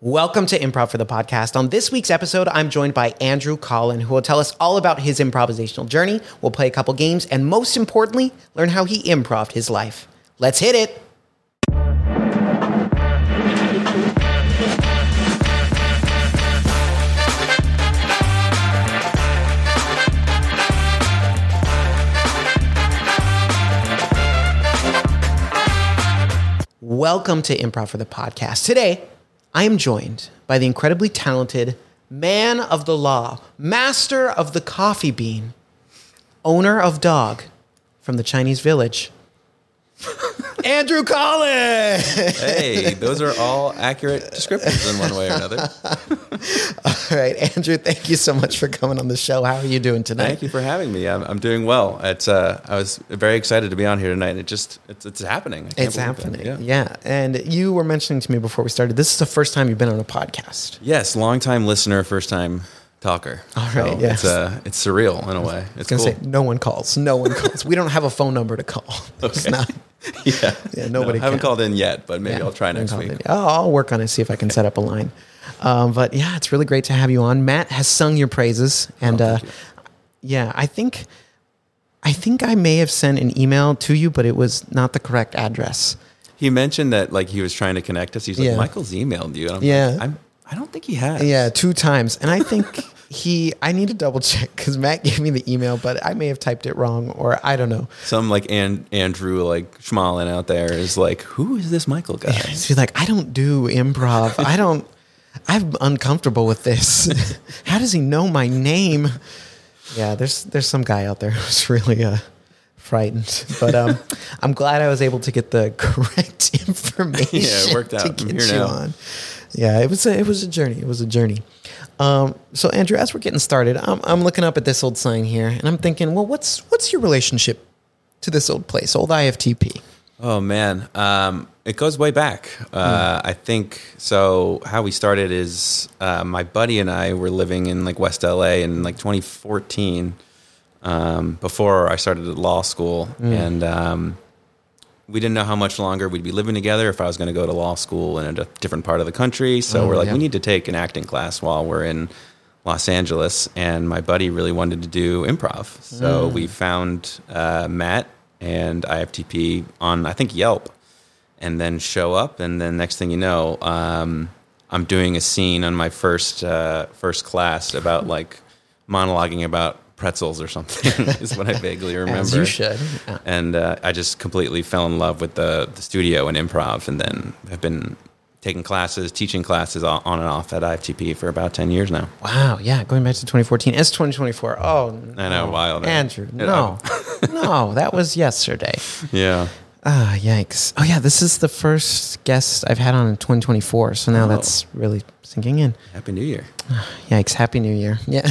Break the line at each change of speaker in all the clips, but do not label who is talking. Welcome to Improv for the Podcast. On this week's episode, I'm joined by Andrew Collin, who will tell us all about his improvisational journey. We'll play a couple games and, most importantly, learn how he improved his life. Let's hit it. Welcome to Improv for the Podcast. Today, I am joined by the incredibly talented man of the law, master of the coffee bean, owner of dog from the Chinese village, Andrew Collins.
Hey, those are all accurate descriptions in one way or another.
All right, Andrew, thank you so much for coming on the show. How are you doing tonight?
Thank you for having me. I'm, I'm doing well. It's uh, I was very excited to be on here tonight. It just it's, it's happening. I can't
It's
believe it.
happening.
Yeah.
yeah. And you were mentioning to me before we started, this is the first time you've been on a podcast.
Yes, long time listener, first time talker. All
right, yes.
It's uh, it's surreal in a way. It's
I was
cool.
gonna say no one calls. No one calls. we don't have a phone number to call. It's not.
yeah.
Yeah, nobody
I haven't
can.
called in yet, but maybe
Yeah,
I'll try next
I'll-
week.
I'll, I'll work on it, see if I can set up a line. Um, but yeah, it's really great to have you on. Matt has sung your praises, and
Oh,
uh, yeah, I think I think I may have sent an email to you, but it was not the correct address.
He mentioned that like he was trying to connect us. He's like,
Yeah.
Michael's emailed you. And I'm
Yeah.
Like, I'm, I don't think he has.
Yeah, two times, and I think he. I need to double check because Matt gave me the email, but I may have typed it wrong, or I don't know.
Some like and Andrew like schmalin out there is like, who is this Michael guy?
Just be like, I don't do improv. I don't. I'm uncomfortable with this. How does he know my name? Yeah, there's there's some guy out there who's really uh, frightened. But um, I'm glad I was able to get the correct information.
worked
To
out. I'm
get
here
you
now.
on. Yeah, it was a it was a journey. It was a journey. Um, so Andrew, as we're getting started, I'm I'm looking up at this old sign here, and I'm thinking, well, what's what's your relationship to this old place, old IFTP?
Oh man, um, it goes way back. Uh, I think so. How we started is uh, my buddy and I were living in like West LA in like 2014, um, before I started at law school, and um, we didn't know how much longer we'd be living together. If I was going to go to law school in a di- different part of the country, so
Oh,
we're like,
yeah.
we need to take an acting class while we're in Los Angeles. And my buddy really wanted to do improv, so
Mm.
we found uh, Matt and IFTP on I think Yelp, and then show up, and then next thing you know, um, I'm doing a scene on my first uh, first class about like monologuing about pretzels or something is what I vaguely remember.
As you should. Yeah.
And uh, I just completely fell in love with the, the studio and improv, and then have been taking classes, teaching classes o- on and off at IFTP for about ten years now.
Wow, yeah, going back to 2014. It's 2024. Oh,
I know,
no.
wild, eh? right?
Andrew,
It-
no. no, that was yesterday.
Yeah,
Ah, yikes. Oh, yeah, this is the first guest I've had on in 2024. So now
Oh.
that's really sinking in.
Happy New Year.
Yikes. Happy New Year. Yeah.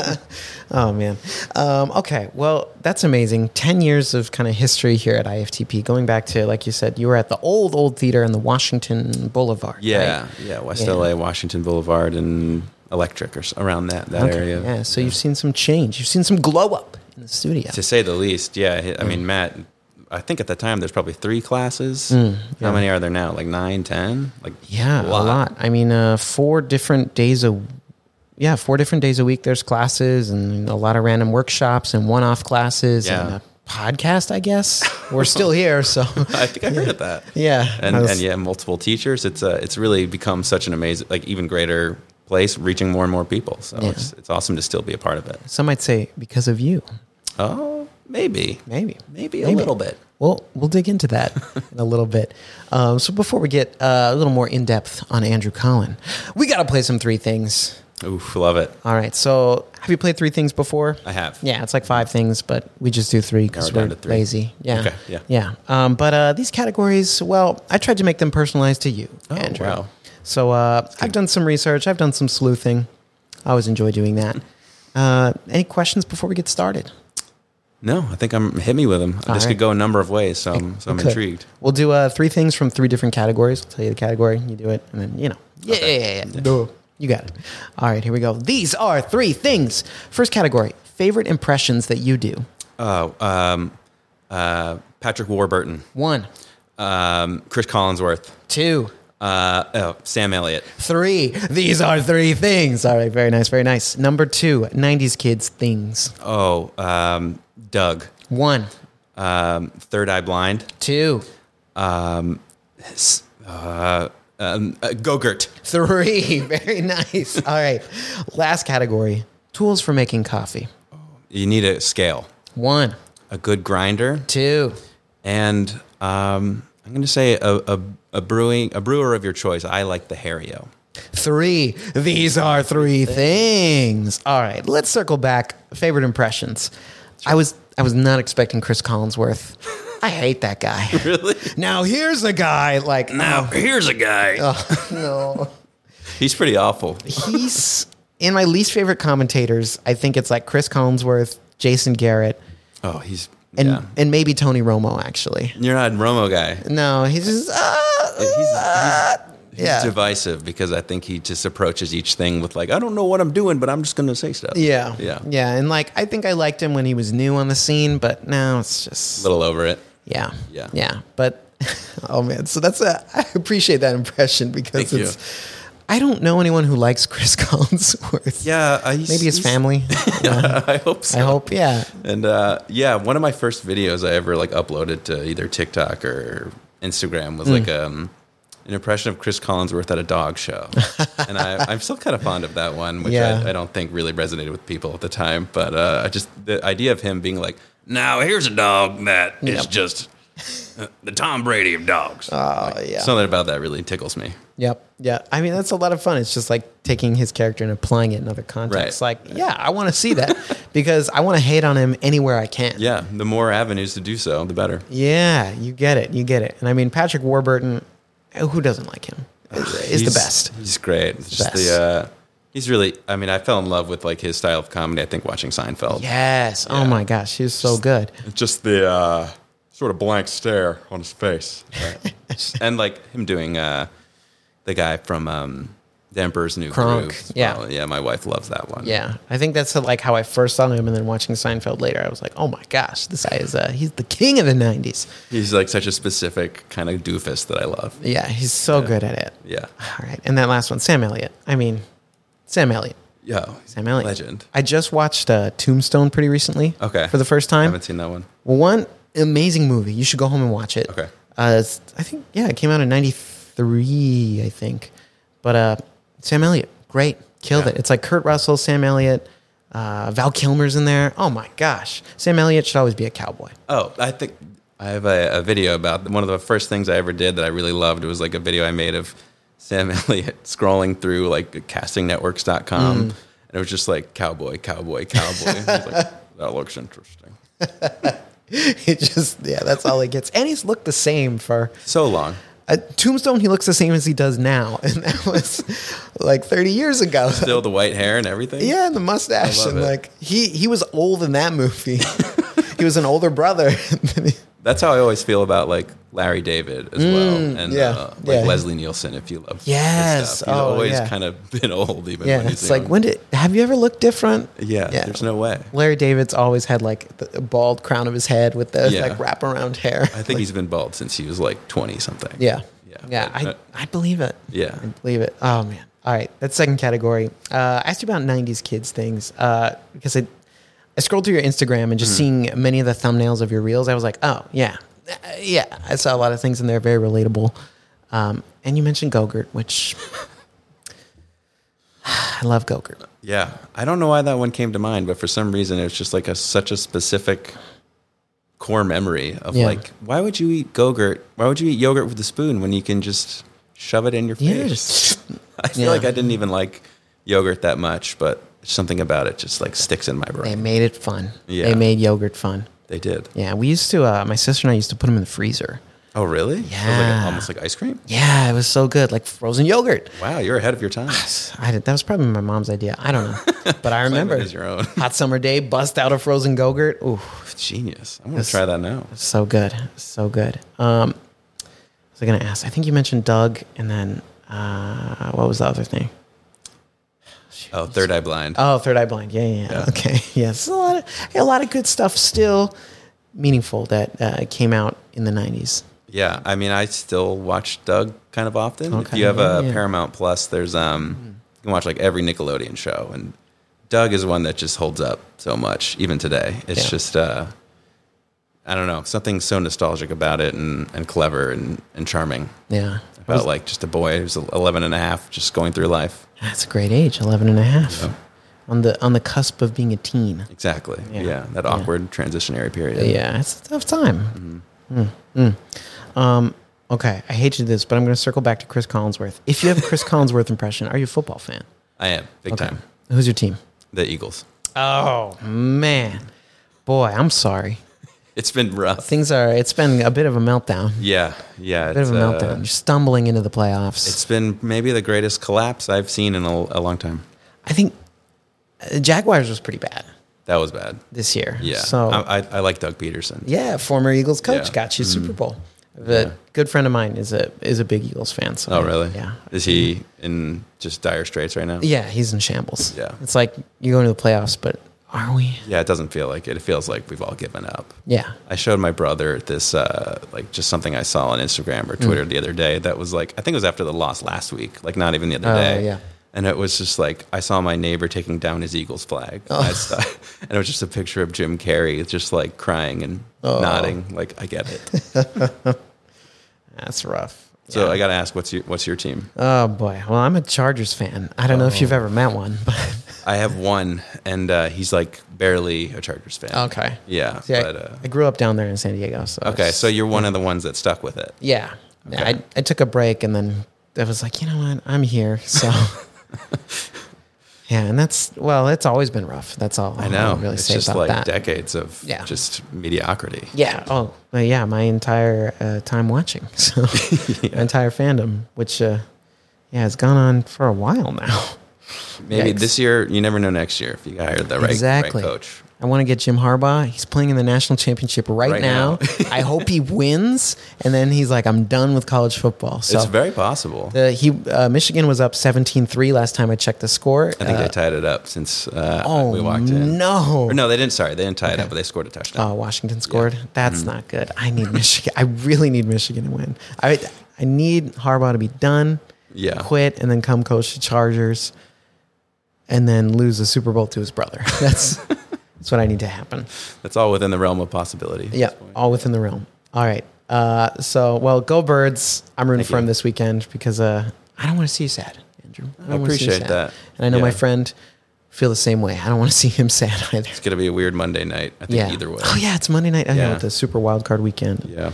oh, man. Um, okay, well, that's amazing. 10 years of kind of history here at IFTP, going back to, like you said, you were at the old, old theater in the Washington Boulevard.
Yeah,
right?
yeah. West
Yeah.
LA, Washington Boulevard, and Electric, or s- around that that
Okay,
area.
Yeah, so you've seen some change. You've seen some glow up in the studio.
to say the least. Yeah, I- I
Mm.
mean Matt. I think at the time there's probably three classes. How many are there now? Like nine, ten? Like
Mm, Yeah, a lot. I mean, uh, four different days a yeah, four different days a week. There's classes and a lot of random workshops and one-off classes and
Yeah.
a podcast. I guess we're still here, so
I think I heard of that.
yeah.
and
I was-
and yeah, multiple teachers. It's uh, it's really become such an amazing, like even greater place, reaching more and more people. So
Yeah.
it's it's awesome to still be a part of it.
Some might say because of you,
Oh, maybe,
maybe,
maybe, a little bit.
Well, we'll dig into that in a little bit. Um, so before we get uh, a little more in depth on Andrew Cohen, we got to play some three things.
Oof, love it.
All right. So, have you played three things before?
I have.
Yeah, it's like five things, but we just do three because
Narrow it
we're
down to three.
lazy. Yeah.
Okay, yeah.
Yeah. Um, but uh, these categories, well, I tried to make them personalized to you,
Oh,
Andrew.
wow.
So, uh, I've done some research, I've done some sleuthing. I always enjoy doing that. Uh, any questions before we get started?
No, I think I'm hit me with them.
All
this
right.
could go a number of ways, so I'm, so I'm
We could.
intrigued.
We'll do uh, three things from three different categories. I'll tell you the category, you do it, and then, you know. Yeah, yeah, yeah, yeah. Duh. You got it. All right, here we go. These are three things. First category favorite impressions that you do.
Oh, um, uh, Patrick Warburton,
One,
um, Chris Collinsworth,
two,
Uh, oh, Sam Elliott.
Three. These are three things. All right. Very nice. Very nice. Number two, 90s kids things.
Oh, um, Doug.
One,
Um, Third Eye Blind.
two,
S- Uh, um, uh, Gogurt.
three. Very nice. All right. Last category tools for making coffee.
You need a scale,
One,
a good grinder,
two,
and um, I'm going to say a, a, a brewing a brewer of your choice. I like the Hario.
three. These are three things. All right, let's circle back. Favorite impressions. I was I was not expecting Chris Collinsworth. I hate that guy.
Really?
Now here's a guy like
Now here's a guy.
no.
He's pretty awful.
He's in my least favorite commentators. I think it's like Chris Collinsworth, Jason Garrett,
Oh, he's
and
yeah.
and maybe Tony Romo actually.
You're not a Romo guy.
No, he's just ah,
He's, he's, he's
yeah.
divisive because I think he just approaches each thing with like, I don't know what I'm doing, but I'm just going to say stuff.
yeah.
yeah,
Yeah, and like I think I liked him when he was new on the scene, but now it's just
A little over it.
Yeah.
Yeah.
Yeah. But oh man, so that's a I appreciate that impression because
Thank you.
it's I don't know anyone who likes Chris Collinsworth.
Yeah, I,
Maybe his family.
I hope so.
I hope. Yeah.
And uh, yeah, one of my first videos I ever like uploaded to either TikTok or Instagram was like
Hmm.
um, an impression of Chris Collinsworth at a dog show, and I, I'm still kind of fond of that one, which
Yeah.
I, I don't think really resonated with people at the time. But uh, I just the idea of him being like, "Now here's a dog that is
Yep.
just uh, the Tom Brady of dogs."
Oh yeah.
Something about that really tickles me.
yep. Yeah. I mean, that's a lot of fun. It's just like taking his character and applying it in other contexts.
Right.
Like, yeah, I want to see that because I want to hate on him anywhere I can.
Yeah, the more avenues to do so, the better.
Yeah, you get it. You get it. And I mean, Patrick Warburton, who doesn't like him? Is, is the
He's-
best.
He's great. Just
best.
the uh, he's really. I mean, I fell in love with like his style of comedy. I think watching Seinfeld.
Yes. Oh my gosh, he was so good.
Just the uh, sort of blank stare on his face, and like him doing uh, the guy from um, The Emperor's New
Kronk,
Groove. as
yeah.
well. yeah. My wife loves that one.
Yeah, I think that's like how I first saw him, and then watching Seinfeld later, I was like, "Oh my gosh, this guy is uh, he's the king of the '90s."
He's like such a specific kind of doofus that I love.
Yeah, he's so good at it.
Yeah.
All right, and that last one, Sam Elliott. I mean, Sam Elliott.
Yeah. he's
Sam Elliott.
Legend.
I just watched uh, Tombstone pretty recently.
Okay.
For the first
I
time.
haven't seen that one.
Well, one amazing movie. You should go home and watch it.
Okay.
Uh, it's- I think yeah, it came out in '93, I think. But uh, Sam Elliott, great, killed
Yeah.
it. It's like Kurt Russell, Sam Elliott, uh, Val Kilmer's in there. Oh my gosh, Sam Elliott should always be a cowboy.
Oh, I think I have a, a video about one of the first things I ever did that I really loved was like a video I made of Sam Elliott scrolling through like
Mm.
castingnetworks.com. And it was just like cowboy, cowboy, cowboy. And I was like, that looks interesting.
it just yeah, that's all he gets, and he's looked the same for
So long.
uh, Tombstone. He looks the same as he does now, and that was like 30 years ago.
Still the white hair and everything.
Yeah, and the mustache,
I love
and
it.
like he he was old in that movie. he was an older brother.
That's how I always feel about like Larry David as well.
Mm,
And
yeah,
uh, like
yeah.
Leslie Nielsen, if you love his
Yes,
stuff. He's
oh,
always
yeah.
kind of been old even
yeah,
when he's
it's like
young.
when did have you ever looked different?
yeah,
yeah.
there's no way.
Larry David's always had like the bald crown of his head with the
Yeah.
like wraparound hair.
I think he's been bald since he was like 20 something.
yeah,
Yeah,
yeah,
but, uh,
I I believe it.
Yeah.
I believe it. Oh man. All right, that's second category. Uh, I asked you about '90s kids things uh, because I I scrolled through your Instagram and just
Hmm.
seeing many of the thumbnails of your reels, I was like, oh yeah, Uh, yeah. I saw a lot of things in there, very relatable. Um, and you mentioned Gogurt, which I love Gogurt.
Yeah, I don't know why that one came to mind, but for some reason it's just like a such a specific core memory of
Yeah.
like, why would you eat gogurt? Why would you eat yogurt with a spoon when you can just shove it in your
Yeah,
face?
just-
I feel
yeah.
like I didn't even like yogurt that much, but something about it just like sticks in my
They
brain.
made it fun.
Yeah.
They made yogurt fun.
They did.
Yeah, we used to. Uh, my sister and I used to put them in the freezer.
Oh, really? It was like
Yeah.
almost like ice cream.
Yeah, it was so good, like frozen yogurt.
Wow, you're ahead of your time.
I did, that was probably my mom's idea. I don't know, but I remember
as your own.
hot summer day, bust out a frozen yogurt. Ooh,
Genius. I'm gonna try that now.
so good, so good. Um, what was I gonna ask? I think you mentioned Doug, and then uh, what was the other thing?
Oh, third eye blind.
Oh, Third Eye Blind. Yeah, yeah. yeah. Okay. Yes, a lot of a lot of good stuff still meaningful that uh, came out in the '90s.
Yeah, I mean, I still watch Doug kind of often. If
Okay,
you have
yeah, Hmm.
a
yeah.
Paramount Plus, there's um, you can watch like every Nickelodeon show, and Doug is one that just holds up so much even today. It's
Yeah.
just uh, I don't know, something so nostalgic about it, and and clever and and charming
Yeah.
about like just a boy who's 11 and a half just going through life.
That's a great age, 11 and a half. On the on the cusp of being a teen.
Exactly.
Yeah.
Yeah, that awkward transitionary period.
Yeah, it's a tough time.
Mm-hmm.
Mm, mm. Um, okay, I hate to do this, but I'm going to circle back to Chris Collinsworth. If you have a Chris Collinsworth impression, are you a football fan?
I am big time.
Who's your team?
The Eagles.
Oh man, boy, I'm sorry.
It's been rough.
Things are. It's been a bit of a meltdown.
Yeah, yeah.
Bit
it's,
of a
uh,
meltdown. You're stumbling into the playoffs.
It's been maybe the greatest collapse I've seen in a, a long time.
I think uh, Jaguars was pretty bad
That was bad.
this year.
Yeah.
So
I, I, I like Doug Peterson.
Yeah, former Eagles coach
Yeah. Mm-hmm.
got you Super Bowl. A good friend of mine is a is a big Eagles fan. So
Oh, really?
Yeah,
Is he in just dire straits right now?
yeah, he's in shambles.
Yeah.
it's like you go into the playoffs, but are we?
Yeah, it doesn't feel like it. It feels like we've all given up.
Yeah,
I showed my brother this, uh, like just something I saw on Instagram or Twitter
Mm.
the other day that was like, I think it was after the loss last week, like not even the other
Oh,
day.
yeah.
And it was just like, I saw my neighbor taking down his Eagles flag.
Oh.
And, I saw, and it was just a picture of Jim Carrey just like crying and
Oh.
nodding. Like, I get it.
that's rough.
So I got to ask, what's your, what's your team?
Oh boy. Well, I'm a Chargers fan. I don't know
Oh.
if you've ever met one, but
I have one, and uh, he's like barely a Chargers fan.
okay.
Yeah.
See, I,
but, uh,
I grew up down there in San Diego. So
okay,
it's-
so you're one of the ones that stuck with it.
yeah, Yeah, I, I took a break and then I was like, you know what, I'm here. So. Yeah, and that's well. It's always been rough. That's all
I know.
can really
it's
say
just
about
like
that.
decades of
Yeah.
just mediocrity.
Yeah. Oh, well, yeah. My entire uh, time watching, so my entire fandom, which uh, yeah, has gone on for a while now.
Maybe
Yikes.
this year, you never know next year if you hire the right,
exactly.
right coach.
I want to get Jim Harbaugh. He's playing in the national championship right,
Right
now.
now.
I hope he wins, and then he's like, "I'm done with college football." So
It's very possible.
uh, he uh, Michigan was up 17-3 last time I checked the score.
I think
Uh,
they tied it up since uh,
oh
we walked in.
no!
Or no, they didn't. Sorry, they didn't tie it up, but they scored a touchdown.
Oh, Washington scored. That's
Mm-hmm.
not good. I need Michigan. I really need Michigan to win. I I need Harbaugh to be done.
Yeah.
Quit and then come coach the Chargers, and then lose the Super Bowl to his brother. That's that's what I need to happen.
That's all within the realm of possibility.
Yeah, all within the realm. All right. Uh, so well, go Birds. I'm rooting
Thank
for him
you.
this weekend because uh, I don't want to see you sad, Andrew. don't
I
wanna see you
appreciate
sad.
that.
and I know my
Yeah.
friend feel the same way. I don't want to see him sad either.
It's going to be a weird Monday night, I think,
Yeah.
either way.
Oh yeah, it's Monday night. I know
Yeah.
the Super Wild Card Weekend.
Yeah.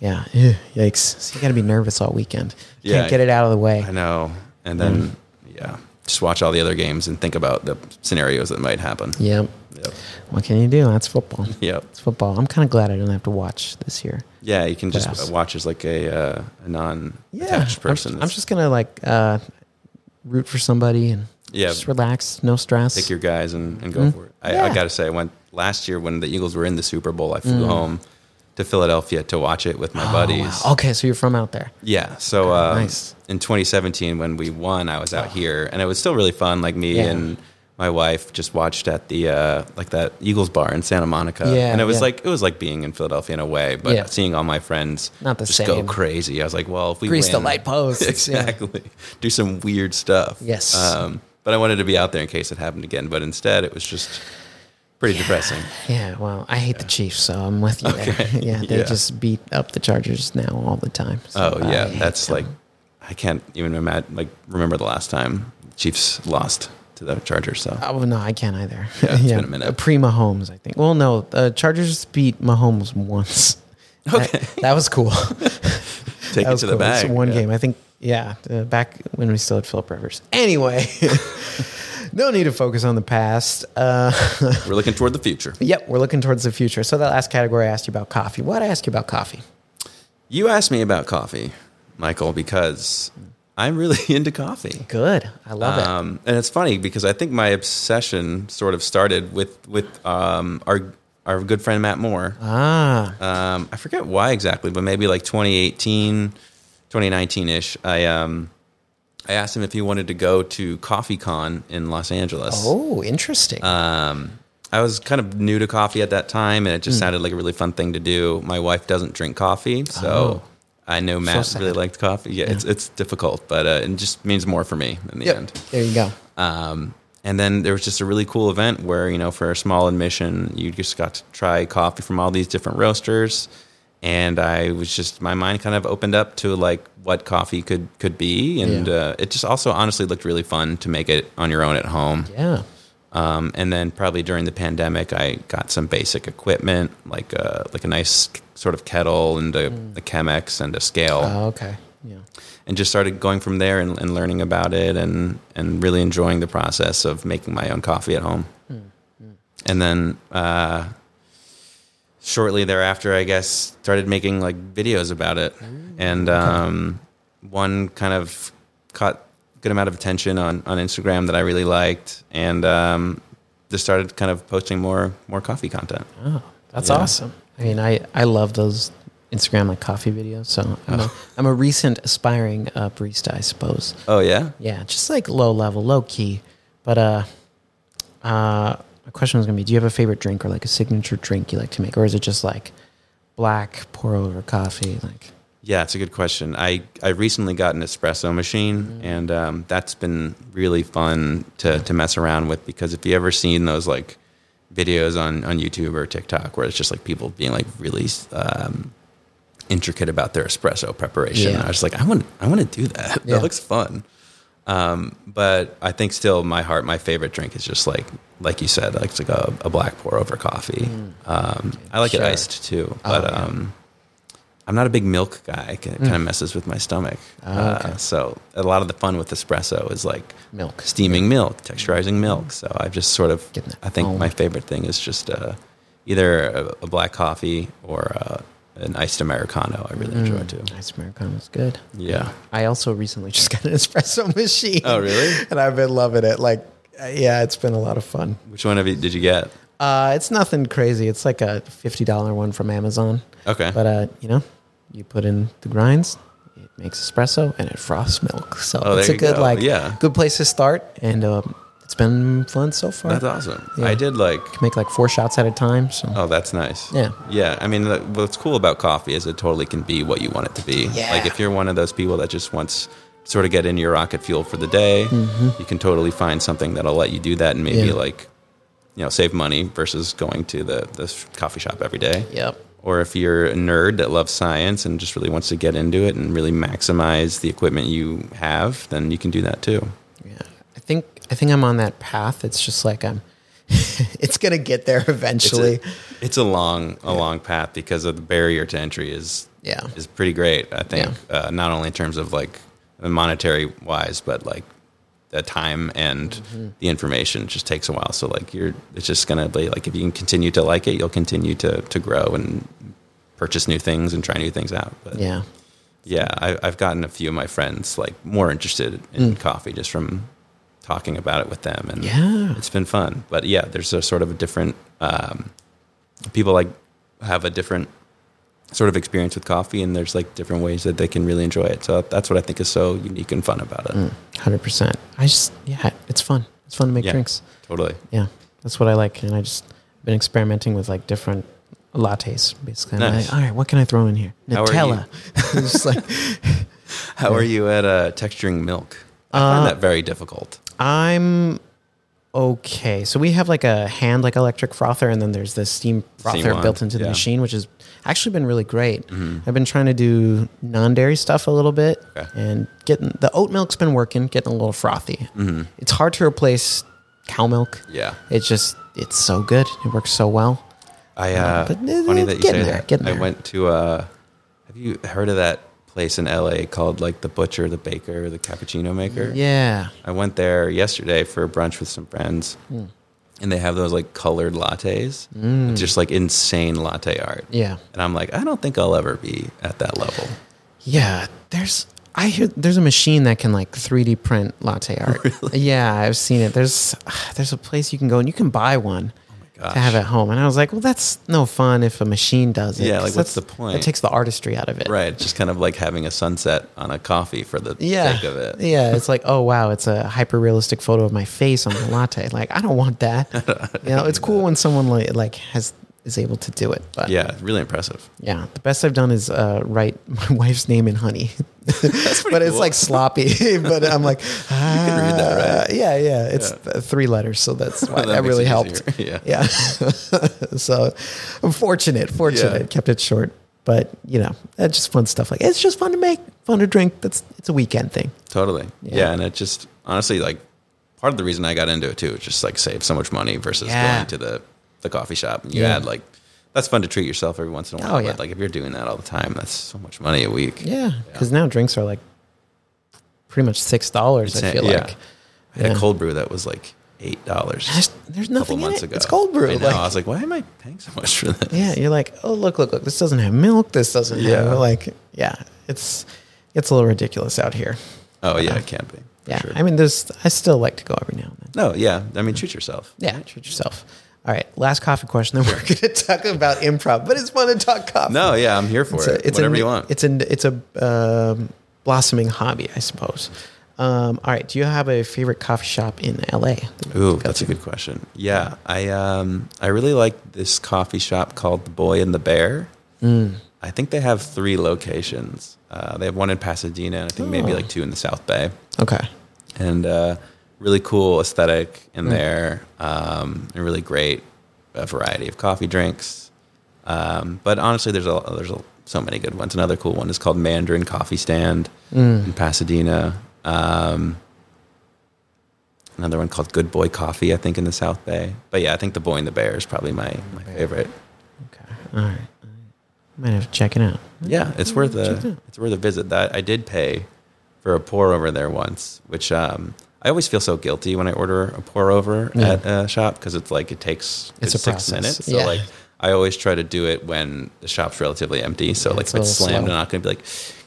Yeah. Ew, yikes. So you got to be nervous all weekend. You Can't
Yeah.
get it out of the way.
I know. And then, yeah, just watch all the other games and think about the scenarios that might happen.
Yep.
Yep.
What can you do? That's football.
Yep.
It's football. I'm kind of glad I don't have to watch this year.
Yeah, you can just
Playoffs.
watch as like a, uh, a
Yeah.
non-attached
I'm-
person.
I'm, just gonna like uh, root for somebody and
Yeah.
just relax, no stress.
pick your guys and, and go for it. I,
Mm-hmm. Yeah. Mm.
I got to say, I went last year when the Eagles were in the Super Bowl. I flew home to Philadelphia to watch it with my
Oh,
buddies.
wow. Okay, so you're from out there.
Yeah. So um,
Ah, nice. Ah.
in 2017, when we won, I was out here, and it was still really fun. Like me
Yeah.
and my wife just watched at the uh, like that Eagles bar in Santa Monica.
Yeah,
and it was
yeah.
like it was like being in Philadelphia in a way, but
Yeah.
seeing all my friends
Not the
just go
same.
crazy. I was like, well, if we
Grease the
win-
light posts, yeah.
exactly, do some weird stuff.
Yes.
Um, but I wanted to be out there in case it happened again. But instead, it was just pretty depressing.
Yeah. Well, I hate the Chiefs, so I'm with you
Okay.
there. Yeah, they
Yeah.
just beat up the Chargers now all the time. so
Oh
I
yeah,
hate
that's
them.
like I can't even imagine. Like remember the last time Chiefs lost to the Chargers? So
Oh no, I can't either. Uh,
Yeah, it's been a minute.
Pre Mahomes, I think. Well, no, uh, Chargers beat Mahomes once. Okay, that, that was cool.
take
that
it
was
to
cool.
the
That's
bag.
one
yeah.
game, I think. Yeah, uh, back when we still had Philip Rivers. Anyway, no need to focus on the past. Uh,
We're looking toward the future.
yep, we're looking towards the future. So that last category I asked you about coffee. Why would I ask you about coffee?
You asked me about coffee, Michael, because I'm really into coffee.
Good, I love it.
Um, and it's funny because I think my obsession sort of started with with um, our our good friend Matt Moore.
Ah,
um, I forget why exactly, but maybe like 2018, 2019 ish. I um, I asked him if he wanted to go to CoffeeCon in Los Angeles.
oh, interesting.
Um, I was kind of new to coffee at that time, and it just sounded like a really fun thing to do. My wife doesn't drink coffee, so I know Matt
sad.
really liked coffee. Yeah, it's it's difficult, but uh, it just means more for me in the end.
There you go.
Um, and then there was just a really cool event where, you know, for a small admission, you just got to try coffee from all these different roasters. And I was just, my mind kind of opened up to like what coffee could, could be. And
Yeah.
uh, it just also honestly looked really fun to make it on your own at home.
Yeah.
Um, and then probably during the pandemic, I got some basic equipment, like a, like a nice sort of kettle and a,
Mm.
a Chemex and a scale
Oh, okay. Yeah.
and just started going from there and, and learning about it and and really enjoying the process of making my own coffee at home. And then uh, shortly thereafter, I guess started making like videos about it, and um, one kind of caught a good amount of attention on on Instagram that I really liked, and um, just started kind of posting more more coffee content.
Oh, that's
Yeah.
awesome. I mean, I, I love those Instagram like coffee videos. So I'm, a, I'm a recent aspiring uh, barista, I suppose.
Oh yeah,
Yeah, just like low level, low key. But uh, uh, my question was gonna be: Do you have a favorite drink or like a signature drink you like to make, or is it just like black pour over coffee? Like,
Yeah, it's a good question. I, I recently got an espresso machine,
Mm-hmm.
and um, that's been really fun to, to mess around with because if you ever seen those like videos on, on YouTube or TikTok where it's just like people being like really um, intricate about their espresso preparation,
Yeah.
I was like, I want I want to do that.
Yeah.
That looks fun. Um, but I think still my heart, my favorite drink is just like like you said, like it's like a, a black pour over coffee. Um, I
Mm.
like
Sure. Oh,
it iced too, but
yeah.
um. I'm not a big milk guy.
Mm.
It kind of messes with my stomach.
Ah,
uh, so a lot of the fun with espresso is like
Milk. Mm-hmm.
steaming milk, texturizing milk. So I've just sort of,
Getting that
I think
foam.
my favorite thing is just uh, either a, a black coffee or uh, an iced americano. I really
Mm.
enjoy too.
nice Americano is good.
Yeah.
I also recently just got an espresso machine.
Oh, really?
And I've been loving it. Like, uh, yeah, it's been a lot of fun.
Which one of you did you get?
Uh, it's nothing crazy. It's like a fifty dollar one from Amazon.
Okay.
But uh, you know, you put in the grinds, it makes espresso and it frosts milk. So
Oh,
it's
there
a
you
good
go.
like
Yeah.
good place to start, and um, it's been fun so far.
That's awesome.
Uh, Yeah.
I did like,
Make like four shots at a time. So
oh, that's nice.
Yeah.
Yeah. I mean, like, what's cool about coffee is it totally can be what you want it to be.
Yeah.
Like if you're one of those people that just wants sort of get into your rocket fuel for the day, you can totally find something that'll let you do that and maybe
Mm-hmm. Yeah.
like, you know, save money versus going to the, the s- coffee shop every day.
yep,
Or if you're a nerd that loves science and just really wants to get into it and really maximize the equipment you have, then you can do that too.
yeah. I think I think I'm on that path. It's just like I'm. it's gonna get there eventually.
It's a, it's a long, a long path because of the barrier to entry is
Yeah.
is pretty great. I think uh, not only in terms of like monetary wise, but like the time and
Mm-hmm.
the information just takes a while. So like you're, it's just gonna be like if you can continue to like it, you'll continue to to grow and purchase new things and try new things out. But
yeah,
yeah, I, I've gotten a few of my friends like more interested
Hmm.
in coffee just from talking about it with them, and
Yeah.
it's been fun. But yeah, there's a sort of a different um, people like have a different sort of experience with coffee, and there's like different ways that they can really enjoy it. So that's what I think is so unique and fun about
Hmm.
it.
hundred percent. I just yeah, it's fun. It's fun to make
Yeah,
drinks.
totally.
Yeah, that's what I like, and I just been experimenting with like different lattes. Basically, I'm
Nice.
like, all right, what can I throw in here?
How are you?
Nutella. It's like
How are you at uh, texturing milk? I
Uh,
find that very difficult.
I'm okay. So we have like a hand like electric frother, and then there's this steam frother
one,
built into the
yeah. Mm-hmm.
machine, which has actually been really great. I've been trying to do non dairy stuff a little bit,
Okay.
and getting the oat milk's been working, getting a little frothy. It's hard to replace cow milk.
Mm-hmm. Yeah.
It's just it's so good. It works so well.
I uh,
but it-
funny
it's
that you say
getting there,
that.
getting
I
there.
went to uh, have you heard of that place in LA called like the butcher, the baker, the cappuccino maker?
Yeah.
I went there yesterday for brunch with some friends,
Hmm.
and they have those like colored lattes, It's just like insane latte art.
Yeah.
And I'm like, I don't think I'll ever be at that level.
Yeah, there's I hear there's a machine that can like 3D print latte art. Yeah, I've seen it. There's there's a place you can go and you can buy one
Oh gosh.
to have at home. And I was like, well, that's no fun if a machine does it.
Yeah,
'cause
like, what's
that's-
the point?
It takes the artistry out of it.
Right, just kind of like having a sunset on a coffee for the
Yeah.
sake of it.
Yeah, it's like, oh wow, it's a hyper realistic photo of my face on the latte. Like, I don't want that. you know, it's cool when someone like like has is able to do it. But
Yeah, really impressive.
yeah, the best I've done is uh, write my wife's name in honey, but it's
cool.
like sloppy. but I'm like, ah,
can read that, right?
Yeah, yeah. It's th- three letters, so that's why
That
that,
makes
really
it
helped.
easier.
yeah. so I'm fortunate, fortunate.
Yeah.
Kept it short, but you know, that's just fun stuff. Like it's just fun to make, fun to drink. That's it's a weekend thing.
Totally. Yeah.
Yeah.
and it just honestly like part of the reason I got into it too is just like save so much money versus
Yeah.
going to the the coffee shop. And you
Yeah.
add like that's fun to treat yourself every once in a
Oh,
while.
yeah.
But like if you're doing that all the time, that's so much money a week.
Yeah, because now drinks are like pretty much six dollars. I
Insane.
feel
Yeah.
like
I had
Yeah.
a cold brew that was like eight dollars.
there's, there's nothing in it. It's cold brew.
I, know.
like-
I was like, why am I paying so much for this?
yeah, you're like, oh look, look, look. This doesn't have milk. This doesn't
Yeah.
have like, yeah. It's it's a little ridiculous out here.
Oh yeah, it can be. for
Yeah,
sure.
I mean, there's I still like to go every now and then.
no, yeah. I mean, treat yourself.
Yeah, treat yourself. All right, last coffee question. Then we're going to talk about improv, but it's fun to talk coffee.
No, yeah, I'm here for
it's
it.
a, it's
Whatever
a,
you want.
It's a it's a um, blossoming hobby, I suppose. Um, all right, do you have a favorite coffee shop in LA?
Ooh, that's a good question. Yeah, I um I really like this coffee shop called The Boy and the Bear. I think they have three locations. Uh, they have one in Pasadena, and I think maybe
Oh.
like two in the South Bay,
Okay.
and uh, really cool aesthetic in there. Um, a really great uh, variety of coffee drinks. Um, but honestly, there's a there's a, so many good ones. Another cool one is called Mandarin Coffee Stand in Pasadena. Um, another one called Good Boy Coffee, I think, in the South Bay. But yeah, I think the Boy and the Bear is probably my, my favorite.
Okay. All right. Might have to check it out.
Yeah, it's worth
check it out.
a it's worth a visit. That I did pay for a pour over there once, which um, I always feel so guilty when I order a pour over
Yeah.
at a shop because it's like it takes
It's
it's
a
six
process.
minutes.
Yeah.
So like I always try to do it when the shop's relatively empty. So like
it's a
if it's
little
slammed,
slow.
I'm not going to be like,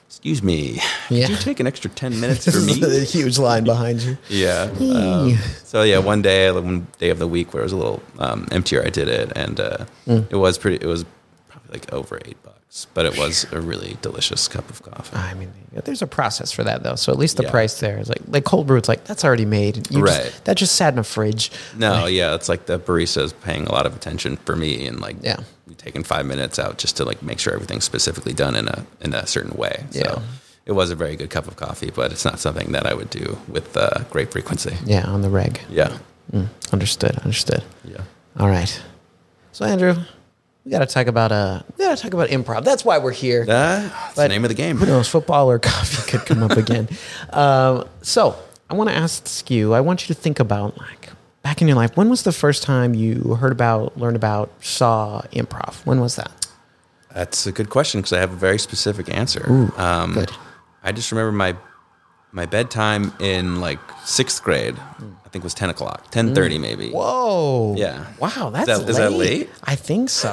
"Excuse me,
Yeah.
could you take an extra ten minutes for me?"
a huge line behind you.
Yeah. um, so yeah, one day, one day of the week where it was a little um, emptier, I did it, and uh,
Mm.
it was pretty. It was probably like over eight bucks, but it was a really delicious cup of coffee.
I mean, there's a process for that though. So at least the
Yeah.
price there is like like cold brew. It's like that's already made. You just-
Right.
that just sat in a fridge.
No, yeah, it's like the barista's paying a lot of attention for me, and like
Yeah.
we taking five minutes out just to like make sure everything's specifically done in a in a certain way.
Yeah.
So it was a very good cup of coffee, but it's not something that I would do with uh, great frequency.
Yeah, on the reg.
Yeah.
Mm, understood. Understood.
Yeah.
All right. So Andrew, we got to talk about uh, we got to talk about improv. That's why we're here.
That's the
But
name of the game.
Who knows? Football or coffee could come up again. Um, so I want to ask you. I want you to think about like back in your life. When was the first time you heard about, learned about, saw improv? When was that?
That's a good question because I have a very specific answer. um,
good.
I just remember my my bedtime in like sixth grade. I think was ten o'clock, ten thirty maybe.
Hmm. Mm. Whoa.
Yeah.
Wow.
Is
That's
that-
late.
is that late?
I think so.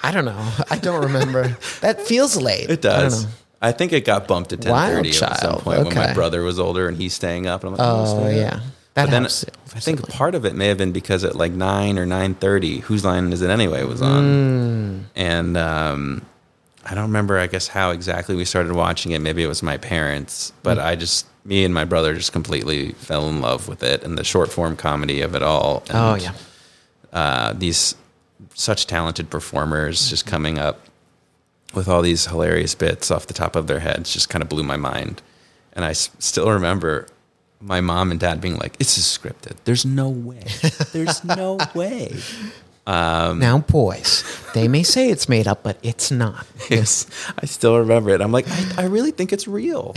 I don't know. I don't remember. that feels late.
It
I don't
does.
know.
I, think it got bumped to ten
Wild
thirty at some
child.
point when
Okay.
my brother was older and he's staying up, and I'm like, I'm
Oh,
staying up.
yeah. That
but then
helps.
I think part of it may have been because at like nine or nine thirty, whose line is it anyway was on,
Hmm.
and um, I don't remember. I guess how exactly we started watching it. Maybe it was my parents,
Hmm.
but I just me and my brother just completely fell in love with it and the short form comedy of it all. And,
Oh yeah.
uh, these such talented performers just coming up with all these hilarious bits off the top of their heads just kind of blew my mind. And I s- still remember my mom and dad being like, "This is scripted. There's no way. There's no way."
now, boys, they may say it's made up, but it's not.
Yes, I still remember it. I'm like, I, I really think it's real.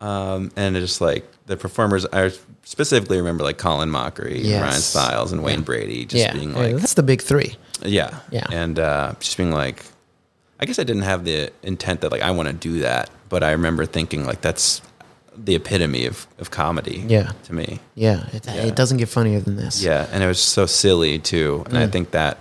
um, and it's just like the performers, I specifically remember like Colin Mockery, and
Yes.
Ryan Stiles, and Wayne Brady, just
yeah.
being like,
that's the big three.
Yeah.
Yeah.
And uh, just being like, I guess I didn't have the intent that like I want to do that, but I remember thinking like that's the epitome of, of comedy.
Yeah.
To me.
Yeah. It, it doesn't get funnier than this.
Yeah. And it was so silly too. And I think that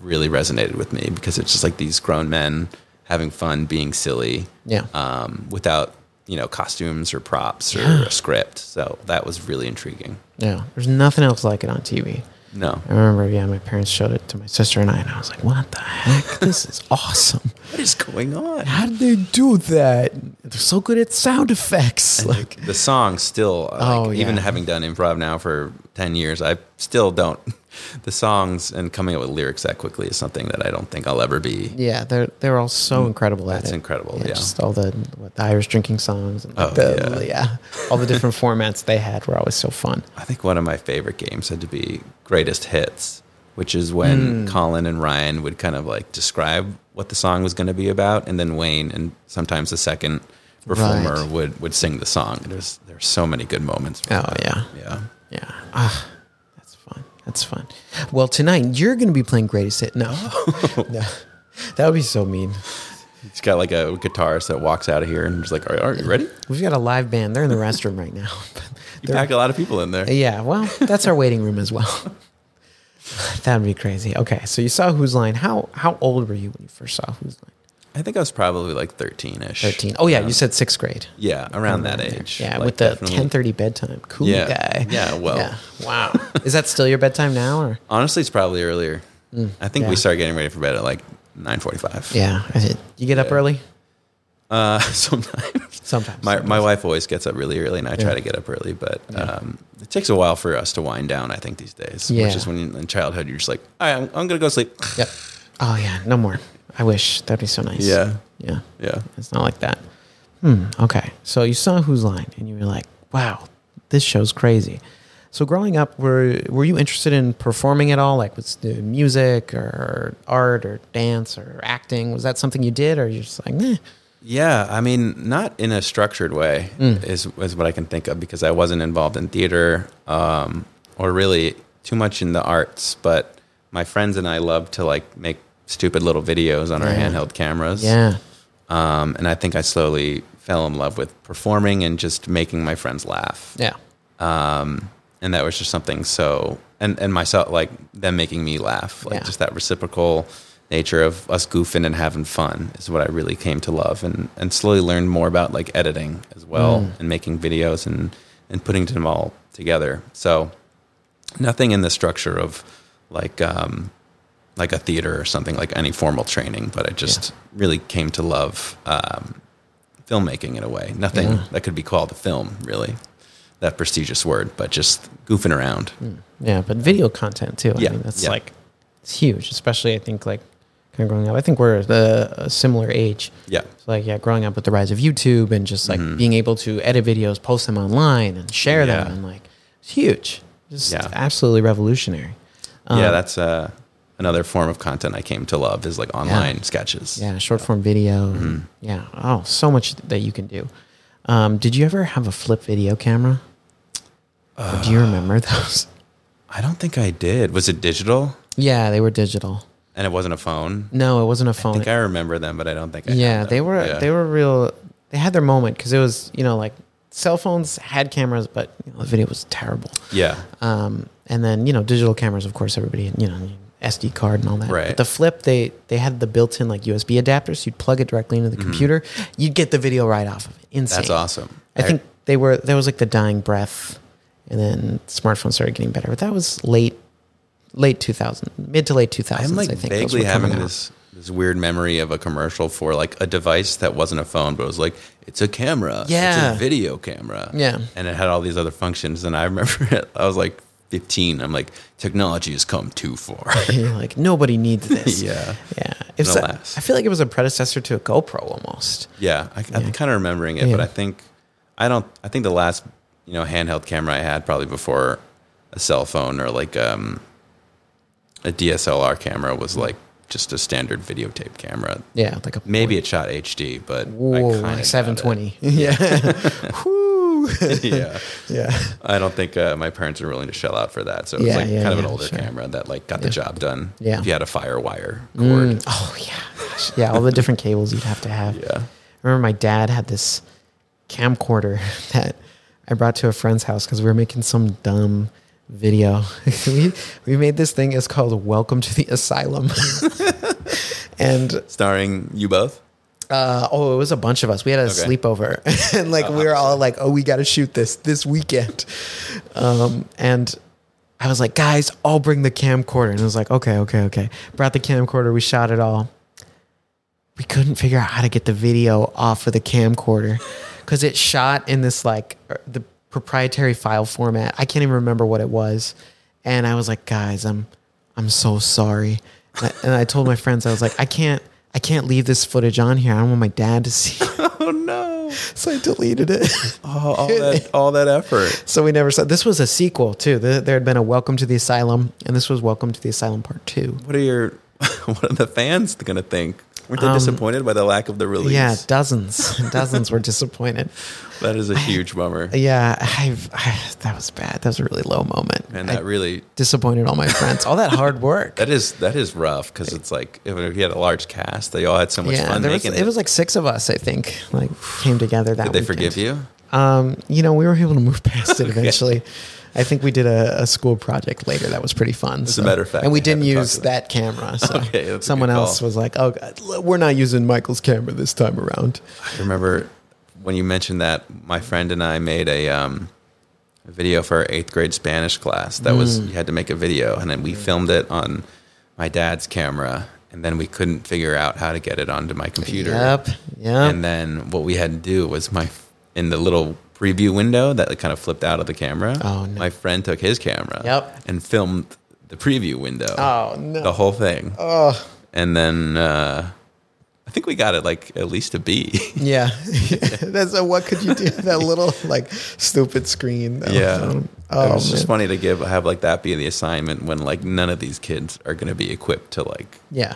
really resonated with me because it's just like these grown men having fun being silly.
Yeah.
Um, without, you know, costumes or props or a script. So that was really intriguing.
Yeah. There's nothing else like it on TV.
No.
I remember, yeah, my parents showed it to my sister and I, and I was like, what the heck? This is awesome.
What is going on?
How did they do that? They're so good at sound effects. Like,
the song still like,
Oh,
even
yeah.
having done improv now for 10 years i still don't the songs and coming up with lyrics that quickly is something that I don't think I'll ever be.
Yeah, they're they're all so incredible at
Mm. That's
it.
incredible, yeah.
just all the, what, the Irish drinking songs and like
Oh,
the, yeah. all the different formats they had were always so fun.
I think one of my favorite games had to be Greatest Hits, which is
Hmm.
when Colin and Ryan would kind of like describe what the song was going to be about, and then Wayne and sometimes the second performer
Right.
would would sing the song. There's there's so many good moments. from
Oh,
that.
yeah.
yeah.
Yeah, ah, that's fun. That's fun. Well, tonight you're going to be playing Greatest Hit. No, no, that would be so mean.
He's got like a guitarist that walks out of here and is like, "Are, are you ready?"
We've got a live band. They're in the restroom right now.
You pack a lot of people in there.
yeah, well, that's our waiting room as well. That'd be crazy. Okay, so you saw Who's Line. How how old were you when you first saw Who's Line?
I think I was probably like thirteen ish.
Thirteen. Oh
Um,
yeah, you said sixth grade.
Yeah, around that age.
Yeah,
Like,
with the
definitely-
ten thirty bedtime. Cool
Yeah.
guy.
Yeah, well.
Wow. Is that still your bedtime now? Or
Honestly, it's probably earlier. I think
Mm, yeah.
we start getting ready for bed at like nine forty-five.
yeah, you get up early
Uh, sometimes.
sometimes.
My my wife always gets up really early, and I try to get up early, but um, it takes a while for us to wind down. I think these days,
Yeah.
which is when in childhood you're just like, all right, I'm, I'm gonna go sleep.
Yep. Oh yeah, no more. I wish that'd be so nice.
Yeah.
Yeah.
Yeah,
It's not like that. Hmm. Okay. So you saw Who's Line, and you were like, "Wow, this show's crazy." So growing up, were were you interested in performing at all? Like, was the music or art or dance or acting? Was that something you did, or you're just like, "Nah"?
yeah. I mean, not in a structured way
Hmm.
is is what I can think of because I wasn't involved in theater um, or really too much in the arts. But my friends and I love to like make stupid little videos on our
Yeah.
handheld cameras.
Yeah.
Um, and I think I slowly fell in love with performing and just making my friends laugh.
Yeah.
um, and that was just something so and and myself like them making me laugh like
Yeah.
just that reciprocal nature of us goofing and having fun is what I really came to love and and slowly learned more about like editing as well and making videos and and putting them all together so nothing in the structure of like um like a theater or something like any formal training but I just really came to love um filmmaking in a way nothing that could be called a film really that prestigious word, but just goofing around.
Yeah. But video content too.
Yeah,
I mean, that's
yeah.
like it's huge, especially I think like kind of growing up. I think we're the a similar age.
Yeah.
So like yeah, growing up with the rise of YouTube and just like being able to edit videos, post them online, and share them,
Mm-hmm. Yeah.
and like it's huge, just
Yeah.
absolutely revolutionary. Um,
yeah, that's uh, another form of content I came to love is like online sketches.
yeah, short form video.
Mm-hmm.
and- Yeah, oh, so much that you can do. Um, did you ever have a flip video camera? Or do you
Uh.
remember those?
I don't think I did. Was it digital?
Yeah, they were digital.
And it wasn't a phone?
No, it wasn't a
I
phone.
think I remember them, but I don't think I had
yeah,
them.
they were
Yeah.
they were real. They had their moment because it was you know like cell phones had cameras, but you know, the video was terrible.
Yeah.
Um, and then you know digital cameras, of course, everybody you know SD card and all that.
Right.
But the flip, they they had the built-in like USB adapters. You'd plug it directly into the computer. You'd get the video right off of it. Insane.
Mm-hmm. That's awesome.
I think they were there was like the dying breath, and then smartphones started getting better. But that was late, late two thousand, mid to late two thousands.
I'm like
I think those
vaguely
were coming
having
out.
this this weird memory of a commercial for like a device that wasn't a phone, but it was like it's a camera,
Yeah.
it's a video camera,
Yeah.
and it had all these other functions. And I remember it, I was like 15. I'm like, technology has come too far.
And you're like nobody needs this.
yeah,
yeah. If so,
Alas.
I feel like it was a predecessor to a GoPro almost.
yeah. I, I'm kind of remembering it, but I think I don't. I think the last you know handheld camera I had probably before a cell phone or like um, a DSLR camera was like just a standard videotape camera.
Yeah, like a
Maybe it shot HD, but
Whoa,
I
like
kinda
seven twenty. Yeah. Whoo.
doubt it. yeah,
yeah.
I don't think uh, my parents are willing to shell out for that. So it was
Yeah,
like
yeah,
kind of an
yeah,
older
sure.
camera that like got the job done.
Yeah.
if you had a fire wire cord.
Oh yeah. Gosh. Yeah, all the different cables you'd have to have.
Yeah.
I remember my dad had this camcorder that I brought to a friend's house because we were making some dumb video. we we made this thing. It's called Welcome to the Asylum. and
Starring you both.
Uh, oh, it was a bunch of us. We had a sleepover, and like we were all like, "Oh, we got to shoot this this weekend." Um, and I was like, "Guys, I'll bring the camcorder." And I was like, "Okay, okay, okay." Brought the camcorder. We shot it all. We couldn't figure out how to get the video off of the camcorder because it uh, shot in this like er, the proprietary file format. I can't even remember what it was, and I was like, guys, I'm I'm so sorry. And I, and I told my friends, I was like, I can't I can't leave this footage on here. I don't want my dad to see. it."
Oh no!
so I deleted it.
All, Oh, all that all that effort.
So we never saw. This was a sequel too. There there had been a Welcome to the Asylum, and this was Welcome to the Asylum Part Two.
What are your what are the fans gonna think? Weren't they disappointed by the lack of the release?
Um, Yeah, dozens, dozens were disappointed.
that is a huge bummer,
Yeah, I've, I, that was bad. That was a really low moment.
and
I
that really
disappointed all my friends. All that hard work.
that is that is rough because it's like if you had a large cast, they all had so much
yeah,
fun
there was,
making
it was like six of us, I think, like came together that.
Did they
weekend.
forgive you?
Um, you know, we were able to move past it eventually. I think we did a, a school project later that was pretty fun. As
a matter of fact,
and we
I
didn't
haven't
use
talked to
that camera. So
Okay, that's a good
someone else
call.
was like, "Oh, God, l- we're not using Michael's camera this time around."
I remember when you mentioned that my friend and I made a, um, a video for our eighth grade Spanish class. That was
Mm.
you had to make a video, and then we filmed it on my dad's camera, and then we couldn't figure out how to get it onto my computer.
Yep, yep.
And then what we had to do was my in the little preview window that kind of flipped out of the camera.
Oh, no.
My friend took his camera.
Yep.
And filmed the preview window.
Oh, no.
The whole thing.
oh,
And then uh, I think we got it like at least a B.
yeah. That's a, what could you do? That little like stupid screen. That
Yeah.
was- Oh,
it was just
man.
funny to give have like that be the assignment when like none of these kids are going to be equipped to like
Yeah,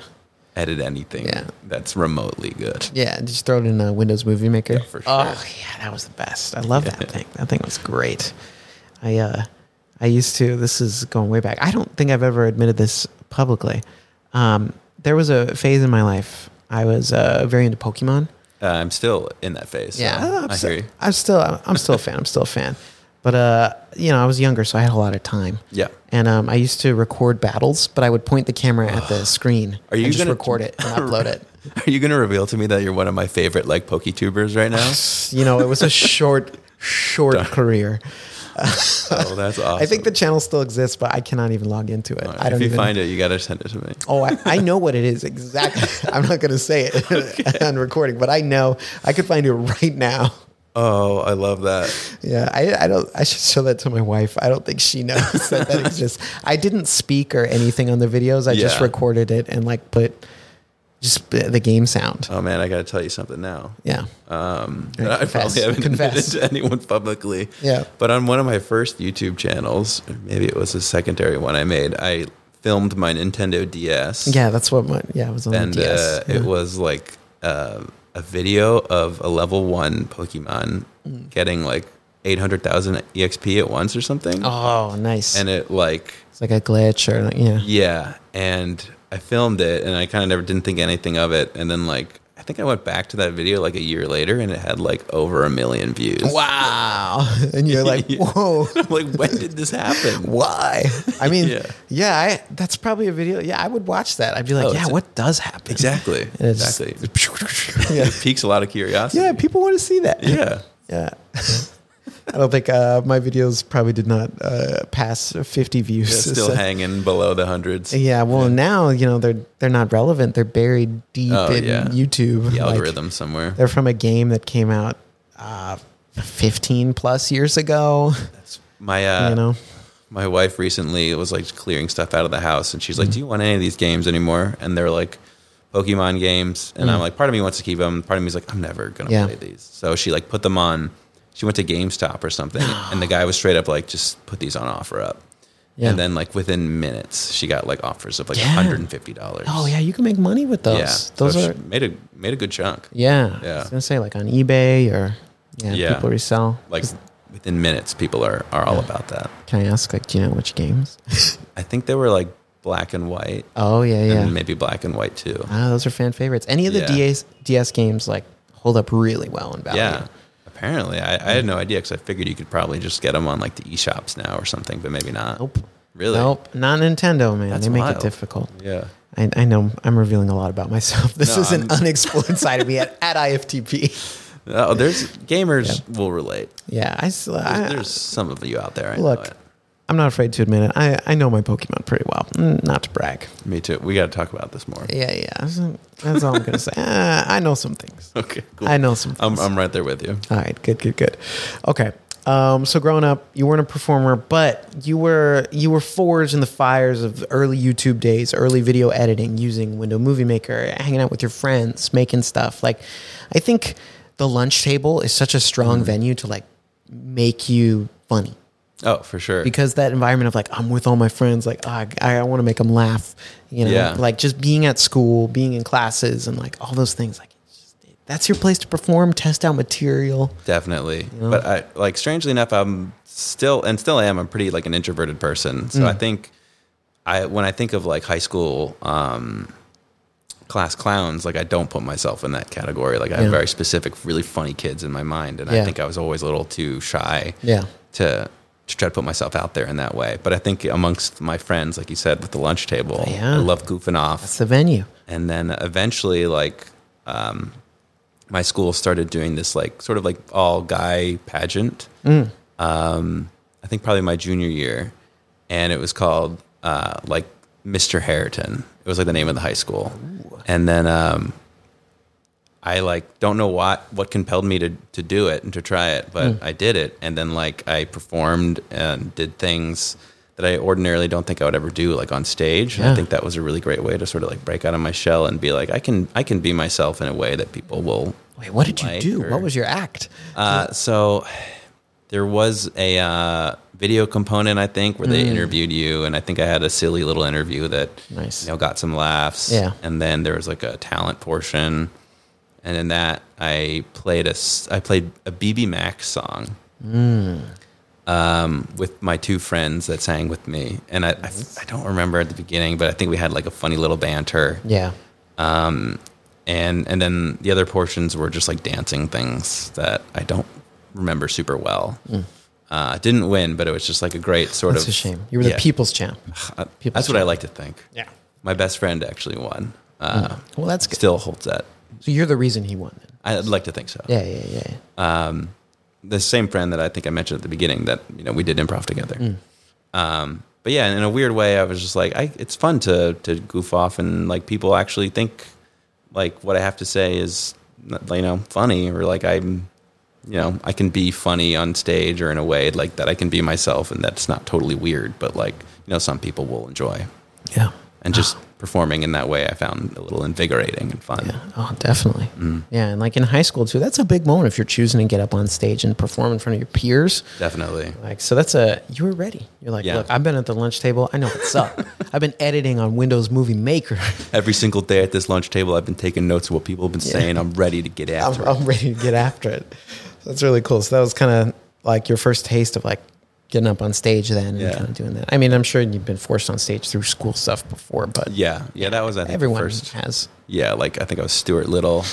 edit anything
Yeah.
that's remotely good.
yeah. Just throw it in a Windows Movie Maker.
for sure.
Oh, yeah. That was the best. I love that thing. That thing was great. I uh, I used to. This is going way back. I don't think I've ever admitted this publicly. Um, there was a phase in my life. I was uh, very into Pokemon. uh,
Uh, I'm still in that phase. so
I'm,
I
still,
hear you.
I'm still. I'm still a fan. I'm still a fan. But uh, you know, I was younger, so I had a lot of time.
Yeah.
And um, I used to record battles, but I would point the camera at the screen
Are you
and just
gonna-
record it and upload it.
Are you going to reveal to me that you're one of my favorite like PokeTubers right now?
You know, it was a short, short career.
oh, that's awesome.
I think the channel still exists, but I cannot even log into it. I
if
don't
you
even.
find it, you got to send it to me.
oh, I, I know what it is exactly. I'm not going to say it on recording, but I know I could find it right now.
Oh, I love that.
Yeah, I, I don't. I should show that to my wife. I don't think she knows that that exists. I didn't speak or anything on the videos. I just
Yeah.
recorded it and like put just the the game sound.
Oh man, I got to tell you something now.
Yeah.
Um,
Yeah,
I
confess.
probably haven't
Confess.
confessed to anyone publicly.
Yeah.
But on one of my first YouTube channels, or maybe it was a secondary one I made, I filmed my Nintendo DS.
Yeah, that's what my yeah, it was on
And
the DS.
uh,
yeah.
it was like uh, a video of a level one Pokemon
Mm.
getting like 800,000 EXP E at once or something.
oh, nice.
And it like,
it's like a glitch or yeah.
yeah. And I filmed it and I kind of never didn't think anything of it. And then like, I think I went back to that video like a year later and it had like over a million views.
Wow. And you're like,
Yeah.
"Whoa."
I'm like, when did this happen?
Why? I mean, yeah,
Yeah.
I, that's probably a video. Yeah, I would watch that. I'd be like,
Oh,
yeah,
it's a-
what does happen?
Exactly.
And it's-
Exactly.
yeah.
It piques a lot of curiosity.
yeah, people want to see that.
Yeah.
Yeah. I don't think uh, my videos probably did not uh, pass 50 views.
It's still
So-
hanging below the hundreds.
yeah, well, now you know they're they're not relevant. They're buried deep
Oh,
in
yeah.
YouTube.
The
Like,
algorithm somewhere.
they're from a game that came out uh, 15 plus years ago.
My uh,
you know,
my wife recently was like clearing stuff out of the house, and she's
Mm-hmm.
like, "Do you want any of these games anymore?" And they're like, "Pokemon games," and I'm like, "Part of me wants to keep them. Part of me's like, I'm never gonna
Mm. Yeah.
play these." So she like put them on. She went to GameStop or something, and the guy was straight up like, "Just put these on offer up."
Yeah.
And then like within minutes, she got like offers of like
Yeah.
$150.
oh yeah, you can make money with those.
Yeah.
Those
So
are
she made a made a good chunk.
yeah. I
Yeah.
was gonna say like on eBay or yeah,
Yeah.
people resell.
Like within minutes, people are are all about that.
Can I ask like do you know which games?
I think they were like black and white,
Oh yeah, yeah.
and maybe black and white too.
Ah, those are fan favorites. Any of the
Yeah.
DS, DS games like hold up really well in value.
Yeah. Apparently, I, I had no idea because I figured you could probably just get them on like the eShops now or something, but maybe not.
Nope.
Really?
Nope. Not Nintendo, man.
That's
they make it
wild.
difficult.
Yeah.
I, I know I'm revealing a lot about myself. This
No,
is an
I'm-
unexplored side of me at, at IFTP.
Oh, there's gamers will relate.
Yeah, I, s- I-
There's, there's some of you out there. I know
look.
it.
I'm not afraid to admit it. I, I know my Pokemon pretty well. Mm, Not to brag.
Me too. We got to talk about this more.
Yeah, yeah. So That's all I'm gonna say. Uh, I know some things.
Okay. Cool.
I know some things.
I'm, I'm right there with you.
All right, good, good, good. Okay, Um, so growing up, you weren't a performer, but you were you were forged in the fires of early YouTube days, early video editing, using Windows Movie Maker, hanging out with your friends, making stuff. Like, I think the lunch table is such a strong venue to like make you funny
Oh, for sure.
because that environment of like I'm with all my friends, like ah, I, I want to make them laugh, you know,
Yeah.
like just being at school, being in classes, and like all those things. Like, it's just, that's your place to perform, test out material.
Definitely. But I like strangely enough, I'm still and still am, I'm pretty like an introverted person.
Hmm.
So I think I when I think of like high school um class clowns, like I don't put myself in that category. Like I
Yeah.
have very specific, really funny kids in my mind. And
Yeah.
I think I was always a little too shy
Yeah.
to to try to put myself out there in that way. But I think amongst my friends, like you said, with the lunch table,
Yeah.
I love goofing off
It's the venue.
and then eventually like um, my school started doing this like sort of like all guy pageant um, i think probably my junior year and it was called uh, like mr harriton it was like the name of the high school and then um, I like don't know what what compelled me to to do it and to try it, but I did it, and then like I performed and did things that I ordinarily don't think I would ever do, like on stage. And
Yeah.
I think that was a really great way to sort of like break out of my shell and be like, I can I can be myself in a way that people will.
Wait, what did you
like
do?
or-
What was your act?
Uh, so there was a uh, video component, I think, where
Mm.
they interviewed you, and I think I had a silly little interview that
Nice.
you know got some laughs.
Yeah.
and then there was like a talent portion, and in that I played a s- I played a BB Mac song.
Mm.
Um, with my two friends that sang with me, and I, I,
Mm-hmm.
I don't remember at the beginning, but I think we had like a funny little banter
Yeah.
and and then the other portions were just like dancing things that I don't remember super well. Uh, I didn't win, but it was just like a great sort
Mm. That's
of
a shame. You were the
Yeah.
people's champ.
Uh,
people's
that's what I like to think.
Yeah.
my best friend actually won. Uh,
Well, that's good.
Still holds that.
So you're the reason he won. Then.
I'd like to think so.
Yeah, yeah, yeah, yeah.
The same friend that I think I mentioned at the beginning that you know we did improv together.
Mm.
Um, but yeah, in a weird way, I was just like, I, it's fun to to goof off and like people actually think like what I have to say is you know funny or like I'm you know I can be funny on stage or in a way like that I can be myself and that's not totally weird, but like you know some people will enjoy
yeah.
and just performing in that way I found a little invigorating and fun.
Ah. Yeah. Oh, definitely. Yeah, and like in high school too. That's a big moment if you're choosing to get up on stage and perform in front of your peers.
Definitely.
Like, so that's a, you were ready. You're like,
Yeah.
look, I've been at the lunch table. I know what's up. I've been editing on Windows Movie Maker.
Every single day at this lunch table, I've been taking notes of what people have been saying. I'm ready to get after
I'm,
it.
I'm ready to get after it. That's really cool. So that was kind of like your first taste of like getting up on stage then and
Yeah.
kind of doing that. I mean, I'm sure you've been forced on stage through school stuff before, but
Yeah, yeah, that was I think
everyone
the first.
has.
Yeah, like I think I was Stuart Little,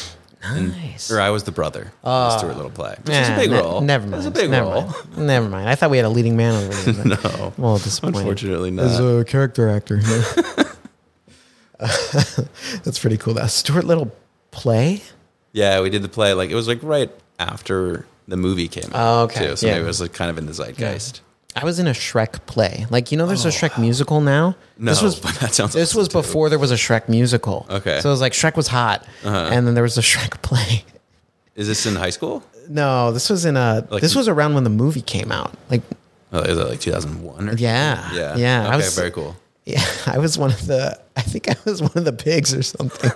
Nice.
or I was the brother. in the Stuart Little play, which is a
Ah. Nah,
big
ne-
role.
Never mind.
It was a big
never
role.
Mind. Never mind. I thought we had a leading man over there. but-
no,
Well, disappointed.
unfortunately
As
not.
a character actor. That's pretty cool. That Stuart Little play?
Yeah, we did the play. Like it was like right after the movie came out.
Oh, okay,
Too, so
yeah.
maybe it was like kind of in the zeitgeist.
I was in a Shrek play. Like you know, there's a Shrek musical now.
Oh. No,
this was
but that sounds
this was before there was a Shrek musical.
Okay. Uh-huh.
so it was like Shrek was hot, and then there was a Shrek play.
Is this in high school?
No, this was in a.
Like-
this was around when the movie came out. Like,
Oh, is it like 2001? Or
yeah,
yeah,
yeah.
Okay,
I was
very cool.
yeah. I was one of the. I think I was one of the pigs or something.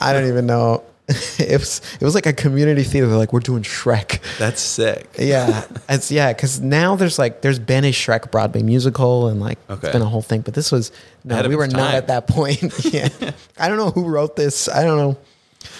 I don't even know. It was it was like a community theater. They're like, we're doing Shrek.
That's sick.
yeah, it's yeah, because now there's like there's been a Shrek Broadway musical and like
Okay.
it's been a whole thing, but this was no,
Ahead of
we were
its
not
time.
at that point. yeah, I don't know who wrote this. I don't know.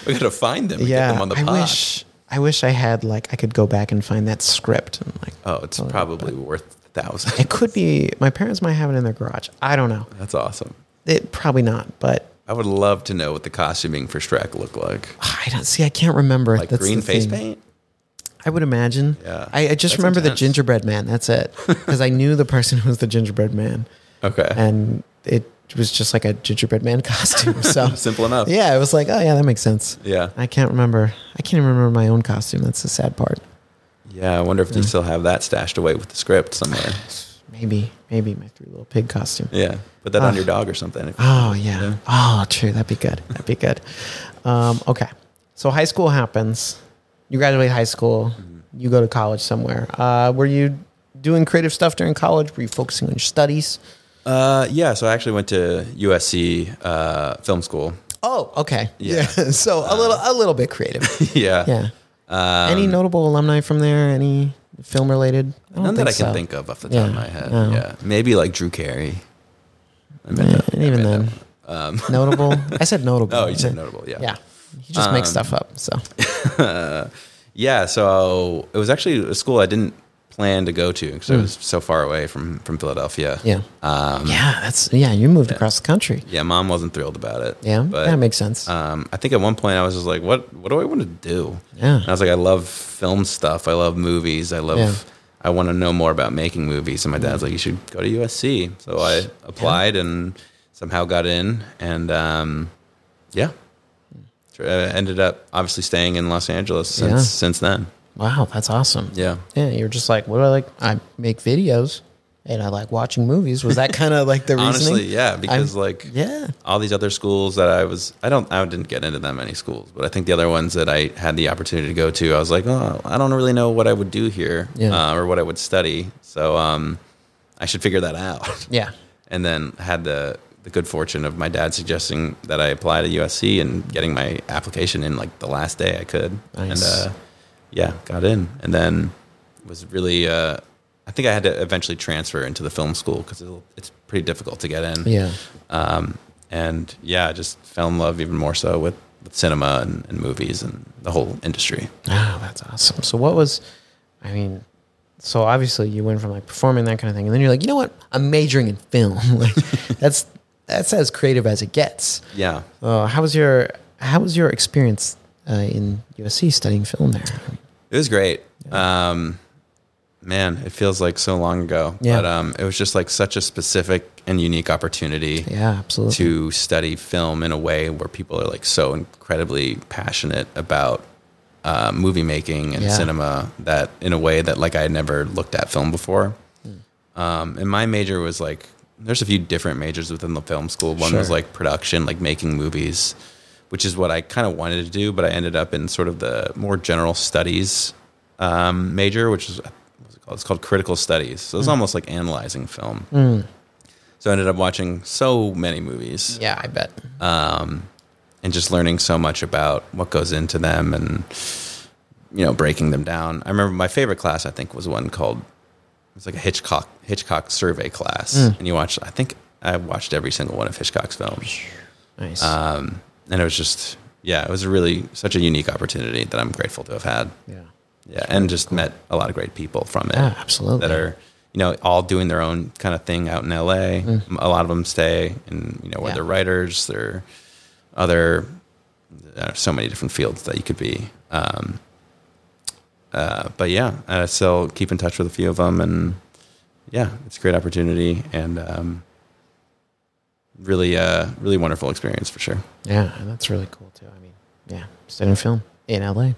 We gotta find them. and
yeah,
get them on the
I
pod.
wish I wish I had like I could go back and find that script and like
Oh, it's probably worth a thousand.
it could be my parents might have it in their garage. I don't know.
That's awesome.
It probably not, but
I would love to know what the costuming for Shrek looked like.
I don't see. I can't remember.
Like green
the
face
thing.
paint.
I would imagine.
Yeah.
I, I just
That's
remember
intense.
the gingerbread man. That's it. Because I knew the person who was the gingerbread man.
Okay.
and it was just like a gingerbread man costume. So
Simple enough.
Yeah, it was like, oh yeah, that makes sense.
Yeah.
I can't remember. I can't even remember my own costume. That's the sad part.
Yeah, I wonder if they still have that stashed away with the script somewhere.
Maybe, maybe my three little pig costume.
Yeah, put that on
Ah.
your dog or something.
Oh yeah. Oh, true. That'd be good. That'd be
Mm-hmm.
good. Um, okay. So high school happens. You graduate high school. you go to college somewhere. Uh, were you doing creative stuff during college? Were you focusing on your studies?
Uh, yeah, so I actually went to USC uh, film school.
Oh, okay.
Yeah.
so a little, a little bit creative.
yeah.
Yeah.
Um,
any notable alumni from there? Any film related?
None that I can think of off the top
Yeah,
of my head.
no.
Yeah. Maybe like Drew Carey. I mean,
Yeah, and even then, notable. I said notable.
Oh, you said notable, Um, yeah.
Yeah. He just makes stuff up. So
Yeah, so it was actually a school I didn't plan to go to because it was so far away from, from Philadelphia.
Hmm. yeah,
Um,
yeah. That's yeah. You moved across the country.
yeah, mom wasn't thrilled about it.
Yeah,
But,
that makes sense.
um, I think at one point I was just like, what What do I want to do?
Yeah.
And I was like, I love film stuff. I love movies. I love.
Yeah.
I want to know more about making movies. And my dad's like, you should go to USC. So I applied and somehow got in. And um, yeah, Tr- uh, ended up obviously staying in Los Angeles since
Yeah.
since then.
wow, that's awesome.
Yeah.
yeah. You're just like, what do I like? I make videos, and I like watching movies. Was that kind of like the reasoning?
Honestly, yeah, because
I'm-
like
yeah,
all these other schools that I was I don't I didn't get into that many schools, but I think the other ones that I had the opportunity to go to, I was like, oh, I don't really know what I would do here
Yeah.
uh, or what I would study, so um, I should figure that out.
yeah.
and then had the the good fortune of my dad suggesting that I apply to USC and getting my application in like the last day I could,
Nice.
and uh, yeah, got in, and then was really. Uh, I think I had to eventually transfer into the film school because it's pretty difficult to get in
Yeah.
um, and yeah, I just fell in love even more so with, with cinema and, and movies and the whole industry.
Wow, that's awesome. So what was, I mean, so obviously you went from like performing that kind of thing, and then you're like, you know what? I'm majoring in film. like that's that's as creative as it gets.
Yeah,
Uh, how was your how was your experience uh, in USC studying film there?
it was great. Um, man, it feels like so long ago,
Yeah.
but um, it was just like such a specific and unique opportunity
Yeah, absolutely.
to study film in a way where people are like so incredibly passionate about uh, movie making and
Yeah.
cinema that in a way that like I had never looked at film before.
Hmm.
Um, and my major was like there's a few different majors within the film school. One was
Sure.
like production, like making movies, which is what I kind of wanted to do, but I ended up in sort of the more general studies um, major, which is what's it called? It's called critical studies. So
Mm.
it's almost like analyzing film. So I ended up watching so many movies
yeah, I bet.
and just learning so much about what goes into them and you know breaking them down. I remember my favorite class I think was one called it's like a Hitchcock Hitchcock survey class,
Mm.
and you watched I think I watched every single one of Hitchcock's films,
Nice.
um, and it was just yeah, it was a really such a unique opportunity that I'm grateful to have had.
yeah.
Yeah, and just met a lot of great people from it.
Yeah, absolutely.
That are you know all doing their own kind of thing out in LA. A lot of them stay, and you know where
Mm-hmm. Yeah.
they're writers, they're other. There are so many different fields that you could be. Um, uh, but yeah, I still keep in touch with a few of them, and yeah, it's a great opportunity and um, really, uh, really wonderful experience for sure.
Yeah, and that's really cool too. I mean, yeah, studying film in LA.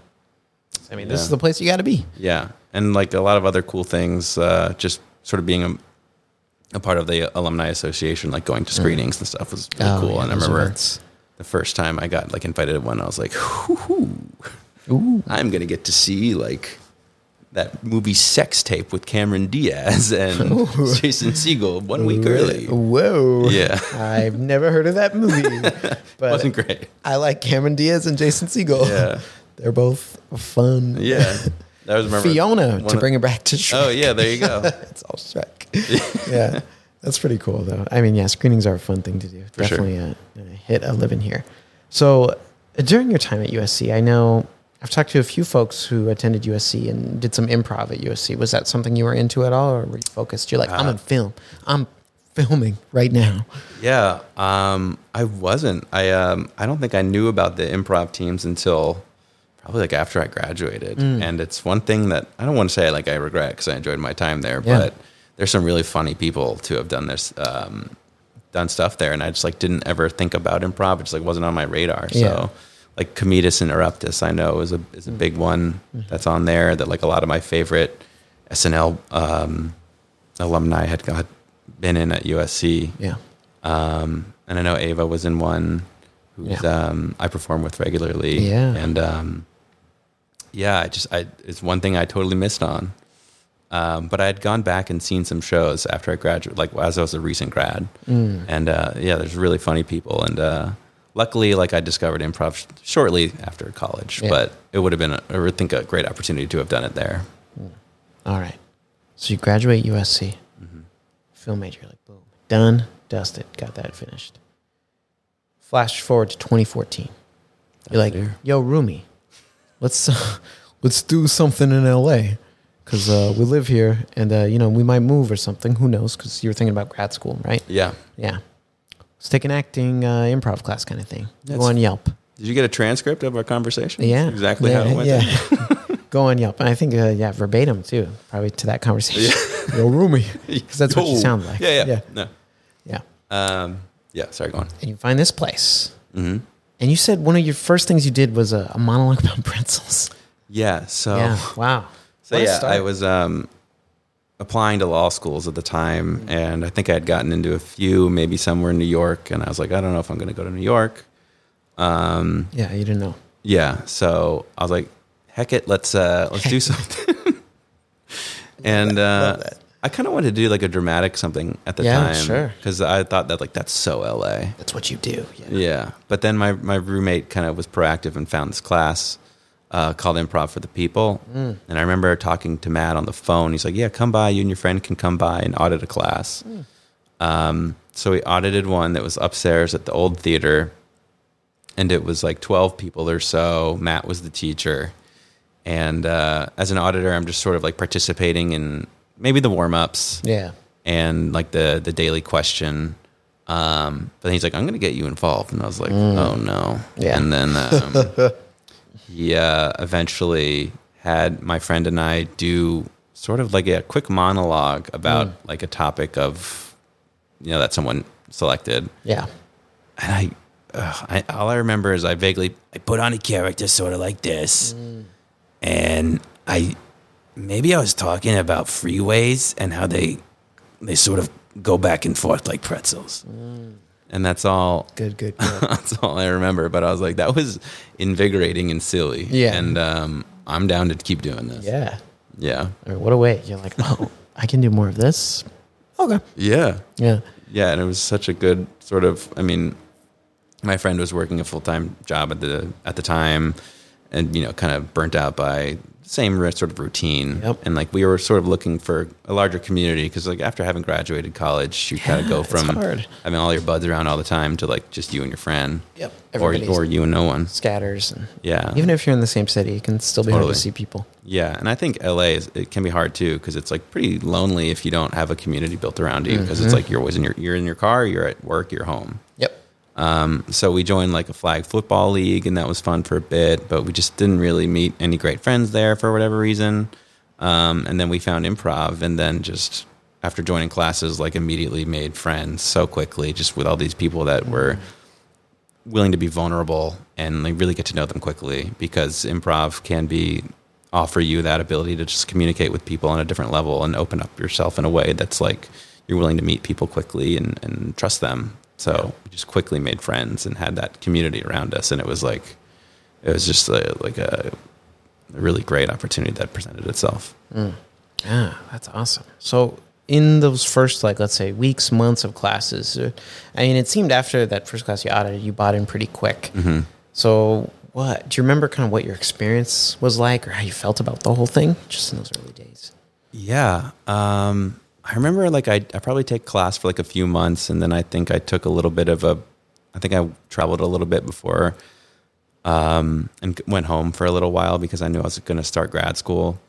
I mean, this
Yeah.
is the place you got to be.
Yeah, and like a lot of other cool things, uh, just sort of being a, a part of the alumni association, like going to screenings and stuff was really
Mm-hmm. Oh,
cool.
yeah,
and I
those
remember
events.
the first time I got like invited to one, I was like, "Whoo-hoo,
Ooh.
I'm gonna get to see like that movie Sex Tape with Cameron Diaz and Jason Segel one week early.
Whoa.
Yeah.
I've never heard of that movie. But
Wasn't great.
I like Cameron Diaz and Jason Segel.
Yeah.
They're both fun.
Yeah, that was remember
Fiona,
one
to
of-
bring it back to Shrek.
Oh yeah, there you go.
it's all Shrek. yeah. That's pretty cool, though. I mean, yeah, screenings are a fun thing to do.
sure.
Definitely a, a hit a living here. So uh, during your time at USC, I know I've talked to a few folks who attended USC and did some improv at USC. Was that something you were into at all, or were you focused? You're like, I'm in film. I'm filming right now.
Yeah, um, I wasn't. I um, I don't think I knew about the improv teams until probably like after I graduated.
Hmm.
And it's one thing that I don't want to say like I regret because I enjoyed my time there,
Yeah.
but there's some really funny people to have done this, um, done stuff there, and I just like didn't ever think about improv. It just like wasn't on my radar.
Yeah. Hmm.
So. Like Comedus Interruptus, I know is a is a big one that's on there. That like a lot of my favorite SNL um, alumni had got been in at USC.
Yeah.
Um, and I know Ava was in one who's
Yeah.
um, I perform with regularly.
Yeah.
And um, yeah, I just I it's one thing I totally missed on. Um, but I had gone back and seen some shows after I graduated, like as I was a recent grad,
Mm.
and uh, yeah, there's really funny people, and uh, luckily, like I discovered improv sh- shortly after college,
Yeah.
but it would have been, a, I would think, a great opportunity to have done it there.
All right. So you graduate USC, film major, like boom, done, dusted, got that finished. Flash forward to 2014. You're like,
year.
yo, Rumi, let's uh, let's do something in LA because uh, we live here, and uh, you know we might move or something. Who knows? Because you were thinking about grad school, right?
Yeah,
Yeah. Let's take an acting uh, improv class kind of thing.
That's-
Go on Yelp.
did you get a transcript of our conversation?
Yeah.
exactly how it went.
Yeah. Go on Yelp. And I think, uh, yeah, verbatim too, probably to that conversation. Yo, roomie. Because that's what you
Yo.
sound like.
Yeah, yeah,
Yeah.
no,
Yeah.
um, yeah. Sorry, go on.
And you find this place.
Mm-hmm.
And you said one of your first things you did was a, a monologue about pretzels.
Yeah, so.
Yeah. Wow.
Oh. So
What a
yeah,
start.
I was um, applying to law schools at the time,
Mm-hmm.
and I think I had gotten into a few, maybe somewhere in New York, and I was like, I don't know if I'm going to go to New York.
Yeah, you didn't know.
Yeah, so I was like, heck it, let's uh, let's do something. and uh, I kind of wanted to do like a dramatic something at the
Yeah,
time,
sure.
because I thought that like that's so LA.
That's what you do. Yeah.
Yeah, but then my my roommate kind of was proactive and found this class uh, called Improv for the People, and I remember talking to Matt on the phone. He's like, "Yeah, come by. You and your friend can come by and audit a class." Um, so we audited one that was upstairs at the old theater, and it was like twelve people or so. Matt was the teacher, and uh, as an auditor, I'm just sort of like participating in maybe the warm ups
Yeah.
and like the the daily question. Um, but then he's like, "I'm gonna get you involved," and I was like, "Oh no!"
Yeah.
And then um, he uh, eventually had my friend and I do sort of like a quick monologue about like a topic of you know that someone selected,
Yeah.
and I. ugh, I, all I remember is I vaguely I put on a character sort of like this,
Mm.
and I
maybe I was talking about freeways and how they they sort of go back and forth like pretzels.
Mm.
and that's all
Good, good, good.
That's all I remember. But I was like, that was invigorating and silly.
Yeah.
And um, I'm down to keep doing this.
yeah.
Yeah.
I mean, what a way. You're like, oh, I can do more of this. Okay.
Yeah.
Yeah.
Yeah. And it was such a good sort of, I mean, my friend was working a full time job at the at the time and, you know, kind of burnt out by same ri- sort of routine.
Yep.
And like we were sort of looking for a larger community because like after having graduated college, you kind of go
it's
from
hard.
I mean all your buds around all the time to like just you and your friend.
Yep.
Or,
Everybody's-
or you and no one.
Scatters. And
Yeah.
Even if you're in the same city, it can still be hard
Totally.
to see people.
Yeah, and I think LA is, it can be hard too because it's like pretty lonely if you don't have a community built around you because
Mm-hmm.
it's like you're always in your you're in your car, you're at work, you're home.
Yep.
So we joined like a flag football league and that was fun for a bit, but we just didn't really meet any great friends there for whatever reason. Um, and then we found improv and then just after joining classes like immediately made friends so quickly just with all these people that were willing to be vulnerable and like really get to know them quickly because improv can be offer you that ability to just communicate with people on a different level and open up yourself in a way that's like you're willing to meet people quickly and, and trust them. So we just quickly made friends and had that community around us. And it was like, it was just a, like a, a really great opportunity that presented itself.
Yeah, that's awesome. So in those first, like, let's say weeks, months of classes, uh, I mean, it seemed after that first class you audited, you bought in pretty quick. So what, do you remember kind of what your experience was like or how you felt about the whole thing just in those early days?
Yeah. Um, I remember like I, I probably take class for like a few months and then I think I took a little bit of a, I think I traveled a little bit before um, and g- went home for a little while because I knew I was going to start grad school.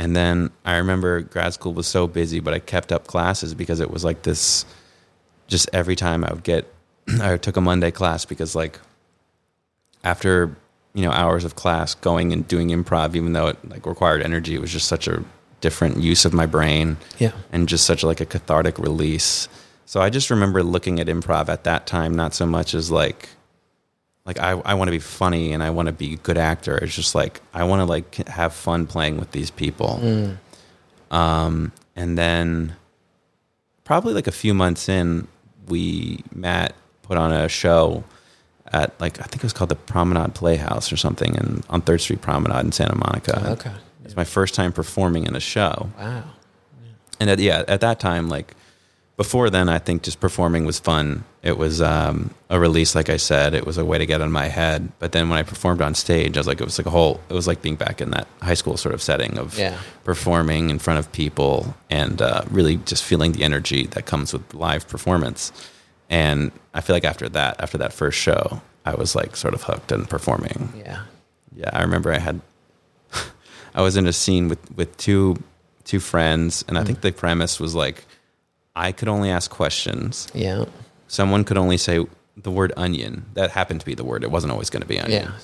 And then I remember grad school was so busy, but I kept up classes because it was like this, just every time I would get, I took a Monday class because like after you know hours of class going and doing improv even though it like required energy it was just such a different use of my brain
Yeah.
and just such like a cathartic release so i just remember looking at improv at that time not so much as like like i, I want to be funny and i want to be a good actor it's just like i want to like have fun playing with these people um and then probably like a few months in we matt put on a show at like I think it was called the Promenade Playhouse or something, and on Third Street Promenade in Santa Monica. And
Okay.
it's my first time performing in a show,
Wow.
and at, yeah, at that time, like before then, I think just performing was fun. It was um, a release, like I said, it was a way to get out of my head. But then when I performed on stage, I was like, it was like a whole, it was like being back in that high school sort of setting of
Yeah.
performing in front of people and uh, really just feeling the energy that comes with live performance. And I feel like after that, after that first show, I was like sort of hooked and performing.
Yeah.
Yeah, I remember I had I was in a scene with with two two friends and I
Mm.
think the premise was like I could only ask questions.
Yeah.
Someone could only say the word onion. That happened to be the word. It wasn't always going to be onion.
Yeah.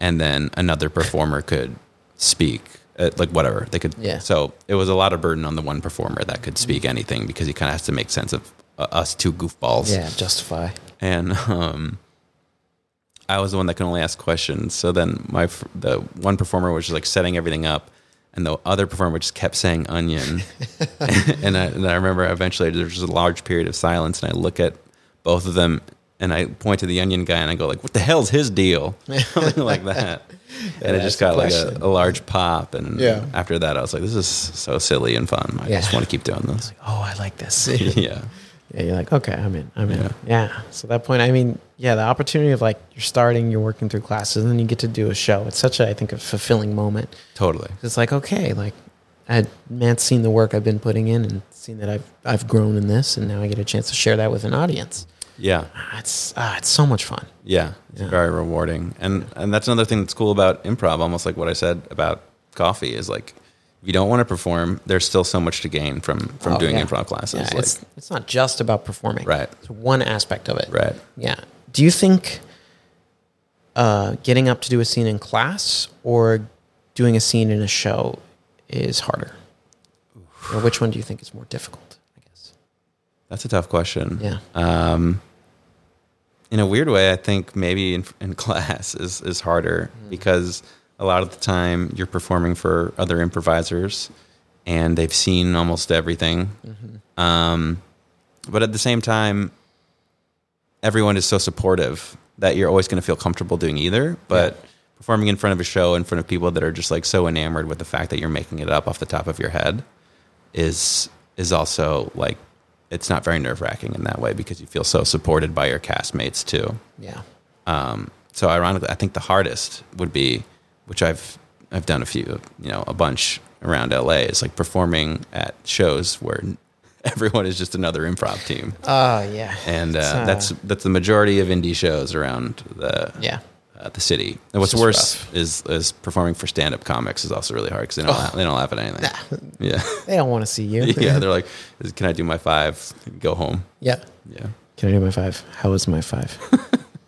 And then another performer could speak uh, like whatever they could.
Yeah. Mm.
So it was a lot of burden on the one performer that could speak anything because he kind of has to make sense of uh, us two goofballs
Yeah. Justify.
and um, I was the one that could only ask questions. So then my f- the one performer was just like setting everything up, and the other performer just kept saying onion. and, I, and I remember eventually there was just a large period of silence, and I look at both of them, and I point to the onion guy, and I go like, "What the hell's his deal?" Something like that. And it
that's
just
the
got like a,
question.
a large pop. And
Yeah.
after that, I was like, "This is so silly and fun. I
Yeah.
just want to keep doing this."
Oh, I like this.
yeah.
Yeah, you're like, okay, I'm in, I'm in. Yeah.
Yeah.
So at that point, I mean, yeah, the opportunity of like you're starting, you're working through classes, and then you get to do a show. It's such a, I think, a fulfilling moment.
Totally.
It's like, okay, like I had man's seen the work I've been putting in and seen that I've I've grown in this, and now I get a chance to share that with an audience.
Yeah.
Ah, It's ah, it's so much fun.
Yeah, it's very rewarding, and and that's another thing that's cool about improv. Almost like what I said about coffee is like, if you don't want to perform, there's still so much to gain from from
Oh,
doing
yeah.
improv classes.
Yeah,
like,
it's it's not just about performing.
Right.
It's one aspect of it.
Right.
Yeah. Do you think uh, getting up to do a scene in class or doing a scene in a show is harder? Or which one do you think is more difficult? I guess.
that's a tough question.
Yeah.
Um, in a weird way, I think maybe in, in class is is harder because a lot of the time you're performing for other improvisers, and they've seen almost everything. Um, but at the same time, everyone is so supportive that you're always going to feel comfortable doing either. But performing in front of a show in front of people that are just like so enamored with the fact that you're making it up off the top of your head is is also like it's not very nerve wracking in that way because you feel so supported by your castmates too.
Yeah.
Um, so ironically, I think the hardest would be, which I've I've done a few, you know, a bunch around LA, is like performing at shows where everyone is just another improv team,
Oh, yeah.
and uh,
It's, uh,
that's that's the majority of indie shows around the
Yeah.
uh, the city. And what's
just
worse is is performing for stand up comics is also really hard because they
Oh.
don't laugh, they don't laugh at anything. Yeah.
They don't want to see you.
yeah, they're like, "Can I do my five? Go home."
Yeah.
Yeah.
Can I do my five? How was my five?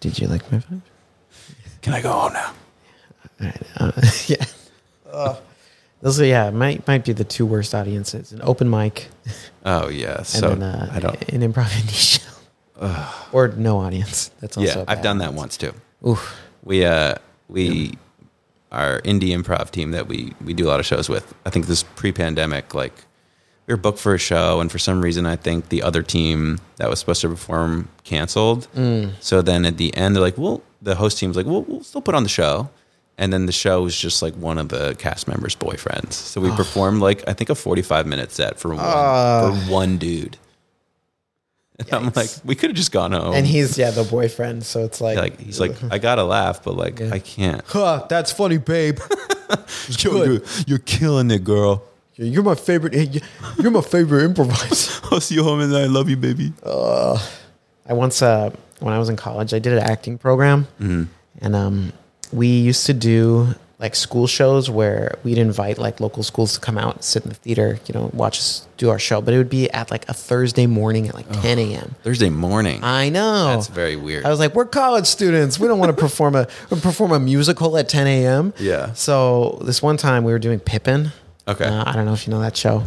Did you like my five?
Can I go home now?
All right. Uh, yeah. Those are, yeah, might might be the two worst audiences an open mic
Oh yeah.
and
So
then uh,
I don't.
an improv indie show. or no audience. That's also
Yeah,
a
I've
bad
done that
audience.
once too.
Oof.
We uh we our indie improv team that we we do a lot of shows with. I think this pre-pandemic like we were booked for a show and for some reason I think the other team that was supposed to perform canceled.
Mm.
So then at the end they're like, "Well, the host team's like, "Well, we'll still put on the show." And then the show was just like one of the cast members' boyfriends. So we performed like I think a 45 minute set for one, for one dude. And I'm
Ah. Yikes.
like, we could have just gone home.
And he's yeah the boyfriend, so it's like,
like he's like i gotta laugh but like i can't
huh, that's funny, babe. good.
you're killing it girl
You're my favorite. You're my favorite improviser.
i'll see you home and i love you baby
I once uh, when I was in college, I did an acting program,
Mm-hmm.
and um, we used to do like school shows where we'd invite like local schools to come out, sit in the theater, you know, watch us do our show. But it would be at like a Thursday morning at like 10 a.m.
thursday morning
I know
That's very weird.
I was like, we're college students. We don't want to perform a perform a musical at 10 a.m.
Yeah.
So this one time we were doing Pippin.
Okay.
Uh, I don't know if you know that show.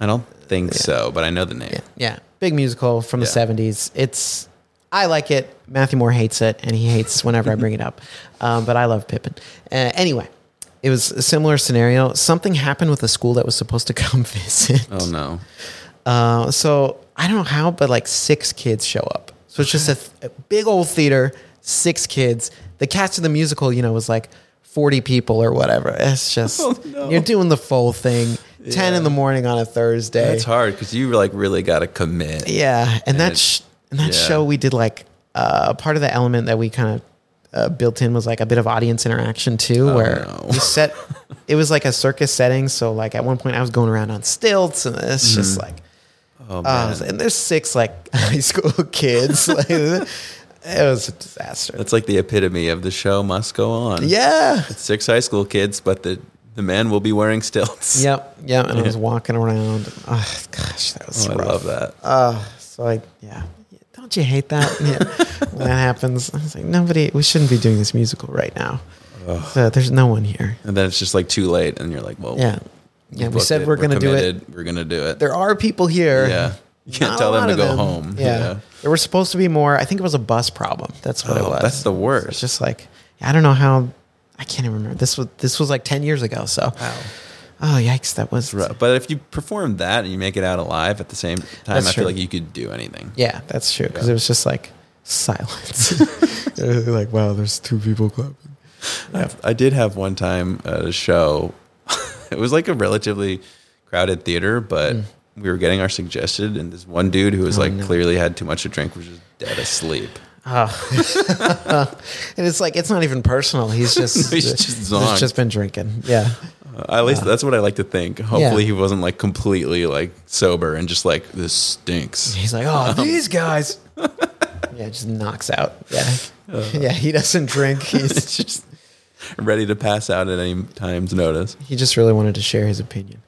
i don't think so but i know the name
Yeah, big musical from
Yeah.
the 70s. It's I like it. Matthew Moore hates it, and he hates whenever I bring it up. Um, but I love Pippin. Uh, anyway, it was a similar scenario. Something happened with a school that was supposed to come visit.
oh no
Uh, so I don't know how, but like six kids show up. So it's just a, th- a big old theater, six kids. The cast of the musical, you know, was like 40 people or whatever. It's just,
Oh,
you're doing the full thing 10 in the morning on a Thursday.
That's hard because you like really got to commit.
Yeah, and that
it-
sh- and that
yeah.
show we did like uh, part of the element that we kind of uh, built in was like a bit of audience interaction too, where
Oh, no.
we set. it was like a circus setting, so like at one point I was going around on stilts, and it's
Mm-hmm.
just like,
Oh
uh,
man,
and there's six like high school kids. like, it was a disaster.
that's like the epitome of the show must go on.
Yeah.
six high school kids, but the the man will be wearing stilts.
Yep. Yep. And I was walking around. Oh, gosh, that was
Oh, I
rough.
love that.
Uh, so I, yeah. Don't you hate that? Yeah. when that happens, I was like, nobody, we shouldn't be doing this musical right now. So there's no one here.
And then it's just like too late, and you're like, well,
Yeah.
we
Yeah. We
booked
said
it,
we're going to do it.
committed, We're gonna do it.
There are people here.
yeah, you can't
Not a
tell them
lot
to
of
go home.
Yeah. There were supposed to be more. I think it was a bus problem. That's what it
Oh,
was.
that's the worst.
It's just like, I don't know how, I can't even remember. This was, this was like 10 years ago. So, oh, yikes. That was,
Ru- But if you perform that and you make it out alive at the same time,
That's
I
true.
feel like you could do anything.
Yeah, that's true. Because it was just like silence. It was like, wow, there's two people clapping.
I did have one time at a show. it was like a relatively crowded theater, but
Mm.
we were getting our suggested, and this one dude who was
Oh,
like clearly had too much to drink was just dead asleep.
And it's like it's not even personal. He's just
He's
he's
just
just,
zonked.
been drinking. Yeah,
Uh, at least that's what I like to think. Hopefully, he wasn't like completely like sober and just like this stinks.
he's like,
Um,
oh, these guys. Yeah, just knocks out. Yeah,
Uh-huh.
yeah. He doesn't drink. He's
It's just ready to pass out at any time's notice.
he just really wanted to share his opinion.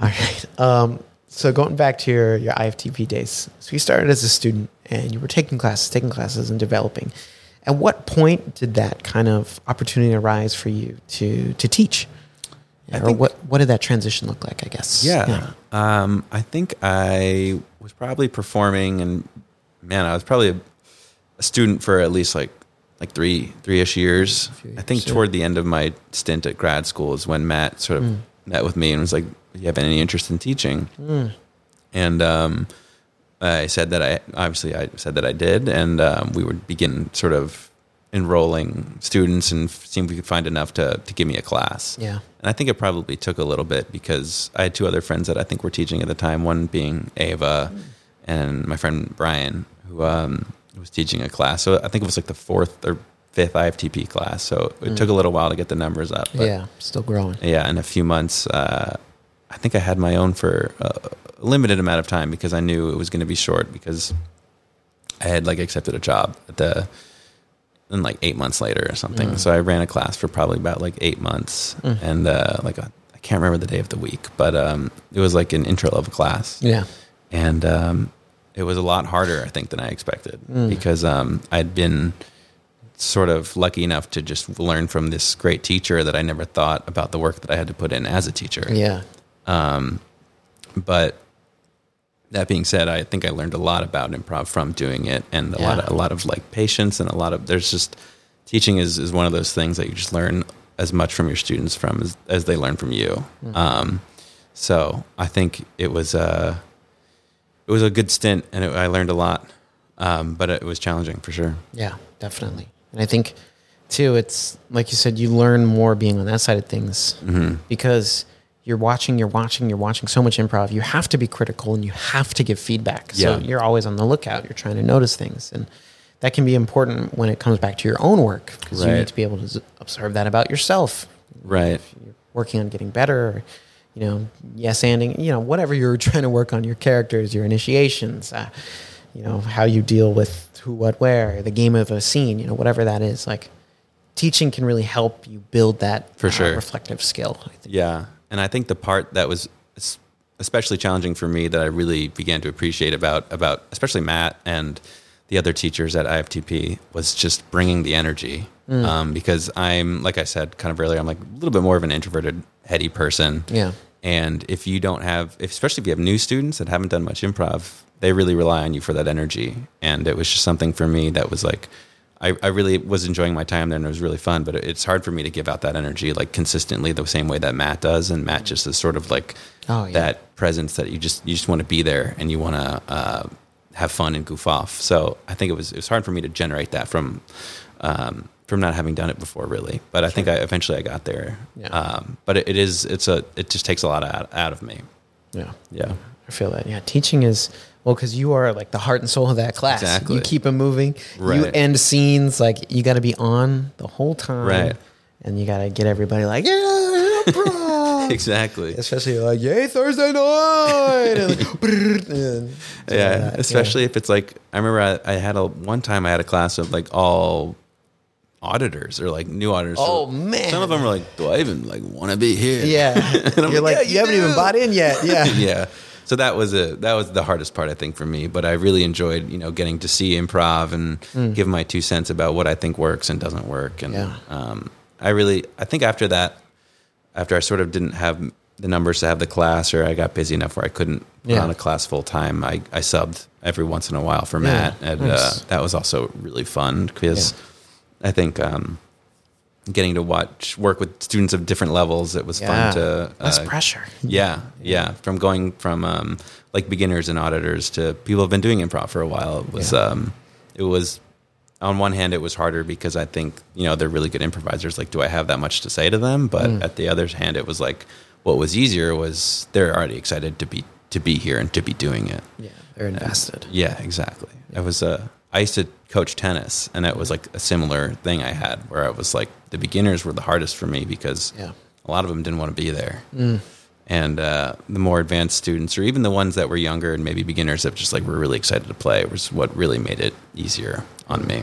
All right. Um. So going back to your your IFTP days, so you started as a student and you were taking classes, taking classes, and developing. At what point did that kind of opportunity arise for you to to teach? or
think-
what what did that transition look like? I guess.
Yeah. Um, I think I was probably performing, and man, I was probably a, a student for at least like like three three ish years.
few
I think
years, yeah.
toward the end of my stint at grad school is when Matt sort of
Hmm.
met with me and was like, "Do you have any interest in teaching?"
Hmm.
And um, I said that I obviously I said that I did, and um, we would begin sort of enrolling students and f- see if we could find enough to to give me a class.
Yeah.
And I think it probably took a little bit because I had two other friends that I think were teaching at the time, one being Ava and my friend Brian, who um, was teaching a class. So I think it was like the fourth or fifth IFTP class. So it took a little while to get the numbers up. But
yeah, still growing.
yeah, in a few months, uh, I think I had my own for a a limited amount of time because I knew it was going to be short because I had like accepted a job at the and like eight months later or something. So I ran a class for probably about like eight months and uh, like I I can't remember the day of the week, but um, it was like an intro level class
Yeah.
and um, it was a lot harder, I think, than I expected because um, I'd been sort of lucky enough to just learn from this great teacher that I never thought about the work that I had to put in as a teacher.
Yeah.
But that being said, I think I learned a lot about improv from doing it, and a lot,
Yeah.
of, a lot of like patience, and a lot of there's just teaching is is one of those things that you just learn as much from your students from as, as they learn from you. Um, so I think it was a it was a good stint, and it, I learned a lot, um, but it was challenging for sure.
Yeah, definitely. And I think too, it's like you said, you learn more being on that side of things
Mm-hmm.
because you're watching, you're watching, you're watching so much improv. You have to be critical and you have to give feedback.
Yeah.
So you're always on the lookout. You're trying to notice things, and that can be important when it comes back to your own work because you
Right.
need to be able to z- observe that about yourself.
Right.
You're working on getting better. Or, you know, yes, anding. You know, whatever you're trying to work on, your characters, your initiations. Uh, you know, how you deal with who, what, where, the game of a scene. You know, whatever that is. Like, teaching can really help you build that uh,
For sure.
reflective skill. I think.
Yeah. And I think the part that was es- especially challenging for me that I really began to appreciate about about especially Matt and the other teachers at IFTP was just bringing the energy. Um, because I'm like I said kind of earlier, I'm like a little bit more of an introverted, heady person.
Yeah.
And if you don't have, if, especially if you have new students that haven't done much improv, they really rely on you for that energy. And it was just something for me that was like, I, I really was enjoying my time there and it was really fun, but it's hard for me to give out that energy like consistently the same way that Matt does. And Matt just is sort of like
Oh, yeah.
that presence that you just, you just want to be there and you want to uh, have fun and goof off. So I think it was it was hard for me to generate that from um, from not having done it before, really. But I think I eventually I got there.
Yeah.
Um, but it, it is it's a it just takes a lot out, out of me.
Yeah.
Yeah.
I feel that. Yeah, teaching is well because you are like the heart and soul of that class.
Exactly.
You keep it moving. You
Right.
end scenes like you got to be on the whole time.
Right.
And you got to get everybody like yeah, bro.
Exactly.
Especially like yay Thursday night. And, like, brrr, and
Yeah, especially if it's like I remember I, I had a one time I had a class of like all auditors or like new auditors.
Oh,
So
man.
some of them were like, "Do I even like want to be here?"
yeah. You're
I'm
like
like, yeah,
you,
you
haven't even
do."
bought in yet. Yeah.
yeah. So that was a that was the hardest part I think for me, but I really enjoyed you know getting to see improv and give my two cents about what I think works and doesn't work, and
Mm. Yeah.
um, I really I think after that, after I sort of didn't have the numbers to have the class, or I got busy enough where I couldn't put
Yeah.
on a class full time, I I subbed every once in a while for Matt, and
nice.
uh, that was also really fun because I think. Um, Getting to watch work with students of different levels, it was
Yeah.
fun to
Less
uh,
pressure.
yeah, yeah. From going from um, like beginners and auditors to people who've been doing improv for a while, it was
Yeah.
um, it was on one hand it was harder because I think you know they're really good improvisers. Like, do I have that much to say to them? But at the other hand, it was like what was easier was they're already excited to be to be here and to be doing it.
Yeah. They're invested.
Yeah, exactly. I was uh, I used to coach tennis, and that was like a similar thing I had where I was like the beginners were the hardest for me because
Yeah. Mm.
a lot of them didn't want to be there, and uh, the more advanced students, or even the ones that were younger and maybe beginners that just like were really excited to play, was what really made it easier on me.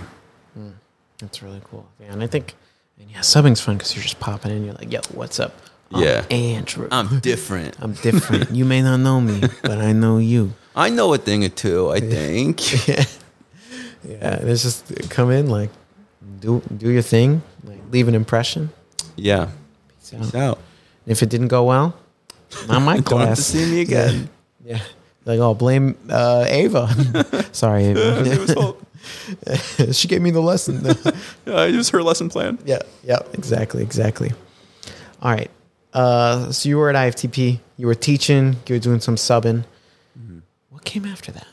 That's really cool. Yeah, and I think and yeah, subbing's fun because you're just popping in. You're like, yo, what's up? I'm
Yeah.
Andrew.
I'm different.
I'm different. you may not know me, but I know you.
I know a thing or two. I think.
Yeah, it's just come in like do do your thing, like leave an impression.
yeah.
So,
Peace out.
if it didn't go well, not my
Don't have to
class.
see me again.
Yeah. Like, oh, blame uh, Ava. Sorry, Ava.
It was all-
she gave me the lesson.
yeah, it was Uh, her lesson plan.
yeah, yeah, exactly, exactly. All right. Uh, so you were at IFTP. You were teaching. You were doing some subbing.
Mm-hmm.
What came after that?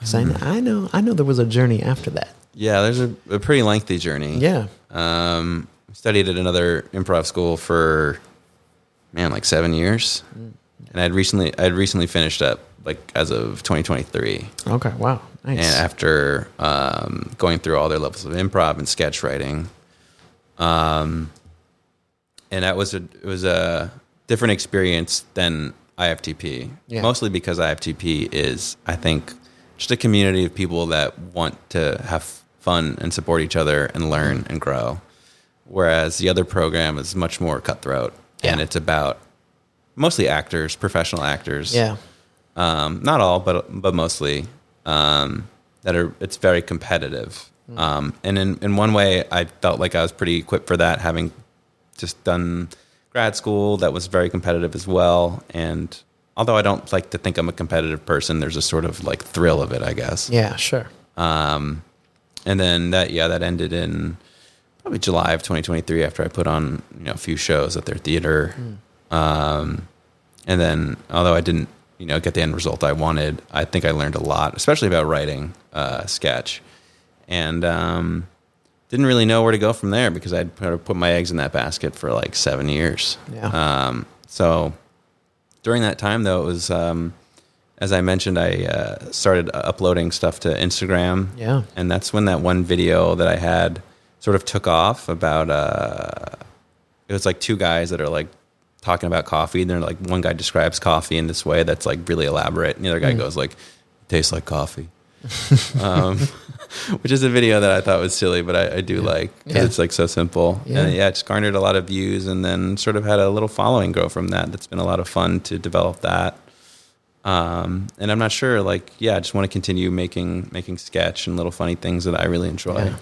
'Cause I, kn- I know, I know there was a journey after that.
Yeah, there's a, a pretty lengthy journey.
Yeah.
Um, studied at another improv school for man, like seven years, and I'd recently I'd recently finished up like as of 2023,
Okay. Wow. Nice.
and after um, going through all their levels of improv and sketch writing, um, and that was a it was a different experience than IFTP,
Yeah.
mostly because IFTP is I think just a community of people that want to have fun and support each other and learn and grow whereas the other program is much more cutthroat and
Yeah.
it's about mostly actors professional actors
yeah.
um, not all but but mostly um, that are it's very competitive um, and in, in one way i felt like i was pretty equipped for that having just done grad school that was very competitive as well and although i don't like to think i'm a competitive person there's a sort of like thrill of it i guess
Yeah. Sure.
and then that yeah that ended in probably july of 2023 after i put on you know a few shows at their theater um, and then although i didn't you know get the end result i wanted i think i learned a lot especially about writing uh, sketch and um, didn't really know where to go from there because i'd put, put my eggs in that basket for like seven years
Yeah.
um, so during that time though it was um, as i mentioned i uh, started uploading stuff to instagram
Yeah.
and that's when that one video that I had sort of took off about uh it was like two guys that are like talking about coffee and they're like one guy describes coffee in this way that's like really elaborate and the other guy goes like tastes like coffee. um which is a video that I thought was silly but I, I do like because
Yeah.
it's like so simple.
Yeah.
And yeah, it's garnered a lot of views and then sort of had a little following grow from that. That's been a lot of fun to develop that um, and I'm not sure. Like, yeah, I just want to continue making making sketch and little funny things that I really enjoy.
Yeah.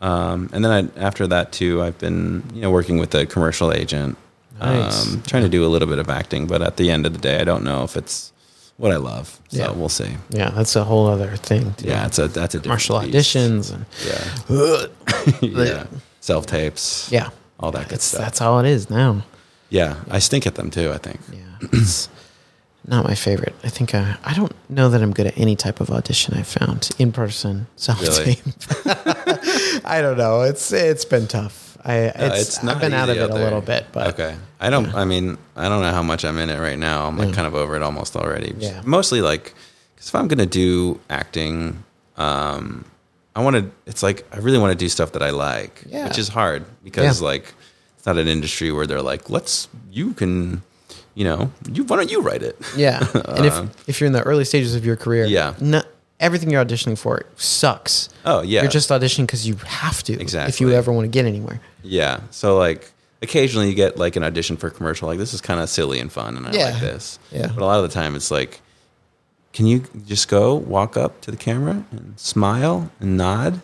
Um, and then I, after that too, I've been you know working with a commercial agent,
Nice.
um, trying to do a little bit of acting. But at the end of the day, I don't know if it's what I love. So
Yeah.
we'll see.
Yeah. That's a whole other thing. too.
Yeah, it's a that's a different
Martial
beast.
auditions and
Yeah,
yeah.
yeah. self tapes. all that good
That's
stuff.
that's all it is now.
yeah, I stink at them too. I think.
Yeah. It's, not my favorite. I think uh, I don't know that I'm good at any type of audition I've found in person, self
Really?
tape. I don't know. It's it's been tough. I
Uh,
it's, I've been out of
easy
it a
there.
little bit, but
okay. I don't. I mean, I don't know how much I'm in it right now. I'm like kind of over it almost already. Just
Mm. Yeah.
Mostly like, because if I'm gonna do acting, um, I want to. It's like I really want to do stuff that I like,
Yeah.
which is hard because
Yeah.
like it's not an industry where they're like, let's you can, you know, you why don't you write it?
yeah. And if if you're in the early stages of your career,
Uh-huh. Yeah.
no, everything you're auditioning for sucks.
Oh, yeah.
you're just auditioning because you have to. If you
Exactly.
ever want to get anywhere,
Yeah. So like occasionally you get like an audition for a commercial like this is kind of silly and fun and I
Yeah.
like this.
Yeah.
But a lot of the time it's like can you just go walk up to the camera and smile and nod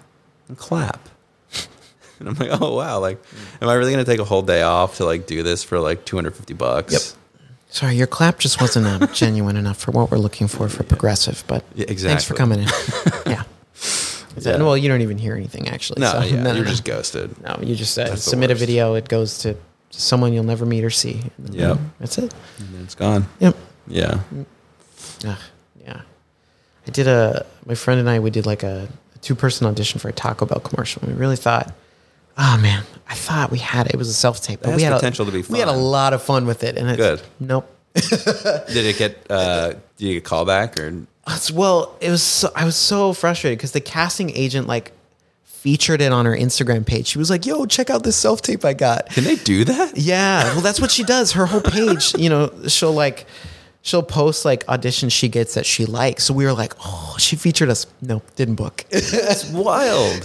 and clap? and I'm like, "Oh wow, like am I really going to take a whole day off to like do this for like 250 bucks?"
Yep. sorry, your clap just wasn't um, genuine enough for what we're looking for for progressive. But
Yeah,
thanks for
exactly.
coming in. yeah. Is that-
Yeah.
well, you don't even hear anything actually.
No,
so,
yeah,
no, no,
you're
no.
just ghosted.
No, you just uh,
That's the
submit a
worst.
video. It goes to someone you'll never meet or see. Mm,
Yep.
That's it.
And then it's gone.
Yep.
Yeah.
Mm. Ugh, yeah. I did a, my friend and I, we did like a, a two person audition for a Taco Bell commercial. We really thought, oh man, I thought we had it. It was a self tape. But
has
we had
potential
a,
to be
We had a
fun.
lot of fun with it. And it's,
Good.
Nope.
Did it get uh did you get a call back or
Us- well, it was so, I was so frustrated because the casting agent like featured it on her Instagram page. She was like, yo, check out this self tape I got.
can they do that?
Yeah, well, that's what she does. Her whole page, you know, she'll like, she'll post like auditions she gets that she likes. So we were like, oh, she featured us. Nope, didn't book.
It's wild.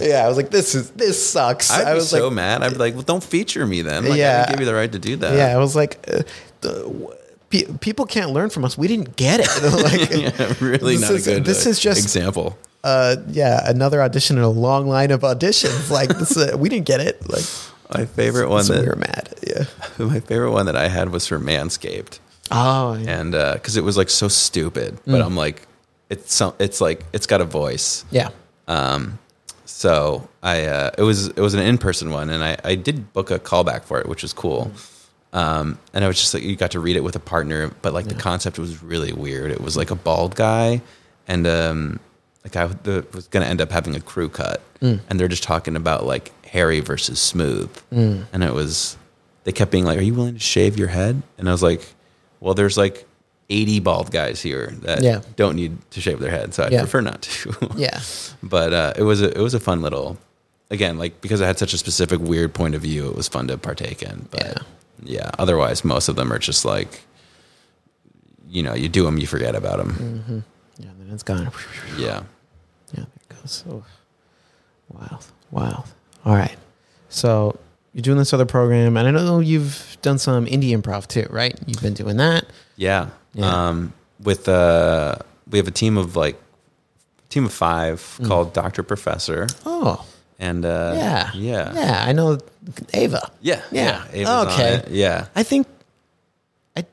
yeah, I was like, this is this sucks.
I'd
I
be
was
so
like,
mad. I'd be like, well, don't feature me then. Like, I
Yeah.
didn't give you the right to do that.
yeah, I was like, uh, the, w- pe- people can't learn from us. We didn't get it. like,
Yeah, really
This
not
is-
a good
this
uh,
is just-
example.
uh, yeah, another audition in a long line of auditions. Like, this, uh, we didn't get it. Like,
My favorite one
so we were
that
mad. Yeah.
my favorite one that I had was for Manscaped,
Oh,
and because it was like so stupid,
Mm.
but I'm like, it's some, it's like it's got a voice.
yeah.
Um, so I uh, it was it was an in person one, and I I did book a callback for it, which was cool.
Mm.
Um, and I was just like, you got to read it with a partner, but like the concept was really weird. It was like a bald guy and um, a guy with the, was going to end up having a crew cut,
Mm.
and they're just talking about like hairy versus smooth,
Mm.
and it was they kept being like, "Are you willing to shave your head?" And I was like, "Well, there's like." 80 bald guys here that
Yeah.
don't need to shave their head, so I would
Yeah.
prefer not to.
Yeah.
but uh, it was a, it was a fun little again like because I had such a specific weird point of view it was fun to partake in but
Yeah.
yeah, otherwise most of them are just like you know you do them you forget about them
Yeah, and then it's gone.
yeah
Yeah, there it goes. Oh, wild, wild. All right. So you're doing this other program, and I know you've done some indie improv too, right? You've been doing that.
yeah,
Yeah.
um with uh we have a team of like team of five
Mm.
called Doctor Professor
Oh,
and uh
yeah,
yeah
yeah. I know Ava.
yeah
yeah.
Ava's on
okay.
it. yeah
I think I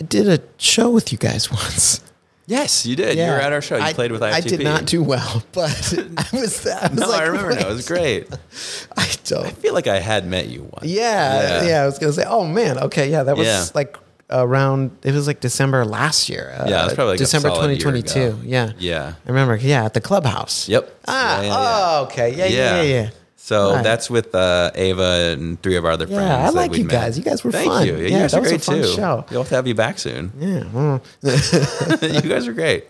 I did a show with you guys once.
yes you did you were at our show you
I-
played with IFTP
I did not do well, but I was. I was
no
like,
I remember now. it
wait,
was great
I don't.
I feel like I had met you once
Yeah, yeah, I was gonna say. Oh man, okay, yeah, that was
Yeah.
like around. It was like December last year. Uh,
Yeah, it was probably like a
December
solid year ago.
Yeah,
Yeah.
I remember. Yeah, at the clubhouse.
Yep.
Ah,
Yeah, yeah,
oh, okay. Yeah, yeah, yeah. yeah.
So
Right.
that's with uh, Ava and three of our other friends.
I
that
like
we
you
met.
guys. You guys were
Thank
fun.
you.
Yeah,
you guys
that
are
was a
great
fun
too.
show.
You'll have to have you back soon.
Yeah, well,
you guys are great.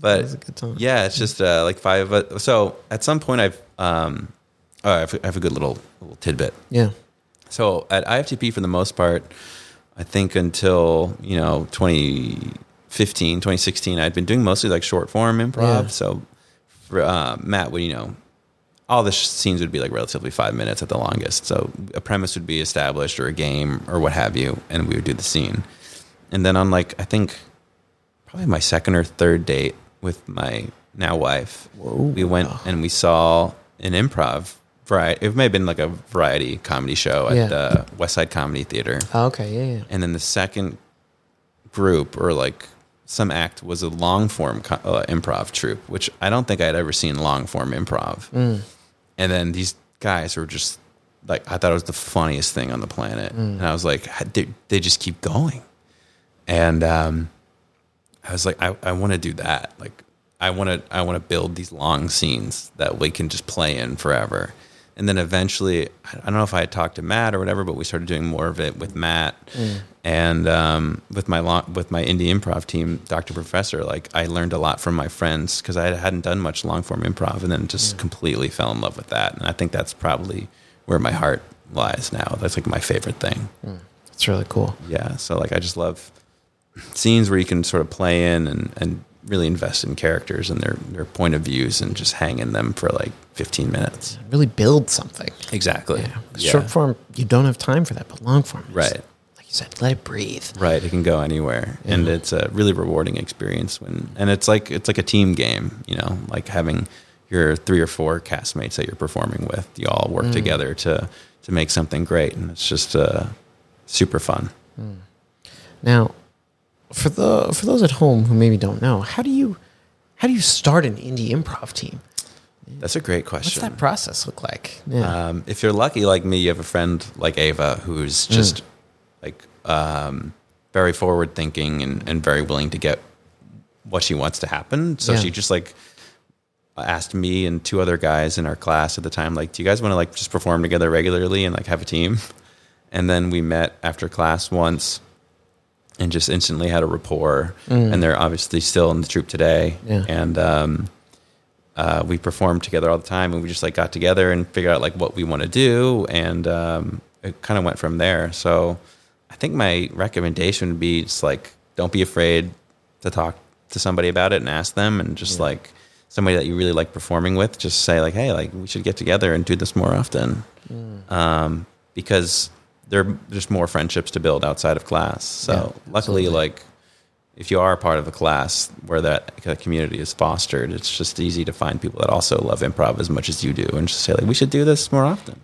But
was a good time.
yeah, it's just uh, like five. of us. So at some point, I've um, oh, I have, I have a good little little tidbit.
yeah,
So at IFTP, for the most part, I think until, you know, 2015, 2016, I'd been doing mostly like short form improv.
Yeah.
So for, uh, Matt would, you know, all the sh- scenes would be like relatively five minutes at the longest. So a premise would be established or a game or what have you, and we would do the scene. And then on like, I think probably my second or third date with my now wife, we went and we saw an improv variety. It may have been like a variety comedy show at
Yeah.
the West Side Comedy Theater.
oh, okay, yeah, yeah.
And then the second group or like some act was a long form co- uh, improv troupe, which I don't think I'd ever seen long form improv. And then these guys were just like, I thought it was the funniest thing on the planet. And I was like, "How- they, they just keep going. And um, I was like, I, I want to do that. Like, I want to I want to build these long scenes that we can just play in forever. And then eventually, I I don't know if I had talked to Matt or whatever, but we started doing more of it with Matt and um, with my long, with my indie improv team, Doctor Professor. Like, I learned a lot from my friends because I hadn't done much long form improv, and then just completely fell in love with that. And I think that's probably where my heart lies now. That's like my favorite thing.
It's really cool.
Yeah. So like I just love scenes where you can sort of play in and, and really invest in characters and their, their point of views and just hang in them for like 15 minutes.
Really build something.
Exactly. Yeah.
Short form, you don't have time for that, but long form, is-
Right.
Like you said, let it breathe.
Right. It can go anywhere. And it's a really rewarding experience when, and it's like, it's like a team game, you know, like having your three or four castmates that you're performing with, you all work together to, to make something great. And it's just uh, super fun.
Now, for the for those at home who maybe don't know, how do you how do you start an indie improv team?
That's a great question.
What's that process look like? Uh, Yeah.
Um, if you're lucky like me, you have a friend like Ava
Mm.
who's just like um, very forward thinking and, and very willing to get what she wants to happen. So
Yeah.
she just like asked me and two other guys in our class at the time, like, do you guys want to like just perform together regularly and like have a team? And then we met after class once and just instantly had a rapport. And they're obviously still in the troupe today.
Yeah.
And um, uh, we performed together all the time and we just like got together and figured out like what we want to do. And um, it kind of went from there. So I think my recommendation would be just like, don't be afraid to talk to somebody about it and ask them and just like somebody that you really like performing with, just say like, hey, like we should get together and do this more often um, because there there's more friendships to build outside of class. So
Yeah,
luckily, like if you are a part of a class where that c- community is fostered, it's just easy to find people that also love improv as much as you do, and just say like we should do this more often.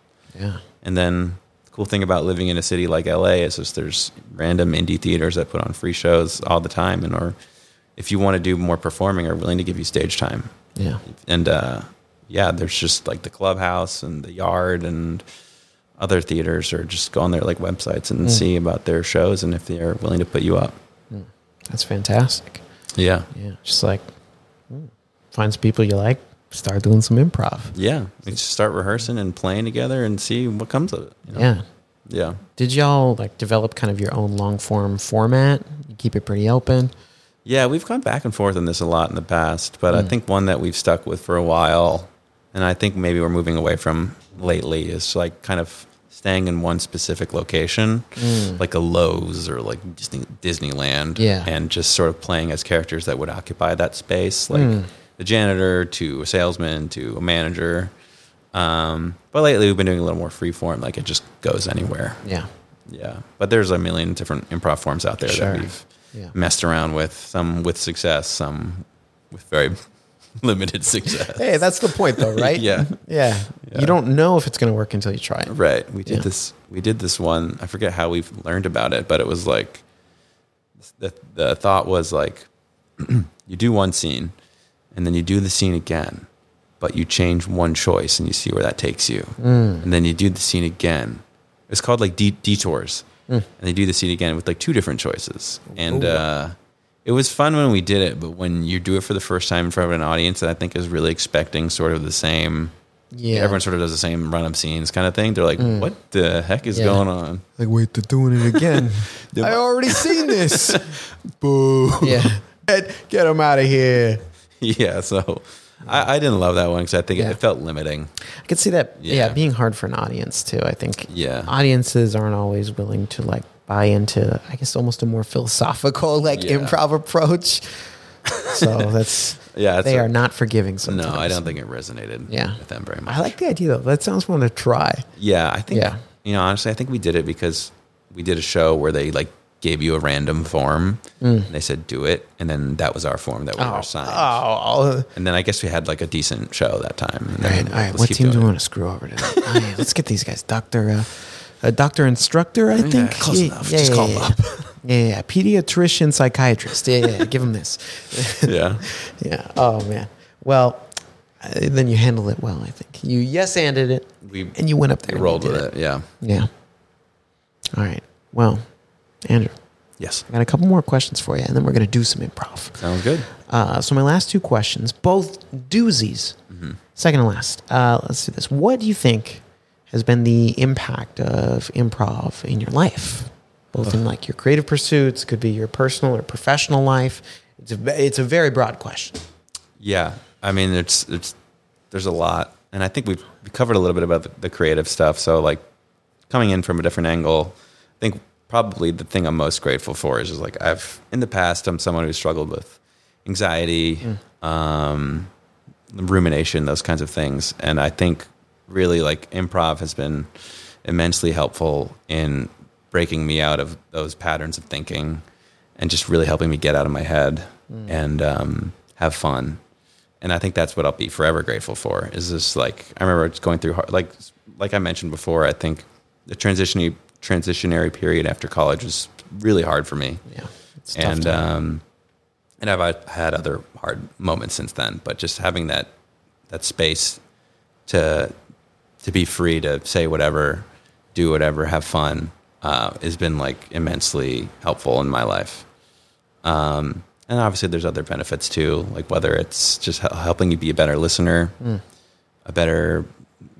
yeah.
And then the cool thing about living in a city like LA is just there's random indie theaters that put on free shows all the time, and or if you want to do more performing, are willing to give you stage time
Yeah.
and uh, yeah, there's just like the clubhouse and the yard and other theaters or just go on their like websites and see about their shows and if they are willing to put you up.
That's fantastic.
Yeah.
Yeah. Just like hmm, find some people you like, start doing some improv.
Yeah. We just start rehearsing and playing together and see what comes of it. you know?
Yeah.
Yeah.
Did y'all like develop kind of your own long form format? You keep it pretty open.
Yeah, we've gone back and forth on this a lot in the past, but I think one that we've stuck with for a while, and I think maybe we're moving away from lately, is like kind of staying in one specific location, like a Lowe's or like Disney, Disneyland,
Yeah.
and just sort of playing as characters that would occupy that space, like the janitor to a salesman to a manager. Um, but lately, we've been doing a little more free form, like it just goes anywhere.
Yeah.
Yeah, but there's a million different improv forms out there
Sure.
that we've
Yeah.
messed around with. Some with success, some with very limited success.
Hey, that's the point though, right?
Yeah.
yeah.
Yeah.
You don't know if it's going to work until you try it.
Right. We did
Yeah.
this. We did this one. I forget how we learned about it, but it was like the the thought was like you do one scene, and then you do the scene again, but you change one choice and you see where that takes you, and then you do the scene again. It's called like de- detours, and they do the scene again with like two different choices, and. uh it was fun when we did it, but when you do it for the first time in front of an audience that I think is really expecting sort of the same
Yeah. Mm.
everyone sort of does the same run up scenes kind of thing. They're like, what the heck is
Yeah.
going on?
Like, wait, they're doing it again. I already seen this. Boo. Yeah. Get, get them out of here.
yeah. So I, I didn't love that one because I think it,
Yeah.
it felt limiting.
I could see that, yeah.
Yeah.
being hard for an audience too. I think
Yeah.
audiences aren't always willing to like buy into, I guess, almost a more philosophical like
Yeah.
improv approach. So that's,
Yeah, that's
they
a-
are not forgiving sometimes.
No, I don't think it resonated
Yeah.
with them very much.
I like the idea though. That sounds fun to try.
Yeah, I think
Yeah.
you know, honestly, I think we did it because we did a show where they like gave you a random form
Mm.
and they said do it and then that was our form that we were assigned.
Oh,
And then I guess we had like a decent show that time. And
all
then,
right, all right.
let's
What
keep
team do we
doing it.
want to screw over today? Oh, yeah, let's get these guys. Doctor, uh, uh, doctor instructor, I think.
close enough. Just call 'em
yeah,
up.
Yeah, yeah, yeah. Pediatrician, psychiatrist. Yeah, yeah. yeah. Give them this.
Yeah.
yeah. Oh man. Well, uh, then you handled it well. I think you yes anded it,
We
and you went up there.
we
and
rolled
you
with
did
it. Yeah.
Yeah. All right. Well, Andrew,
Yes.
I got a couple more questions for you, and then we're going to do some improv.
Sounds good.
Uh, so my last two questions, both doozies. Second and last. Uh, let's do this. What do you think has been the impact of improv in your life, both in like your creative pursuits, could be your personal or professional life? It's a, it's a very broad question.
Yeah, I mean, it's it's there's a lot, and I think we've we covered a little bit about the, the creative stuff. So like coming in from a different angle, I think probably the thing I'm most grateful for is just like I've in the past I'm someone who struggled with anxiety, um, rumination, those kinds of things, and I think really like improv has been immensely helpful in breaking me out of those patterns of thinking and just really helping me get out of my head and um, have fun. And I think that's what I'll be forever grateful for. Is this like I remember just going through hard, like like I mentioned before. I think the transitionary transitionary period after college was really hard for me.
Yeah, it's tough
and
to-
um, and I've had- had other hard moments since then. But just having that that space to to be free to say whatever, do whatever, have fun uh, has been like immensely helpful in my life. Um, and obviously, there's other benefits too, like whether it's just hel- helping you be a better listener,
Mm.
a better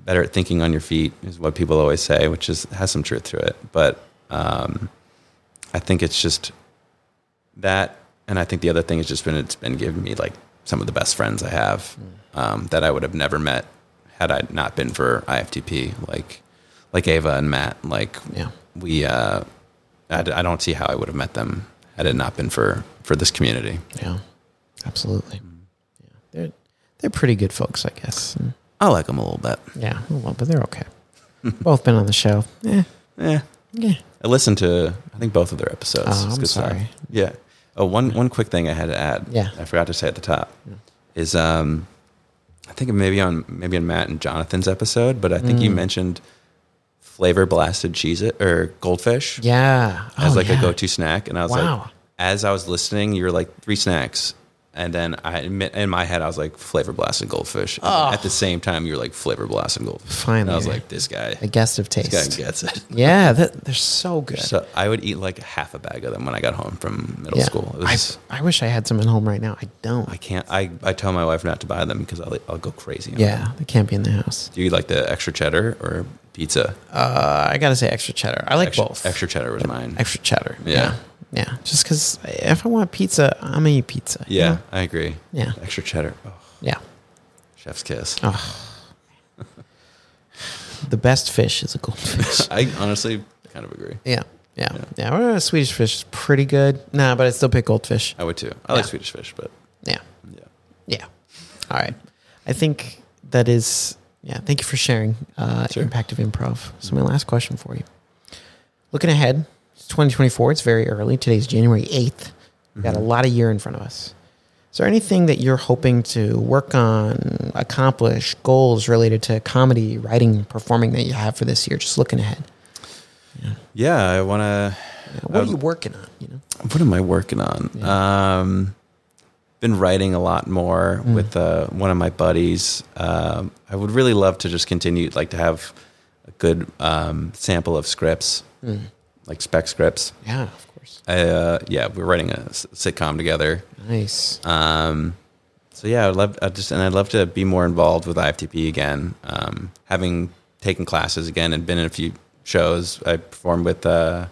better at thinking on your feet is what people always say, which is has some truth to it. But um, I think it's just that, and I think the other thing has just been it's been giving me like some of the best friends I have um, that I would have never met had I not been for IFTP, like like Ava and Matt. Like
Yeah.
we, uh, I, d- I don't see how I would have met them had it not been for for this community.
yeah, absolutely. Yeah, they're they're pretty good folks, I guess. And
I like them a little bit.
yeah, oh, well, but they're okay. both been on the show. Yeah,
Yeah,
yeah.
I listened to I think both of their episodes.
Oh,
It's
I'm
good stuff.
sorry.
Yeah. Oh, one one quick thing I had to add.
Yeah.
I forgot to say at the top is um, I think maybe on maybe on Matt and Jonathan's episode, but I think
Mm.
you mentioned flavor blasted cheese it or goldfish
Yeah.
as
Oh,
like a
yeah.
go-to snack, and I was
Wow.
like, as I was listening, you were like three snacks. And then I admit, in my head, I was like flavor blasted goldfish. And
Oh.
At the same time, you were like flavor blasted goldfish. and I was
Finally.
like, this guy,
A guest of taste.
this guy gets it.
Yeah, that, they're so good.
So I would eat like half a bag of them when I got home from middle
yeah.
school. It was,
I, I wish I had some at home right now. I don't.
I can't. I, I tell my wife not to buy them because I'll, I'll go crazy. on them.
yeah, they can't be in the house.
Do you like the extra cheddar or pizza?
Uh, I gotta say, extra cheddar. I like
extra,
both.
Extra cheddar was mine.
extra cheddar.
Yeah.
yeah, yeah. Just because if I want pizza, I'm gonna eat pizza. you
yeah,
know?
I agree.
Yeah. Oh.
Extra cheddar. Oh,
yeah.
chef's kiss.
The best fish is a goldfish.
I honestly kind of agree.
yeah, yeah, yeah. Well, Swedish fish is pretty good. Nah, but I still pick goldfish.
I would too. I like
Yeah.
Swedish fish, but
Yeah,
yeah.
yeah. All right. I think that is. Yeah. Thank you for sharing. Uh,
Sure.
Impact of improv. So my last question for you. Looking ahead, it's 2024. It's very early. Today's January 8th. We've got a lot of year in front of us. Is there anything that you're hoping to work on, accomplish, goals related to comedy, writing, performing that you have for this year? Just looking ahead.
Yeah, I want to.
What are you working on? You know.
What am I working on? Um, been writing a lot more with uh, one of my buddies. Um, I would really love to just continue, like to have a good um, sample of scripts, like spec scripts.
Yeah, of course.
Uh, yeah, we're writing a s- sitcom together.
Nice.
Um, so yeah, I'd love I'd just and I'd love to be more involved with IFTP again. Um, having taken classes again and been in a few shows, I performed with uh,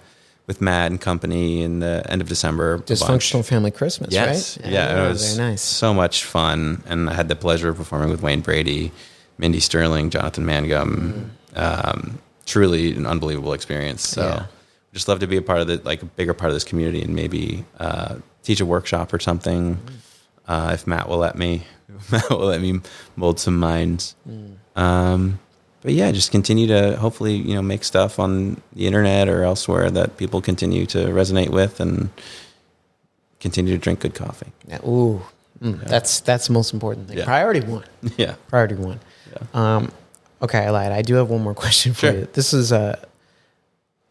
with Matt and company in the end of December. a bunch.
Dysfunctional family Christmas,
Yes.
right?
Yeah.
Oh,
it was
very nice.
so much fun. And I had the pleasure of performing with Wayne Brady, Mindy Sterling, Jonathan Mangum. Um, truly an unbelievable experience. So
Yeah.
just love to be a part of the, like a bigger part of this community and maybe uh, teach a workshop or something. Uh, if Matt will let me, Matt will let me mold some minds. Um, but yeah, just continue to hopefully you know make stuff on the internet or elsewhere that people continue to resonate with and continue to drink good coffee.
Yeah, Ooh, Mm, that's that's the most important thing.
Yeah.
Priority one.
Yeah.
Priority one. Um, okay, I lied. I do have one more question for
Sure.
you. This is uh,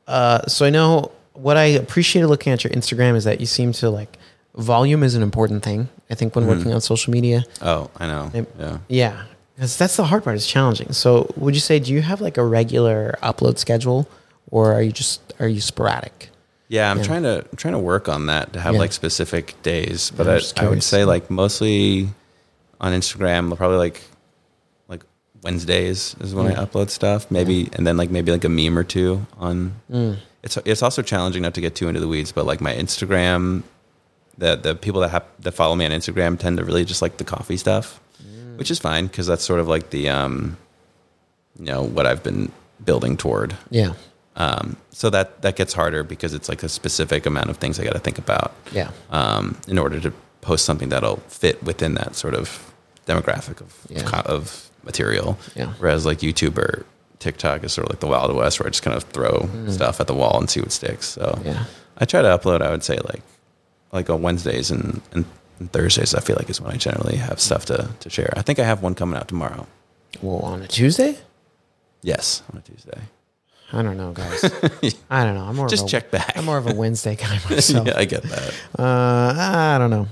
uh, so I know what I appreciated looking at your Instagram is that you seem to like volume is an important thing. I think when
Mm-hmm.
working on social media,
Oh, I know. yeah.
yeah, because that's the hard part. It's challenging. So would you say do you have like a regular upload schedule, or are you just are you sporadic?
Yeah, I'm trying to I'm trying to work on that to have
Yeah.
like specific days, but
I'm
I-
just
I, would
curious.
say like mostly on Instagram, probably like like Wednesdays is when I upload stuff, maybe, and then like maybe like a meme or two on.
Mm.
It's it's also challenging not to get too into the weeds, but like my Instagram, the the people that have that follow me on Instagram tend to really just like the coffee stuff,
Mm.
which is fine because that's sort of like the um, you know, what I've been building toward.
Yeah.
Um, so that that gets harder because it's like a specific amount of things I got to think about
Yeah.
um, in order to post something that'll fit within that sort of demographic of
Yeah.
of, co- of material.
Yeah.
Whereas like YouTube or TikTok is sort of like the Wild West where I just kind of throw stuff at the wall and see what sticks. So
Mm. Yeah.
I try to upload. I would say like like on Wednesdays and, and and Thursdays. I feel like is when I generally have stuff to to share. I think I have one coming out tomorrow.
Well, on a Tuesday?
Yes, on a Tuesday.
I don't know, guys. I don't know. I'm more
Just
of a,
check back.
Oh, I'm more of a Wednesday guy myself.
yeah, I get that.
Uh, I don't know.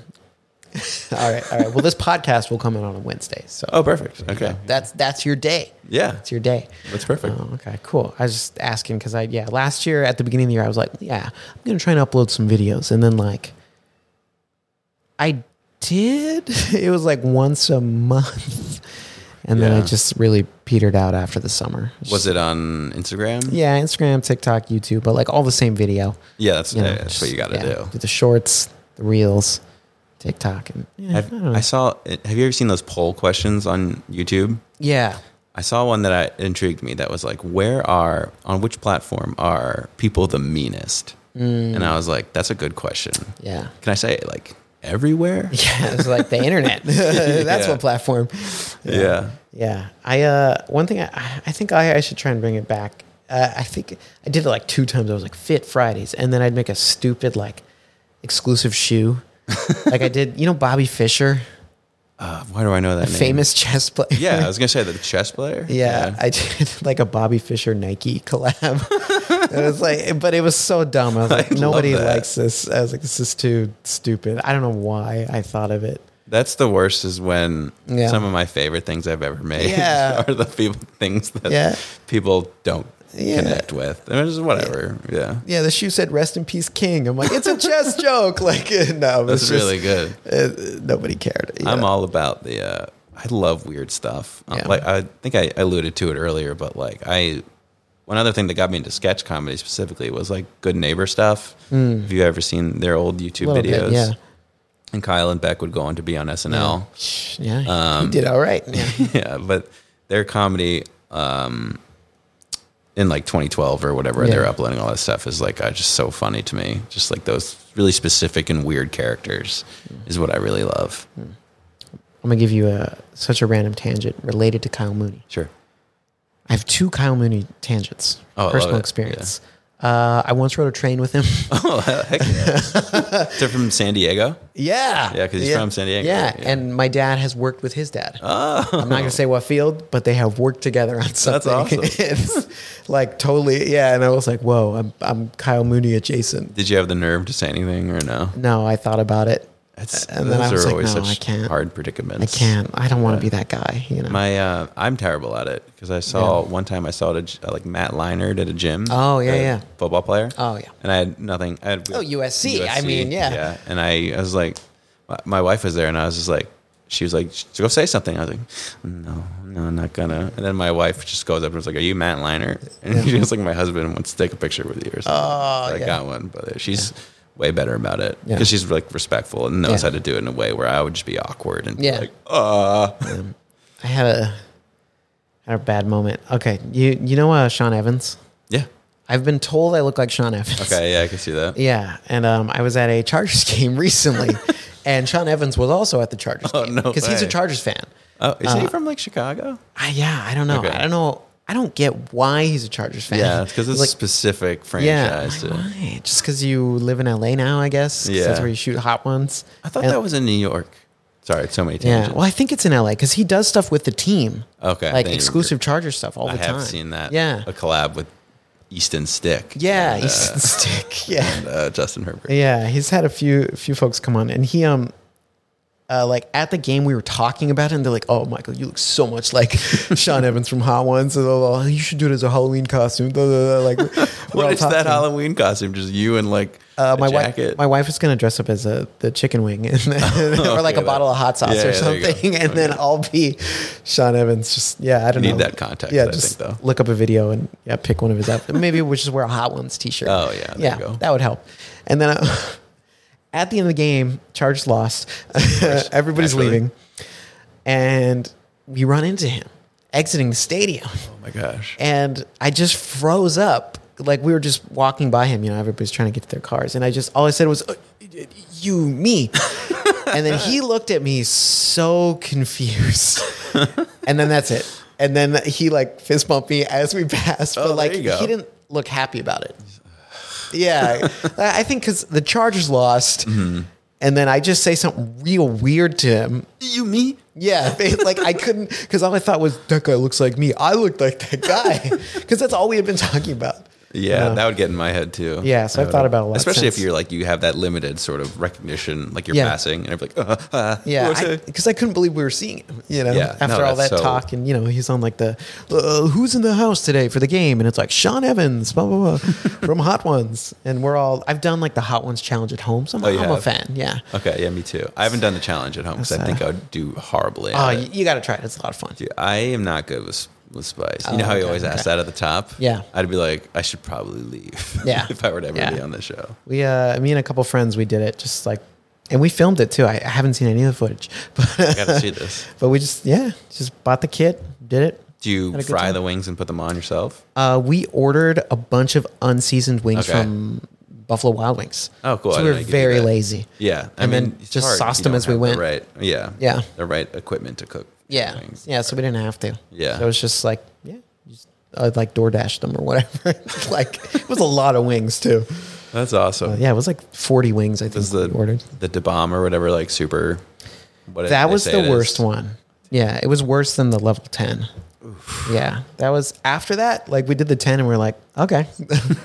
all right, all right. Well, this podcast will come in on a Wednesday, so
Oh, perfect. Okay.
that's that's your day.
Yeah.
That's your day.
That's perfect.
Oh, okay, cool. I was just asking because I yeah, last year at the beginning of the year I was like, yeah, I'm gonna try and upload some videos, and then like, I did. It was like once a month, and then I
Yeah.
just really petered out after the summer.
Was it on Instagram?
Yeah, Instagram, TikTok, YouTube, but like all the same video.
Yeah, that's,
you know,
that's what you got to
just- yeah,
do.
the shorts, the reels, TikTok, and yeah, I don't
I've,
know.
I saw. Have you ever seen those poll questions on YouTube?
yeah,
I saw one that I, intrigued me. That was like, where are on which platform are people the meanest?
Mm.
And I was like, that's a good question.
yeah.
Can I say like everywhere?
Yeah, it's like the internet. That's
Yeah.
what platform.
Yeah. yeah.
Yeah, I uh, one thing I, I think I, I should try and bring it back. Uh, I think I did it like two times. I was like Fit Fridays, and then I'd make a stupid like exclusive shoe. like I did, you know, Bobby Fisher,
Uh, why do I know that? name?
famous chess player.
Yeah, I was gonna say the chess player.
Yeah, I did like a Bobby Fisher Nike collab. it was like, but it was so dumb. I was like,
I love
nobody
that.
likes this. I was like, this is too stupid. I don't know why I thought of it.
That's the worst is when
Yeah.
some of my favorite things I've ever made
Yeah.
are the people things that
Yeah.
people don't
Yeah.
connect with. I mean, just whatever. Yeah.
Yeah, the shoe said "Rest in peace, King." I'm like, it's a chess joke. Like, no,
That's
it's
really good.
good. Uh, nobody cared. you
I'm
know?
all about the uh I love weird stuff. Um,
Yeah.
Like I think I alluded to it earlier, but like I one other thing that got me into sketch comedy specifically was like good neighbor stuff. Have you ever seen their old YouTube
Hmm. Little bit,
videos?
yeah.
And Kyle and Beck would go on to be on SNL.
Yeah, he
Um,
did all right. Yeah.
yeah, but their comedy um, in like 2012 or whatever,
Yeah.
they're uploading all that stuff is like uh, just so funny to me. Just like those really specific and weird characters is what I really love.
I'm gonna give you a such a random tangent related to Kyle Mooney.
Sure.
I have two Kyle Mooney tangents.
Oh, I love
personal
it.
experience. Uh, I once rode a train with him.
Oh, heck yeah. They're from San Diego.
Yeah.
Yeah, 'cause he's from San Diego,
Yeah.
yeah.
and my dad has worked with his dad. Oh. I'm not going to say what field, but they have worked together on something.
awesome.
it's like totally, yeah. And I was like, whoa, I'm, I'm Kyle Mooney adjacent.
Did you have the nerve to say anything or no?
No, I thought about it.
That's,
and
those
then I was
are
like,
always
no, I
such
can't.
hard
I
predicaments.
can't. I don't want to be that guy, you know.
My, uh, I'm terrible at it because I saw one time I saw it at, a gy- like Matt Leinart at a gym.
Oh, yeah,
the
yeah.
football player.
Oh, yeah.
and I had nothing. I had
Oh, USC. I mean, yeah.
yeah. And I, I was like, my, my wife was there, and I was just like, she was like, go say something. I was like, no, no, I'm not gonna. And then my wife just goes up and was like, are you Matt Leinart? And she was like, my husband wants to take a picture with you or something. Oh, I
yeah.
got one, but she's. Way better about it
Yeah.
because she's like respectful and knows
Yeah.
how to do it in a way where I would just be awkward and be
Yeah.
like, uh,
I had a, had a bad moment. Okay. You, you know uh, Sean Evans?
yeah,
I've been told I look like Sean Evans.
okay, yeah, I can see that.
Yeah, and um, I was at a Chargers game recently, and Sean Evans was also at the Chargers
Oh,
game
no
because he's a
way.
Chargers fan.
Oh, is
Uh,
he from like Chicago?
I, yeah, I don't know.
Okay.
I don't know. I don't get why he's a Chargers fan.
Yeah, because it's a
like
specific
yeah,
franchise.
like,
too.
why? Just because you live in LA now, I guess. 'cause that's
Yeah.
where you shoot hot ones.
I thought
And-
that was in New York. Sorry, it's so many
Yeah,
tangents.
well, I think it's in LA because he does stuff with the team.
Okay,
like
then you
exclusive Chargers stuff all
I
the
have
time.
seen that.
Yeah,
a collab with Easton Stick.
yeah,
and,
he's
uh,
stick. Yeah,
and, uh, Justin Herbert.
Yeah, he's had a few few folks come on, and he um, uh, like at the game we were talking about it, and they're like, "Oh, Michael, you look so much like Sean Evans from Hot Ones." And they're like, you should do it as a Halloween costume. Blah, blah, blah. Like, we're all
What is that
talking.
Halloween costume? Just you and like
Uh,
a
my
jacket.
wife, my wife is gonna dress up as a the chicken wing, and then, or like a
that-
bottle of hot sauce
yeah,
or
yeah, there you go.
something, and then I'll be Sean Evans. Just yeah, I don't
You
know.
need that context, I think, though.
look up a video and yeah, pick one of his outfits. Maybe we just wear a Hot Ones T-shirt.
Oh, yeah, there
yeah,
you go.
that would help. And then uh, at the end of the game, Chargers lost. Everybody's
naturally.
leaving, and we run into him exiting the stadium
oh my gosh.
and I just froze up. Like we were just walking by him, you know, everybody's trying to get to their cars, and I just all I said was, "Uh, "You, me," and then he looked at me so confused, and then that's it. And then he like fist bumped me as we passed, but
Oh, there
like
you go.
he didn't look happy about it. Yeah, I I think because the Chargers lost,
Mm-hmm.
and then I just say something real weird to him,
You me?
yeah, they- like I couldn't because all I thought was that guy looks like me. I looked like that guy because that's all we had been talking about.
Yeah,
No.
that would get in my head too.
Uh, Yeah, so I've
I would-
thought about it a lot
Especially
since.
if you're like you have that limited sort of recognition, like you're
Yeah.
passing, and I'm like, uh, uh,
Yeah,
okay.
because I, couldn't believe we were seeing him. You know,
Yeah,
after
no,
all that
that's so-
talk, and you know, he's on like the uh, who's in the house today for the game, and it's like Sean Evans, blah blah blah, from Hot Ones, and we're all. I've done like the Hot Ones challenge at home, so I'm,
Oh, you
I'm a
have?
fan. Yeah.
okay, yeah, me too. I haven't done the challenge at home because I think I would do horribly.
uh, Oh,
At
you,
it.
you got to try it. It's a lot of fun.
Dude, I am not good with with spice. You know how you
Oh, okay,
always ask
okay.
that at the top.
Yeah.
I'd be like, I should probably leave.
Yeah.
if I were to ever
Yeah.
be on the show.
We, uh, me and a couple friends, we did it just like, and we filmed it too. I, I haven't seen any of the footage, but
I gotta see this.
But we just yeah, just bought the kit, did it. Had
Do you
a good
fry
time.
the wings and put them on yourself?
Uh, we ordered a bunch of unseasoned wings
Okay.
from Buffalo Wild Wings.
Oh, cool. I
So we
didn't
were
know you could do
very
that.
lazy.
Yeah, I
and then
mean, it's
just
hard if
sauced
you
them
don't
as we
have
went.
the Right. Yeah.
Yeah.
The right equipment to cook.
Yeah,
wings.
yeah. So we didn't have to.
Yeah.
so it was just like yeah, just uh, like DoorDash them or whatever. like it was a lot of wings too.
That's awesome.
Yeah, it was like forty wings. I think
Is the
we ordered.
the DeBomb or whatever like super? What
That
they
was
say
the
it is.
worst one. Yeah, it was worse than the level 10. Yeah, that was after that. Like, we did the 10 and we are like, okay.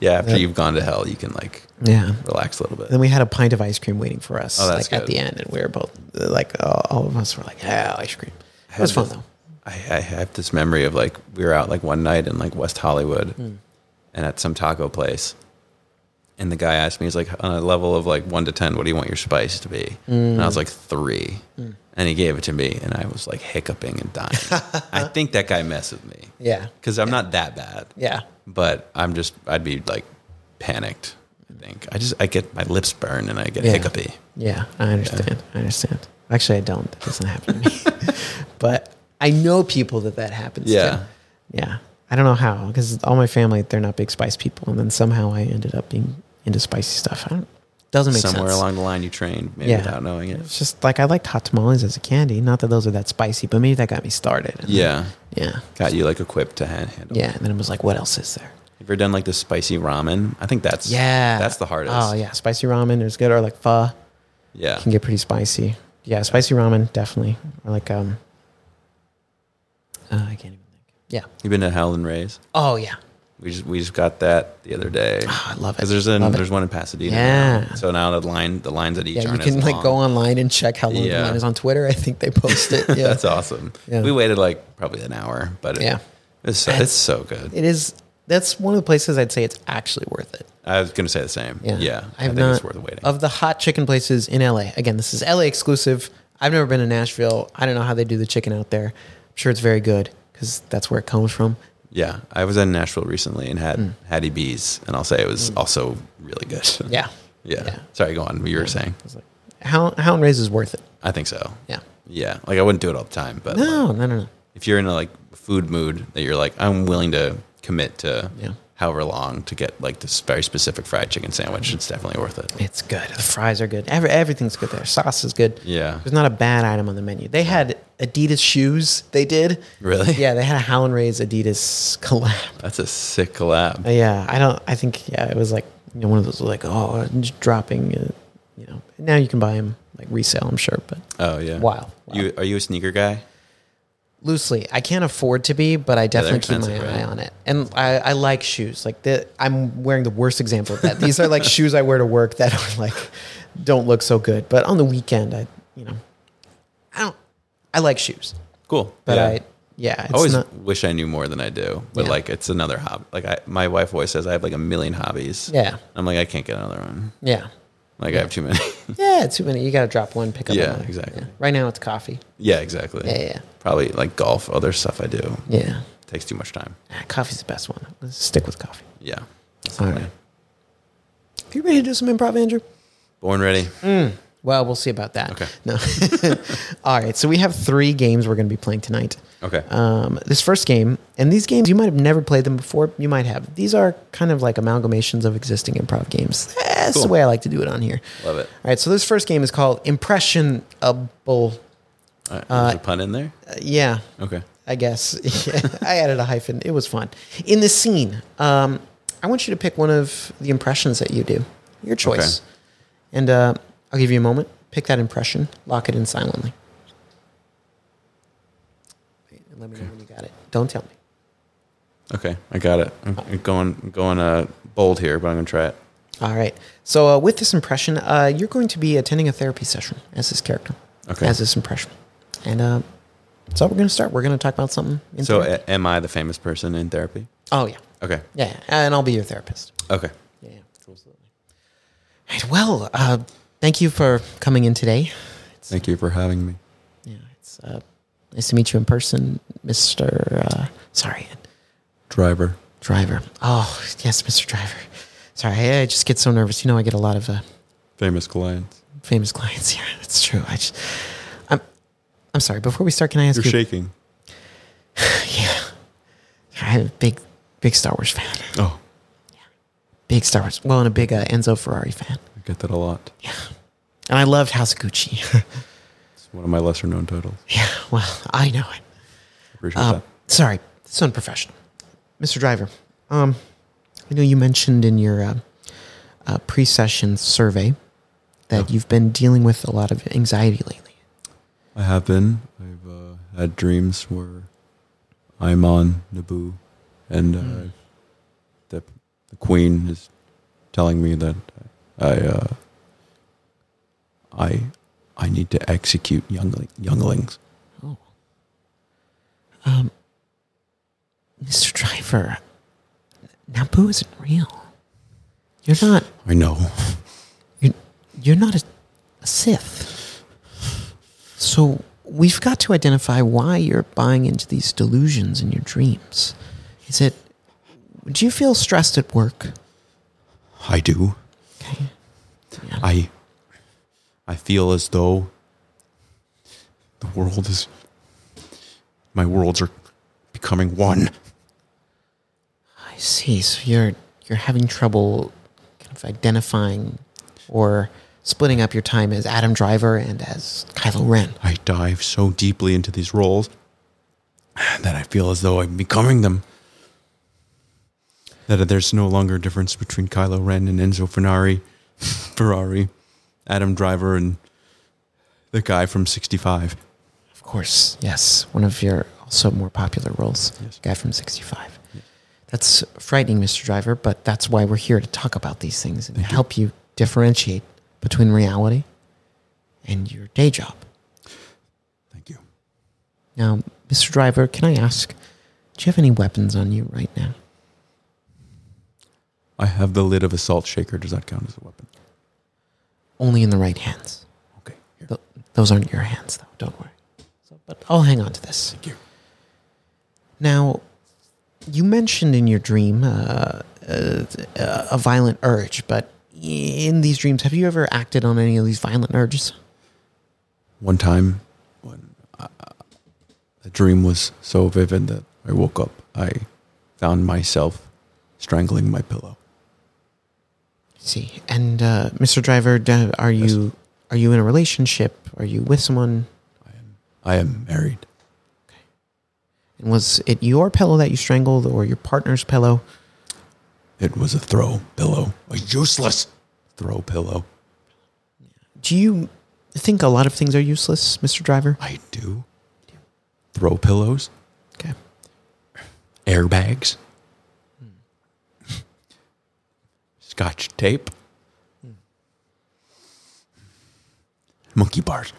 Yeah, after you've gone to hell, you can like
yeah.
relax a little bit.
then we had a pint of ice cream waiting for us
Oh,
like
that's
at
good.
the end and we were both uh, like uh, all of us were like yeah ice cream it was fun
this-
though
I, I have this memory of like we were out like one night in like West Hollywood,
Hmm.
and at some taco place, and the guy asked me, he's like, on a level of like one to ten, what do you want your spice to be? And
Hmm.
I was like three, and he gave it to me, and I was like hiccuping and dying. I think that guy messed with me.
Yeah.
because I'm not that bad.
yeah
but I'm just I'd be like panicked. I think I just I get my lips burn and I get
yeah
hiccupy.
yeah i understand i understand actually i don't that doesn't happen to me but i know people that that happens
Yeah.
to. yeah i don't know how because all my family they're not big spice people and then somehow i ended up being into spicy stuff i don't doesn't make
Somewhere
sense
along the line, you trained maybe
Yeah.
without knowing it.
it's just like i liked hot tamales as a candy not that those are that spicy but maybe that got me started And then-
Yeah,
yeah
got you like equipped to hand handle.
yeah and then it was like what else is there
have you ever done like the spicy ramen? I think that's
Yeah,
that's the hardest.
Oh yeah, spicy ramen is good, or like pho
yeah.
can get pretty spicy. Yeah, spicy ramen definitely, or like um, uh, I can't even think. Yeah.
You've been to Howlin' Rays?
Oh yeah.
We just we just got that the other day.
Oh, I love it.
Because there's an
Love it.
there's one in Pasadena.
Yeah.
now. So now the line the lines at each.
Yeah, you
aren't
can
as
like go
long.
online and check how long the
Yeah.
line is on Twitter. I think they post it. Yeah,
That's awesome.
Yeah.
We waited like probably an hour, but it,
Yeah.
it's so, it's so good.
It is. That's one of the places I'd say it's actually worth it.
I was going to say the same. Yeah,
Yeah,
I,
have
think
not,
it's worth waiting.
Of the hot chicken places in LA, again, this is LA exclusive. I've never been to Nashville. I don't know how they do the chicken out there. I'm sure it's very good because that's where it comes from.
yeah, I was in Nashville recently and had
Mm.
Hattie B's, and I'll say it was also really good.
Yeah.
yeah.
Yeah.
Sorry, go on. You were saying.
It's like, how how and raise is worth it.
I think so.
Yeah.
Yeah, like I wouldn't do it all the time, but like,
No, no, no, no.
if you're in a like food mood that you're like, I'm willing to commit to
Yeah.
however long to get like this very specific fried chicken sandwich, it's definitely worth it.
It's good. The fries are good. Every, everything's good there. Sauce is good.
Yeah.
There's not a bad item on the menu. They had Adidas shoes. They did.
Really?
Yeah, they had a How and Raise Adidas collab.
That's a sick collab.
Uh, Yeah, I don't. I think yeah, it was like you know one of those like oh I'm just dropping. Uh, you know now you can buy them like resale. I'm sure, but
Oh yeah.
Wow.
You are you a sneaker guy?
loosely. I can't afford to be, but I definitely keep my
expensive,
eye
right?
on it. And I, I like shoes. Like the, I'm wearing the worst example of that. These are like shoes I wear to work that are like don't look so good. But on the weekend, I you know, I don't. I like shoes,
Cool.
but
Yeah.
I yeah, it's
I always
not.
wish I knew more than I do, but
Yeah.
like it's another hobby. Like I, my wife always says, I have like a million hobbies.
Yeah.
I'm like, I can't get another one.
Yeah,
Like I have too many.
yeah, too many. You got to drop one, pick up.
Hmm. Yeah,
another.
exactly.
Yeah. Right now, it's coffee.
yeah, exactly.
Yeah, yeah.
Probably like golf, other stuff I do.
Yeah,
takes too much time.
Ah, coffee's the best one. Let's stick with coffee.
Yeah.
All right. Are you ready to do some improv, Andrew?
Born ready.
Well, we'll see about that.
Okay.
No. All right. So we have three games we're going to be playing tonight.
Okay.
Um, this first game, and these games, you might have never played them before. You might have. These are kind of like amalgamations of existing improv games. That's the
Cool.
way I like to do it on here.
Love it.
All right. So this first game is called Impressionable.
All right. There's a pun in there.
Uh, yeah.
Okay.
I guess. I added a hyphen. It was fun. In this scene, um, I want you to pick one of the impressions that you do. Your choice.
Okay.
And uh, I'll give you a moment. Pick that impression. Lock it in silently. And let me know when you got it. Don't tell me.
Okay. I got it. I'm I'm going, going uh, bold here, but I'm going to try it.
All right. So uh, with this impression, uh, you're going to be attending a therapy session as this character.
Okay.
As this impression. And uh, so we're going to start. We're going to talk about something. In
So uh,
therapy.
a- am I the famous person in therapy?
oh, yeah.
Okay.
Yeah. And I'll be your therapist.
Okay.
Yeah, absolutely. Right, well, uh, thank you for coming in today. It's,
Thank you for having me.
yeah, it's uh, nice to meet you in person, Mister. Uh, sorry,
Driver.
Driver. Oh yes, Mister Driver. Sorry, I, I just get so nervous. You know, I get a lot of uh,
Famous clients.
famous clients here. That's true. I just, I'm, I'm sorry. Before we start, can I ask
You're
you?
shaking.
Yeah, I'm a big, big Star Wars fan.
Oh,
Big Star Wars. Well, and a big uh, Enzo Ferrari fan.
I get that a lot.
And I loved House of Gucci.
It's one of my lesser known titles.
yeah. Well, I know it.
Appreciate
Uh,
that.
sorry, it's unprofessional. Mr. Driver, um, I know you mentioned in your uh, uh, pre session survey that you've been dealing with a lot of anxiety lately.
I have been. I've uh, had dreams where I'm on Naboo, and uh, the the Queen is telling me that I uh, I I need to execute youngling, younglings.
Oh. Um, Mr. Driver, Naboo isn't real. You're not.
I know.
You're, you're not a, a Sith. So we've got to identify why you're buying into these delusions in your dreams. Is it? Do you feel stressed at work?
I do.
Okay. Yeah.
I I feel as though the world is my worlds are becoming one.
I see. So you're you're having trouble kind of identifying or splitting up your time as Adam Driver and as Kylo Ren.
I dive so deeply into these roles that I feel as though I'm becoming them. That there's no longer a difference between Kylo Ren and Enzo Ferrari, Ferrari, Adam Driver, and the guy from 65.
Of course, yes. One of your also more popular roles,
Yes.
guy from 65. That's frightening, Mr. Driver, but that's why we're here to talk about these things and help you differentiate between reality and your day job.
Thank you.
Now, Mr. Driver, can I ask, do you have any weapons on you right now?
I have the lid of a salt shaker. Does that count as a weapon?
Only in the right hands.
Okay. Here.
Th- those aren't your hands, though. Don't worry. So, but I'll hang on to this.
Thank you.
Now, you mentioned in your dream uh, uh, a violent urge, but in these dreams, have you ever acted on any of these violent urges?
One time, when I, the dream was so vivid that I woke up, I found myself strangling my pillow.
Let's see, and uh, Mr. Driver, d- are you are you in a relationship? Are you with someone?
I am married.
And was it your pillow that you strangled, or your partner's pillow?
It was a throw pillow, a useless throw pillow.
Do you think a lot of things are useless, Mr. Driver?
I do. Throw pillows,
Okay.
airbags, scotch tape, monkey bars.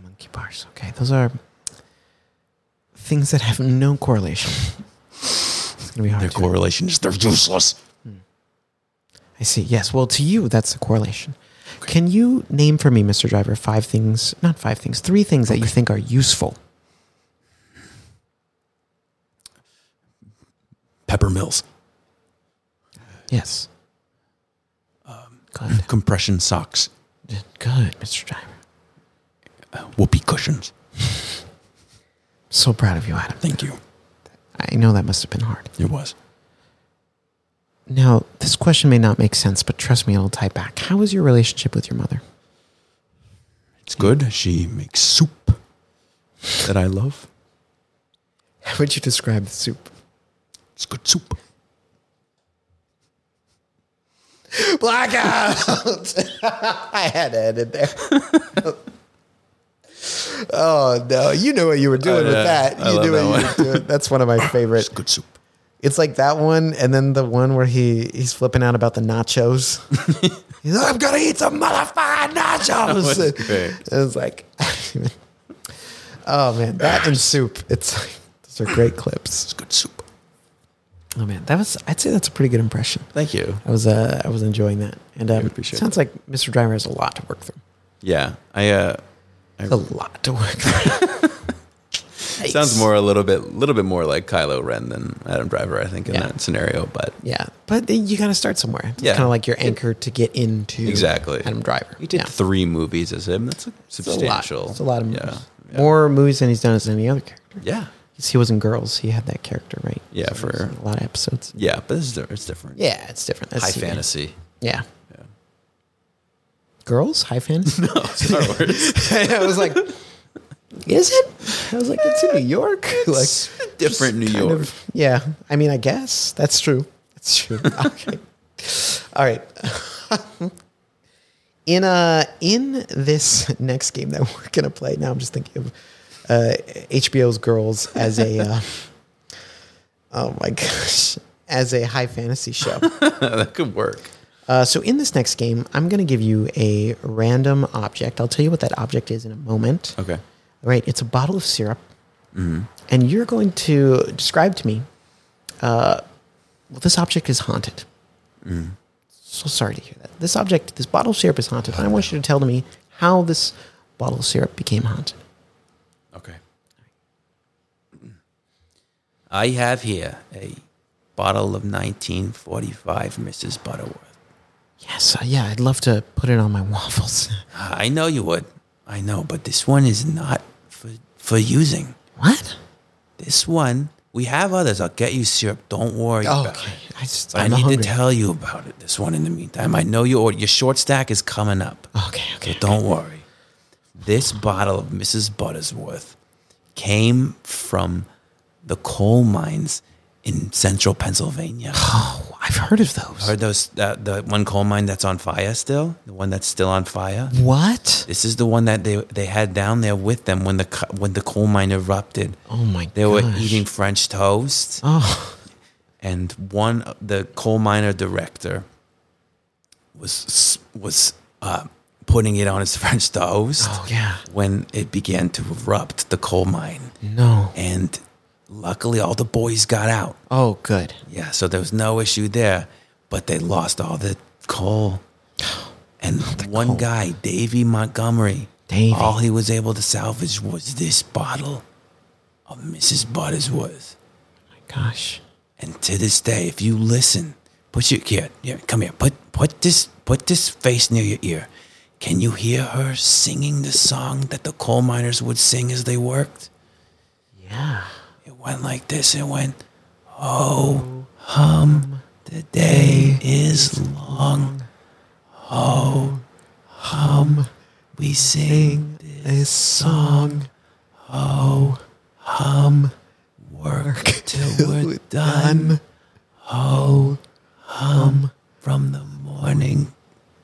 monkey bars. Okay, those are things that have no correlation. it's gonna be hard.
Their
to-
correlation is they're useless.
I see. Yes. Well, to you, that's the correlation. Can you name for me, Mr. Driver, five things, not five things, three things that you think are useful?
Pepper mills,
Yes. Um, good.
compression socks,
Good, Mr. Driver.
whoopee cushions.
So proud of you, Adam.
Thank you.
I know that must have been hard.
It was.
Now, this question may not make sense, but trust me, it'll tie back. How is your relationship with your mother?
It's good. She makes soup that I love.
How would you describe the soup?
It's good soup.
Blackout! I had to edit there. oh, no. You knew what you were doing
I
with
know.
that.
I
You
love
knew
that
what you were doing. That's one of my favorite.
It's good soup.
It's like that one, and then the one where he he's flipping out about the nachos. he's like, "I'm gonna eat some motherfucking nachos."
That was great.
It was like, oh man, that and soup. It's like, those are great clips.
It's good soup.
Oh man, that was I'd say that's a pretty good impression.
Thank you.
I was uh, I was enjoying that, and um,
appreciate
sounds like Mr. Driver has a lot to work through.
Yeah, I. Uh, I
A lot to work through.
sounds more a little bit, little bit more like Kylo Ren than Adam Driver, I think, in
Yeah.
that scenario. But
Yeah, but you gotta start somewhere. It's
Yeah.
kind of like your anchor to get into
Exactly.
Adam Driver.
he did
Yeah.
three movies as him. That's a
It's a lot.
substantial.
It's a lot of movies.
Yeah, yeah.
More movies than he's done as any other character.
yeah,
'Cause he wasn't girls. He had that character, right?
Yeah,
So
for-
there's a lot of episodes.
yeah. But this is di- it's different.
Yeah, it's different. That's
high
yeah.
fantasy.
Yeah.
Yeah.
Girls? High fantasy?
No, Star Wars.
I was like, is it? I was like, it's in New York. Like,
different New
kind
York.
of- yeah. I mean, I guess that's true. That's true. Okay. All right. in uh in this next game that we're gonna play now, I'm just thinking of uh, HBO's Girls as a uh, oh my gosh as a high fantasy show.
that could work.
Uh, so in this next game, I'm gonna give you a random object. I'll tell you what that object is in a moment.
Okay.
All right, it's a bottle of syrup,
Mm-hmm.
and you're going to describe to me. Uh, well, this object is haunted.
Mm-hmm.
So sorry to hear that. This object, this bottle of syrup, is haunted.
Oh,
and I want you to tell me how this bottle of syrup became haunted.
Okay. I have here a bottle of 1945, Mrs. Butterworth.
Yes, uh, yeah, I'd love to put it on my waffles.
I know you would. I know, but this one is not for for using.
what?
This one, we have others. I'll get you syrup. Don't worry
Oh,
about
okay.
it.
I just,
But I
I'm
need
hungry.
to tell you about it. This one in the meantime. I know your your short stack is coming up.
Okay, okay.
But don't worry. This bottle of Mrs. Buttersworth came from the coal mines in central Pennsylvania.
Oh, I've heard of those.
Heard those uh, the one coal mine that's on fire still? The one that's still on fire?
What?
This is the one that they they had down there with them when the co- when the coal mine erupted.
Oh my
They were
gosh.
eating French toast
Oh,
and one the coal miner director was was uh, putting it on his French toast.
Oh, yeah.
When it began to erupt, the coal mine,
no.
and luckily all the boys got out.
Oh, good.
Yeah, so there was no issue there, but they lost all the coal. And one guy, Davy Montgomery,
Davy.
all he was able to salvage was this bottle of Mrs. Buttersworth.
My gosh.
And to this day, if you listen, put your here, here, come here. Put put this put this face near your ear. Can you hear her singing the song that the coal miners would sing as they worked?
Yeah.
It went like this. It went, oh hum, the day is long. Oh hum, we sing this song. Oh hum, work till we're done. Oh hum, from the morning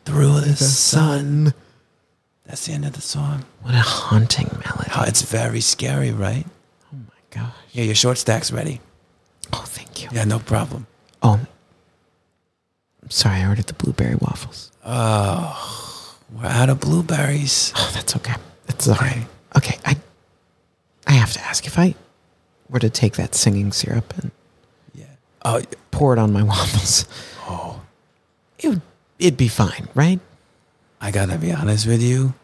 through the sun.
Done.
That's the end of the song.
What a haunting melody.
Oh, it's very scary, right?
Oh my gosh.
Yeah, your short stack's ready.
Oh, thank you.
Yeah, no problem.
Oh, I'm sorry. I ordered the blueberry waffles.
We're out of blueberries.
Oh, that's okay. That's all right. okay, I I have to ask if I were to take that singing syrup and
Yeah. Oh,
pour it on my waffles.
oh,
It would, it'd be fine, right?
I gotta be honest with you.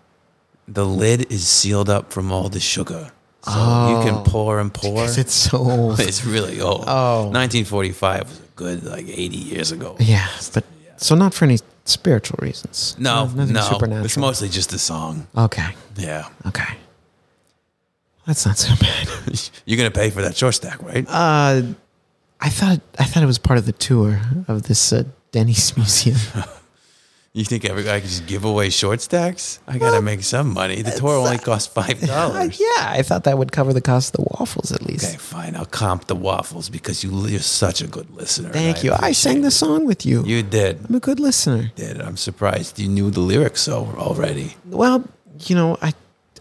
The lid is sealed up from all the sugar, so you
Oh.
can pour and pour.
Because it's so old.
It's really old.
Oh.
1945 was a good like 80 years ago.
yeah, but so not for any spiritual reasons.
No,
nothing
no.
supernatural.
It's mostly just the song.
okay,
Yeah.
okay, that's not so bad.
You're going to pay for that short stack, right?
Uh, I thought I thought it was part of the tour of this uh, Denny's museum.
you think every guy can just give away short stacks? I got to make some money. The tour only costs
Oh,
Uh,
$5.
yeah, I thought that would cover the cost of the waffles at least.
Okay, fine. I'll comp the waffles because you, you're such a good listener. and
Thank you. I
appreciate
sang the song with you.
it. You did.
I'm a good listener.
Did I'm surprised you knew the lyrics so already.
Well, you know, I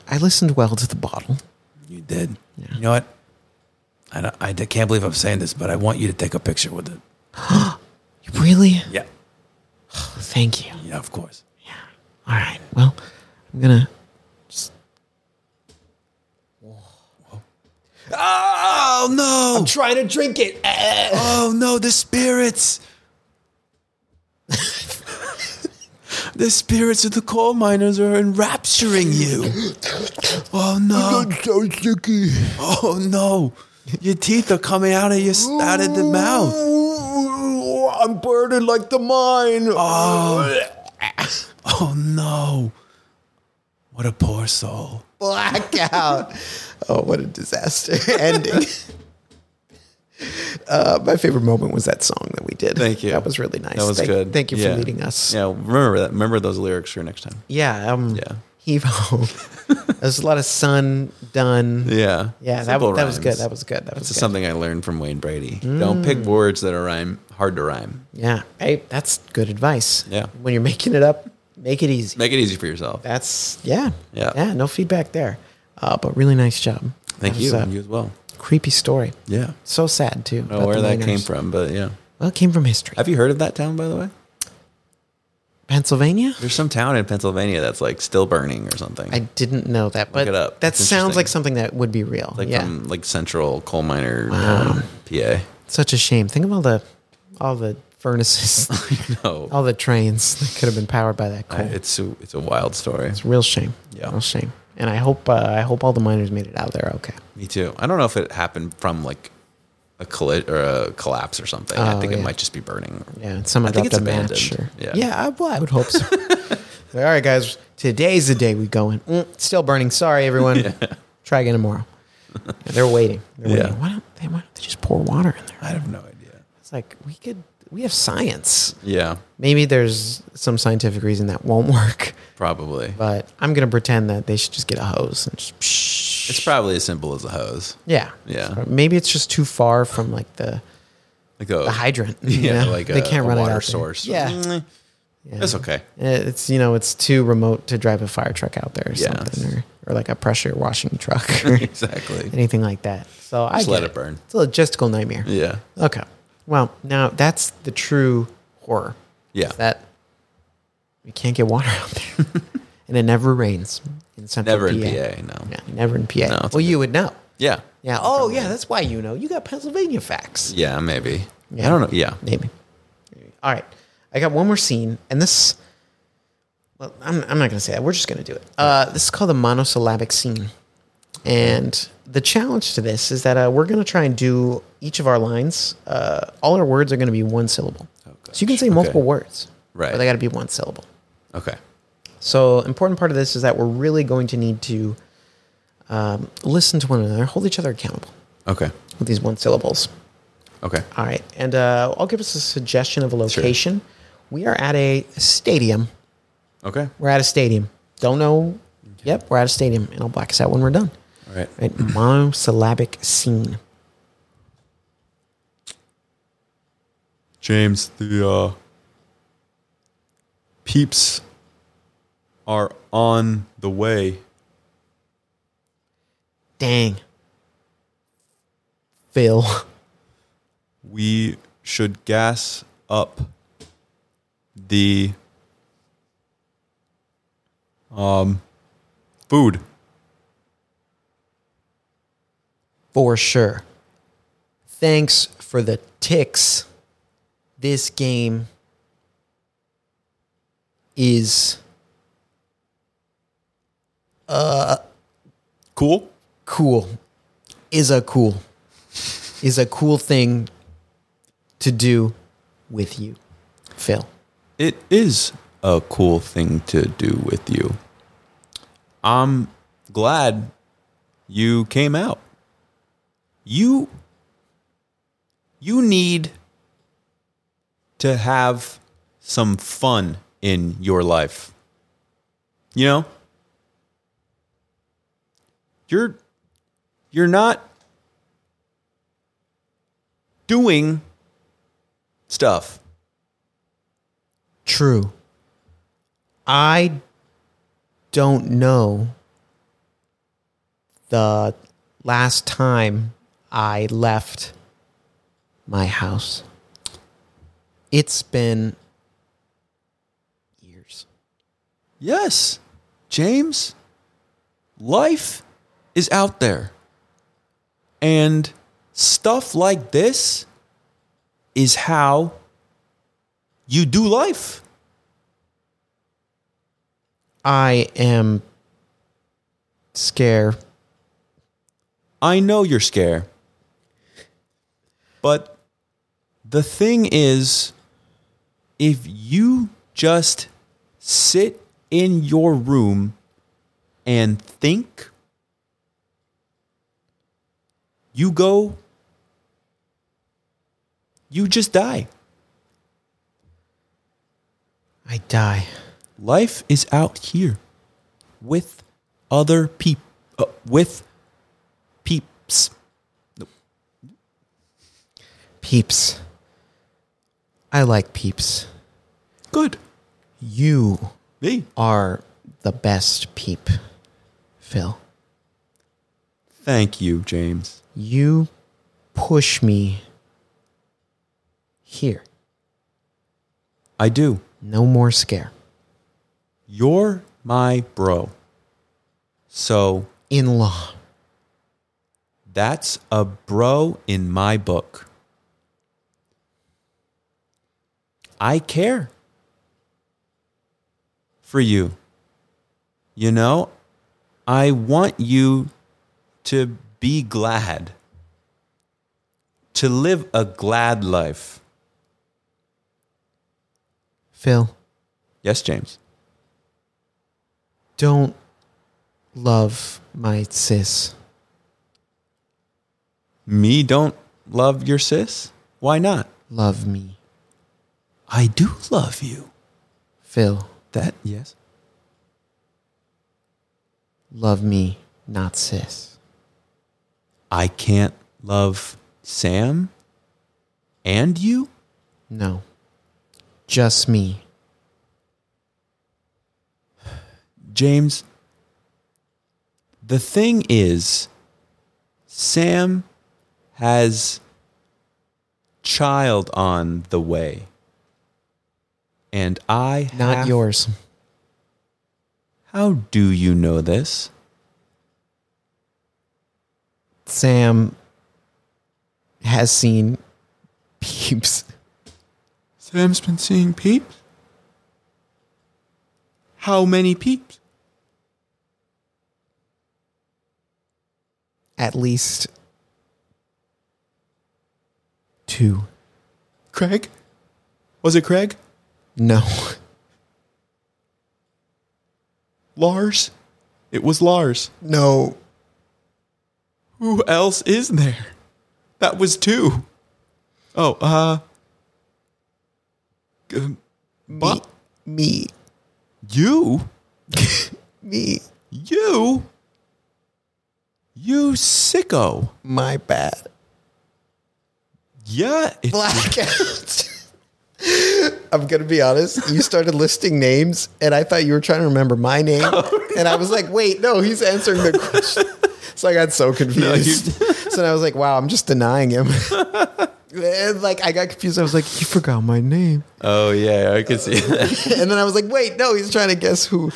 I listened well to the bottle.
You did. You know what? I, don't, I can't believe I'm saying this, but I want you to take a picture with it.
Really?
Yeah.
Thank you.
Yeah, of course.
All right. Well, I'm gonna.
Oh no!
Trying to drink it.
oh no! The spirits. the spirits of the coal miners are enrapturing you. Oh no!
so sticky.
Oh no! Your teeth are coming out of your out of the mouth.
I'm burning like the mine.
Oh. Oh no! What a poor soul.
blackout. oh, what a disaster ending. Uh, my favorite moment was that song that we did.
Thank you.
That was really nice.
That was
thank,
good.
Thank you
Yeah.
for leading us.
Yeah, remember that. Remember those lyrics for next time.
Yeah. Um,
Yeah.
Heave ho. There's a lot of sun done. Yeah,
Yeah.
that,
Simple
that was good.
rhymes.
That was good. That was good. Mm.
This is something I learned from Wayne Brady. Don't pick words that are rhyme hard to rhyme.
Yeah. Hey, that's good advice.
Yeah.
When you're making it up, make it easy.
Make it easy for yourself.
That's, yeah.
Yeah.
Yeah. No feedback there. Uh, but really nice job.
Thank
That was uh,
you.
a
and you as well.
creepy story.
Yeah.
So sad, too.
I don't
about
know where
the
that
miners.
came from, but yeah.
Well, it came from history.
Have you heard of that town, by the way?
Pennsylvania?
There's some town in Pennsylvania that's like still burning or something.
I didn't know that, but
it up.
that
It's
sounds like
interesting.
something that would be real.
like um,
yeah,
from like central coal miner um, PA.
such a shame. Think of all the, all the furnaces,
No,
all the trains that could have been powered by that
I-
coal.
it's a, it's a wild story.
It's a real shame.
Yeah.
real shame. And I hope, uh, I hope all the miners made it out there okay.
Me too. I don't know if it happened from like a colli- or a collapse or something. I
Oh,
think it
yeah.
might just be burning.
Yeah, and someone
I think
dropped a
it's abandoned.
match. Or,
Yeah.
I, well, I would hope so. all right, guys, today's the day we go in. Mm, still burning. Sorry, everyone. Try again tomorrow. Yeah, they're waiting. They're
Yeah.
waiting. Why don't they? Why don't they just pour water in there?
I have no idea.
It's like we could. We have science.
Yeah,
Maybe there's some scientific reason that won't work,
probably.
but I'm gonna pretend that they should just get a hose and just. Psh.
It's probably as simple as a hose.
yeah,
Yeah.
So maybe it's just too far from like the,
Like a,
the hydrant. you
Yeah,
know?
like
they
a,
can't
a
run it
water
out there.
source.
Yeah.
Mm,
yeah,
That's okay.
It's you know it's too remote to drive a fire truck out there or
Yeah.
something, or, or like a pressure washing truck or
Exactly.
anything like that. So I
Just
get
let it burn.
It's a logistical nightmare.
Yeah.
Okay. Well, now that's the true horror.
Yeah.
Is that we can't get water out there, and it never rains in Central
Never
PA.
in PA. No.
Yeah, never in PA.
No, it's
well, you would know.
Yeah.
Yeah. Oh, yeah. That's why you know. You got Pennsylvania facts.
Yeah. Maybe.
Yeah.
I don't know. Yeah.
Maybe. All right. I got one more scene, and this. Well, I'm, I'm not going to say that. We're just going to do it. Uh, this is called the monosyllabic scene. And the challenge to this is that uh, we're going to try and do each of our lines. Uh, all our words are going to be one syllable. so you can say
Oh, Okay.
multiple words,
Right.
But they got to be one syllable.
Okay.
So important part of this is that we're really going to need to um, listen to one another, hold each other accountable
Okay.
with these one syllables.
Okay.
All right. And uh, I'll give us a suggestion of a location. We are at a stadium.
Okay.
We're at a stadium. Don't know. Yep, we're at a stadium. And I'll black us out when we're done.
All right.
All right. Monosyllabic scene.
James, the uh, peeps are on the way.
Dang. Phil.
We should gas up the um um, food.
for sure. Thanks for the ticks. This game is
Cool.
cool. Is a cool. Is a cool thing to do with you, Phil.
It is a cool thing to do with you. I'm glad you came out. You you need to have some fun in your life. You know? You're you're not doing stuff.
True. I don't know the last time I left my house. It's been years.
Yes, James, life is out there. And stuff like this is how you do life.
I am scared.
I know you're scared. But the thing is, if you just sit in your room and think, you go, you just die.
I die.
life is out here with other peep uh, with peeps
Peeps. I like peeps.
good
You
me
are the best peep, Phil.
thank you james
You push me here.
i do
No more scare.
you're my bro so
In law.
that's a bro in my book i care for you you know i want you to be glad, to live a glad life.
Phil,
Yes, James.
don't love my sis.
Me don't love your sis? Why not?
Love me.
I do love you.
Phil,
That, yes.
love me, not sis.
I can't love Sam and you?
No. Just me.
James, the thing is, Sam has child on the way. And I
Not
have-
yours.
How do you know this?
Sam has seen peeps.
Sam's been seeing peeps. How many peeps?
At least two.
Craig? Was it Craig?
No.
Lars? It was Lars.
No.
Who else is there? That was two. Oh, uh. um, g- But
Me.
you?
Me.
You? You sicko.
My bad.
Yeah. it-
Blackout. I'm gonna be honest. You started listing names, and I thought you were trying to remember my name, and I was like, "Wait, no, he's answering the question." So I got so confused. so then I was like, "Wow, I'm just denying him." and like I got confused. I was like, "He forgot my name,"
oh, yeah. I can see that.
and then I was like, "Wait, no, he's trying to guess who."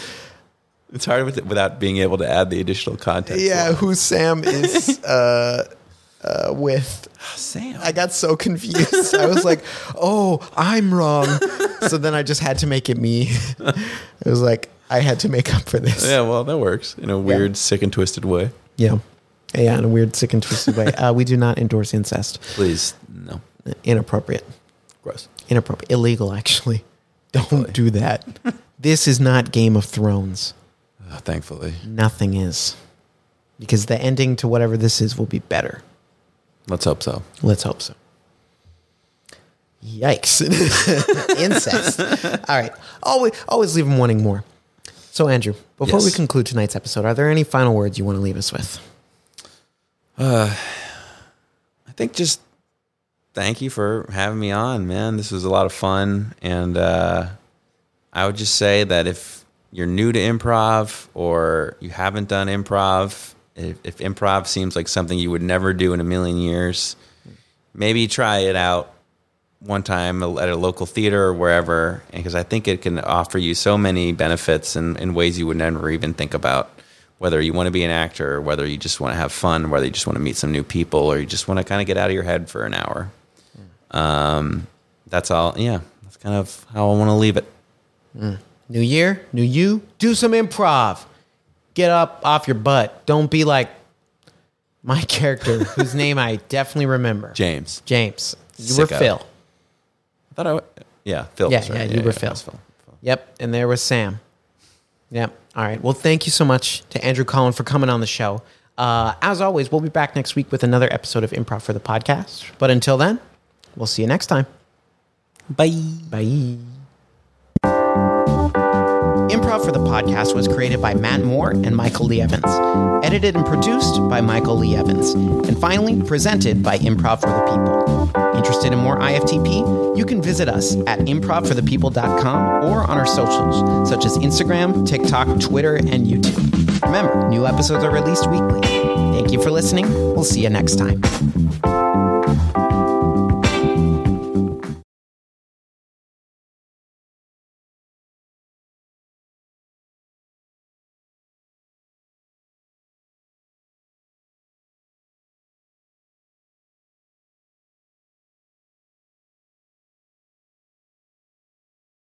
It's hard with without being able to add the additional context.
Yeah, who Sam is. Uh, uh, with.
Sam.
I got so confused. I was like, "Oh, I'm wrong." So then I just had to make it me. It was like I had to make up for this.
Yeah, well, that works in a weird, sick and twisted way.
Yeah. Yeah, in a weird, sick and twisted way. Uh, we do not endorse incest.
Please, no,
Inappropriate.
gross.
Inappropriate. Illegal, actually. Don't do that. This is not Game of Thrones.
Uh, thankfully,
Nothing is. Because the ending to whatever this is will be better.
let's hope so.
Let's hope so. Yikes. Incest. All right. Always, always leave them wanting more. So, Andrew, before we
Yes.
conclude tonight's episode, are there any final words you want to leave us with?
I think just thank you for having me on, man. This was a lot of fun. And uh, I would just say that if you're new to improv or you haven't done improv, if, if improv seems like something you would never do in a million years, maybe try it out one time at a local theater or wherever, because I think it can offer you so many benefits and in, ways you would never even think about. Whether you want to be an actor, or whether you just want to have fun, whether you just want to meet some new people, or you just want to kind of get out of your head for an hour. Um, that's all. Yeah, that's kind of how I want to leave it.
New year, new you, do some improv. Get up off your butt. Don't be like my character, whose name I definitely remember.
James,
James. You were
Sicko.
Phil.
I thought I. w- Yeah, Phil.
Yeah,
that's right.
yeah, you were
it
Phil.
was
Yep. And there was Sam. Yep. All right. Well, thank you so much to Andrew Collin for coming on the show. Uh, as always, we'll be back next week with another episode of Improv for the Podcast. But until then, we'll see you next time.
Bye.
Bye. Improv for the podcast was created by Matt Moore and Michael Lee Evans, edited and produced by Michael Lee Evans, and finally presented by Improv for the People. Interested in more IFTP? You can visit us at improvforthepeople.com or on our socials such as Instagram, TikTok, Twitter, and YouTube. Remember, new episodes are released weekly. Thank you for listening. We'll see you next time.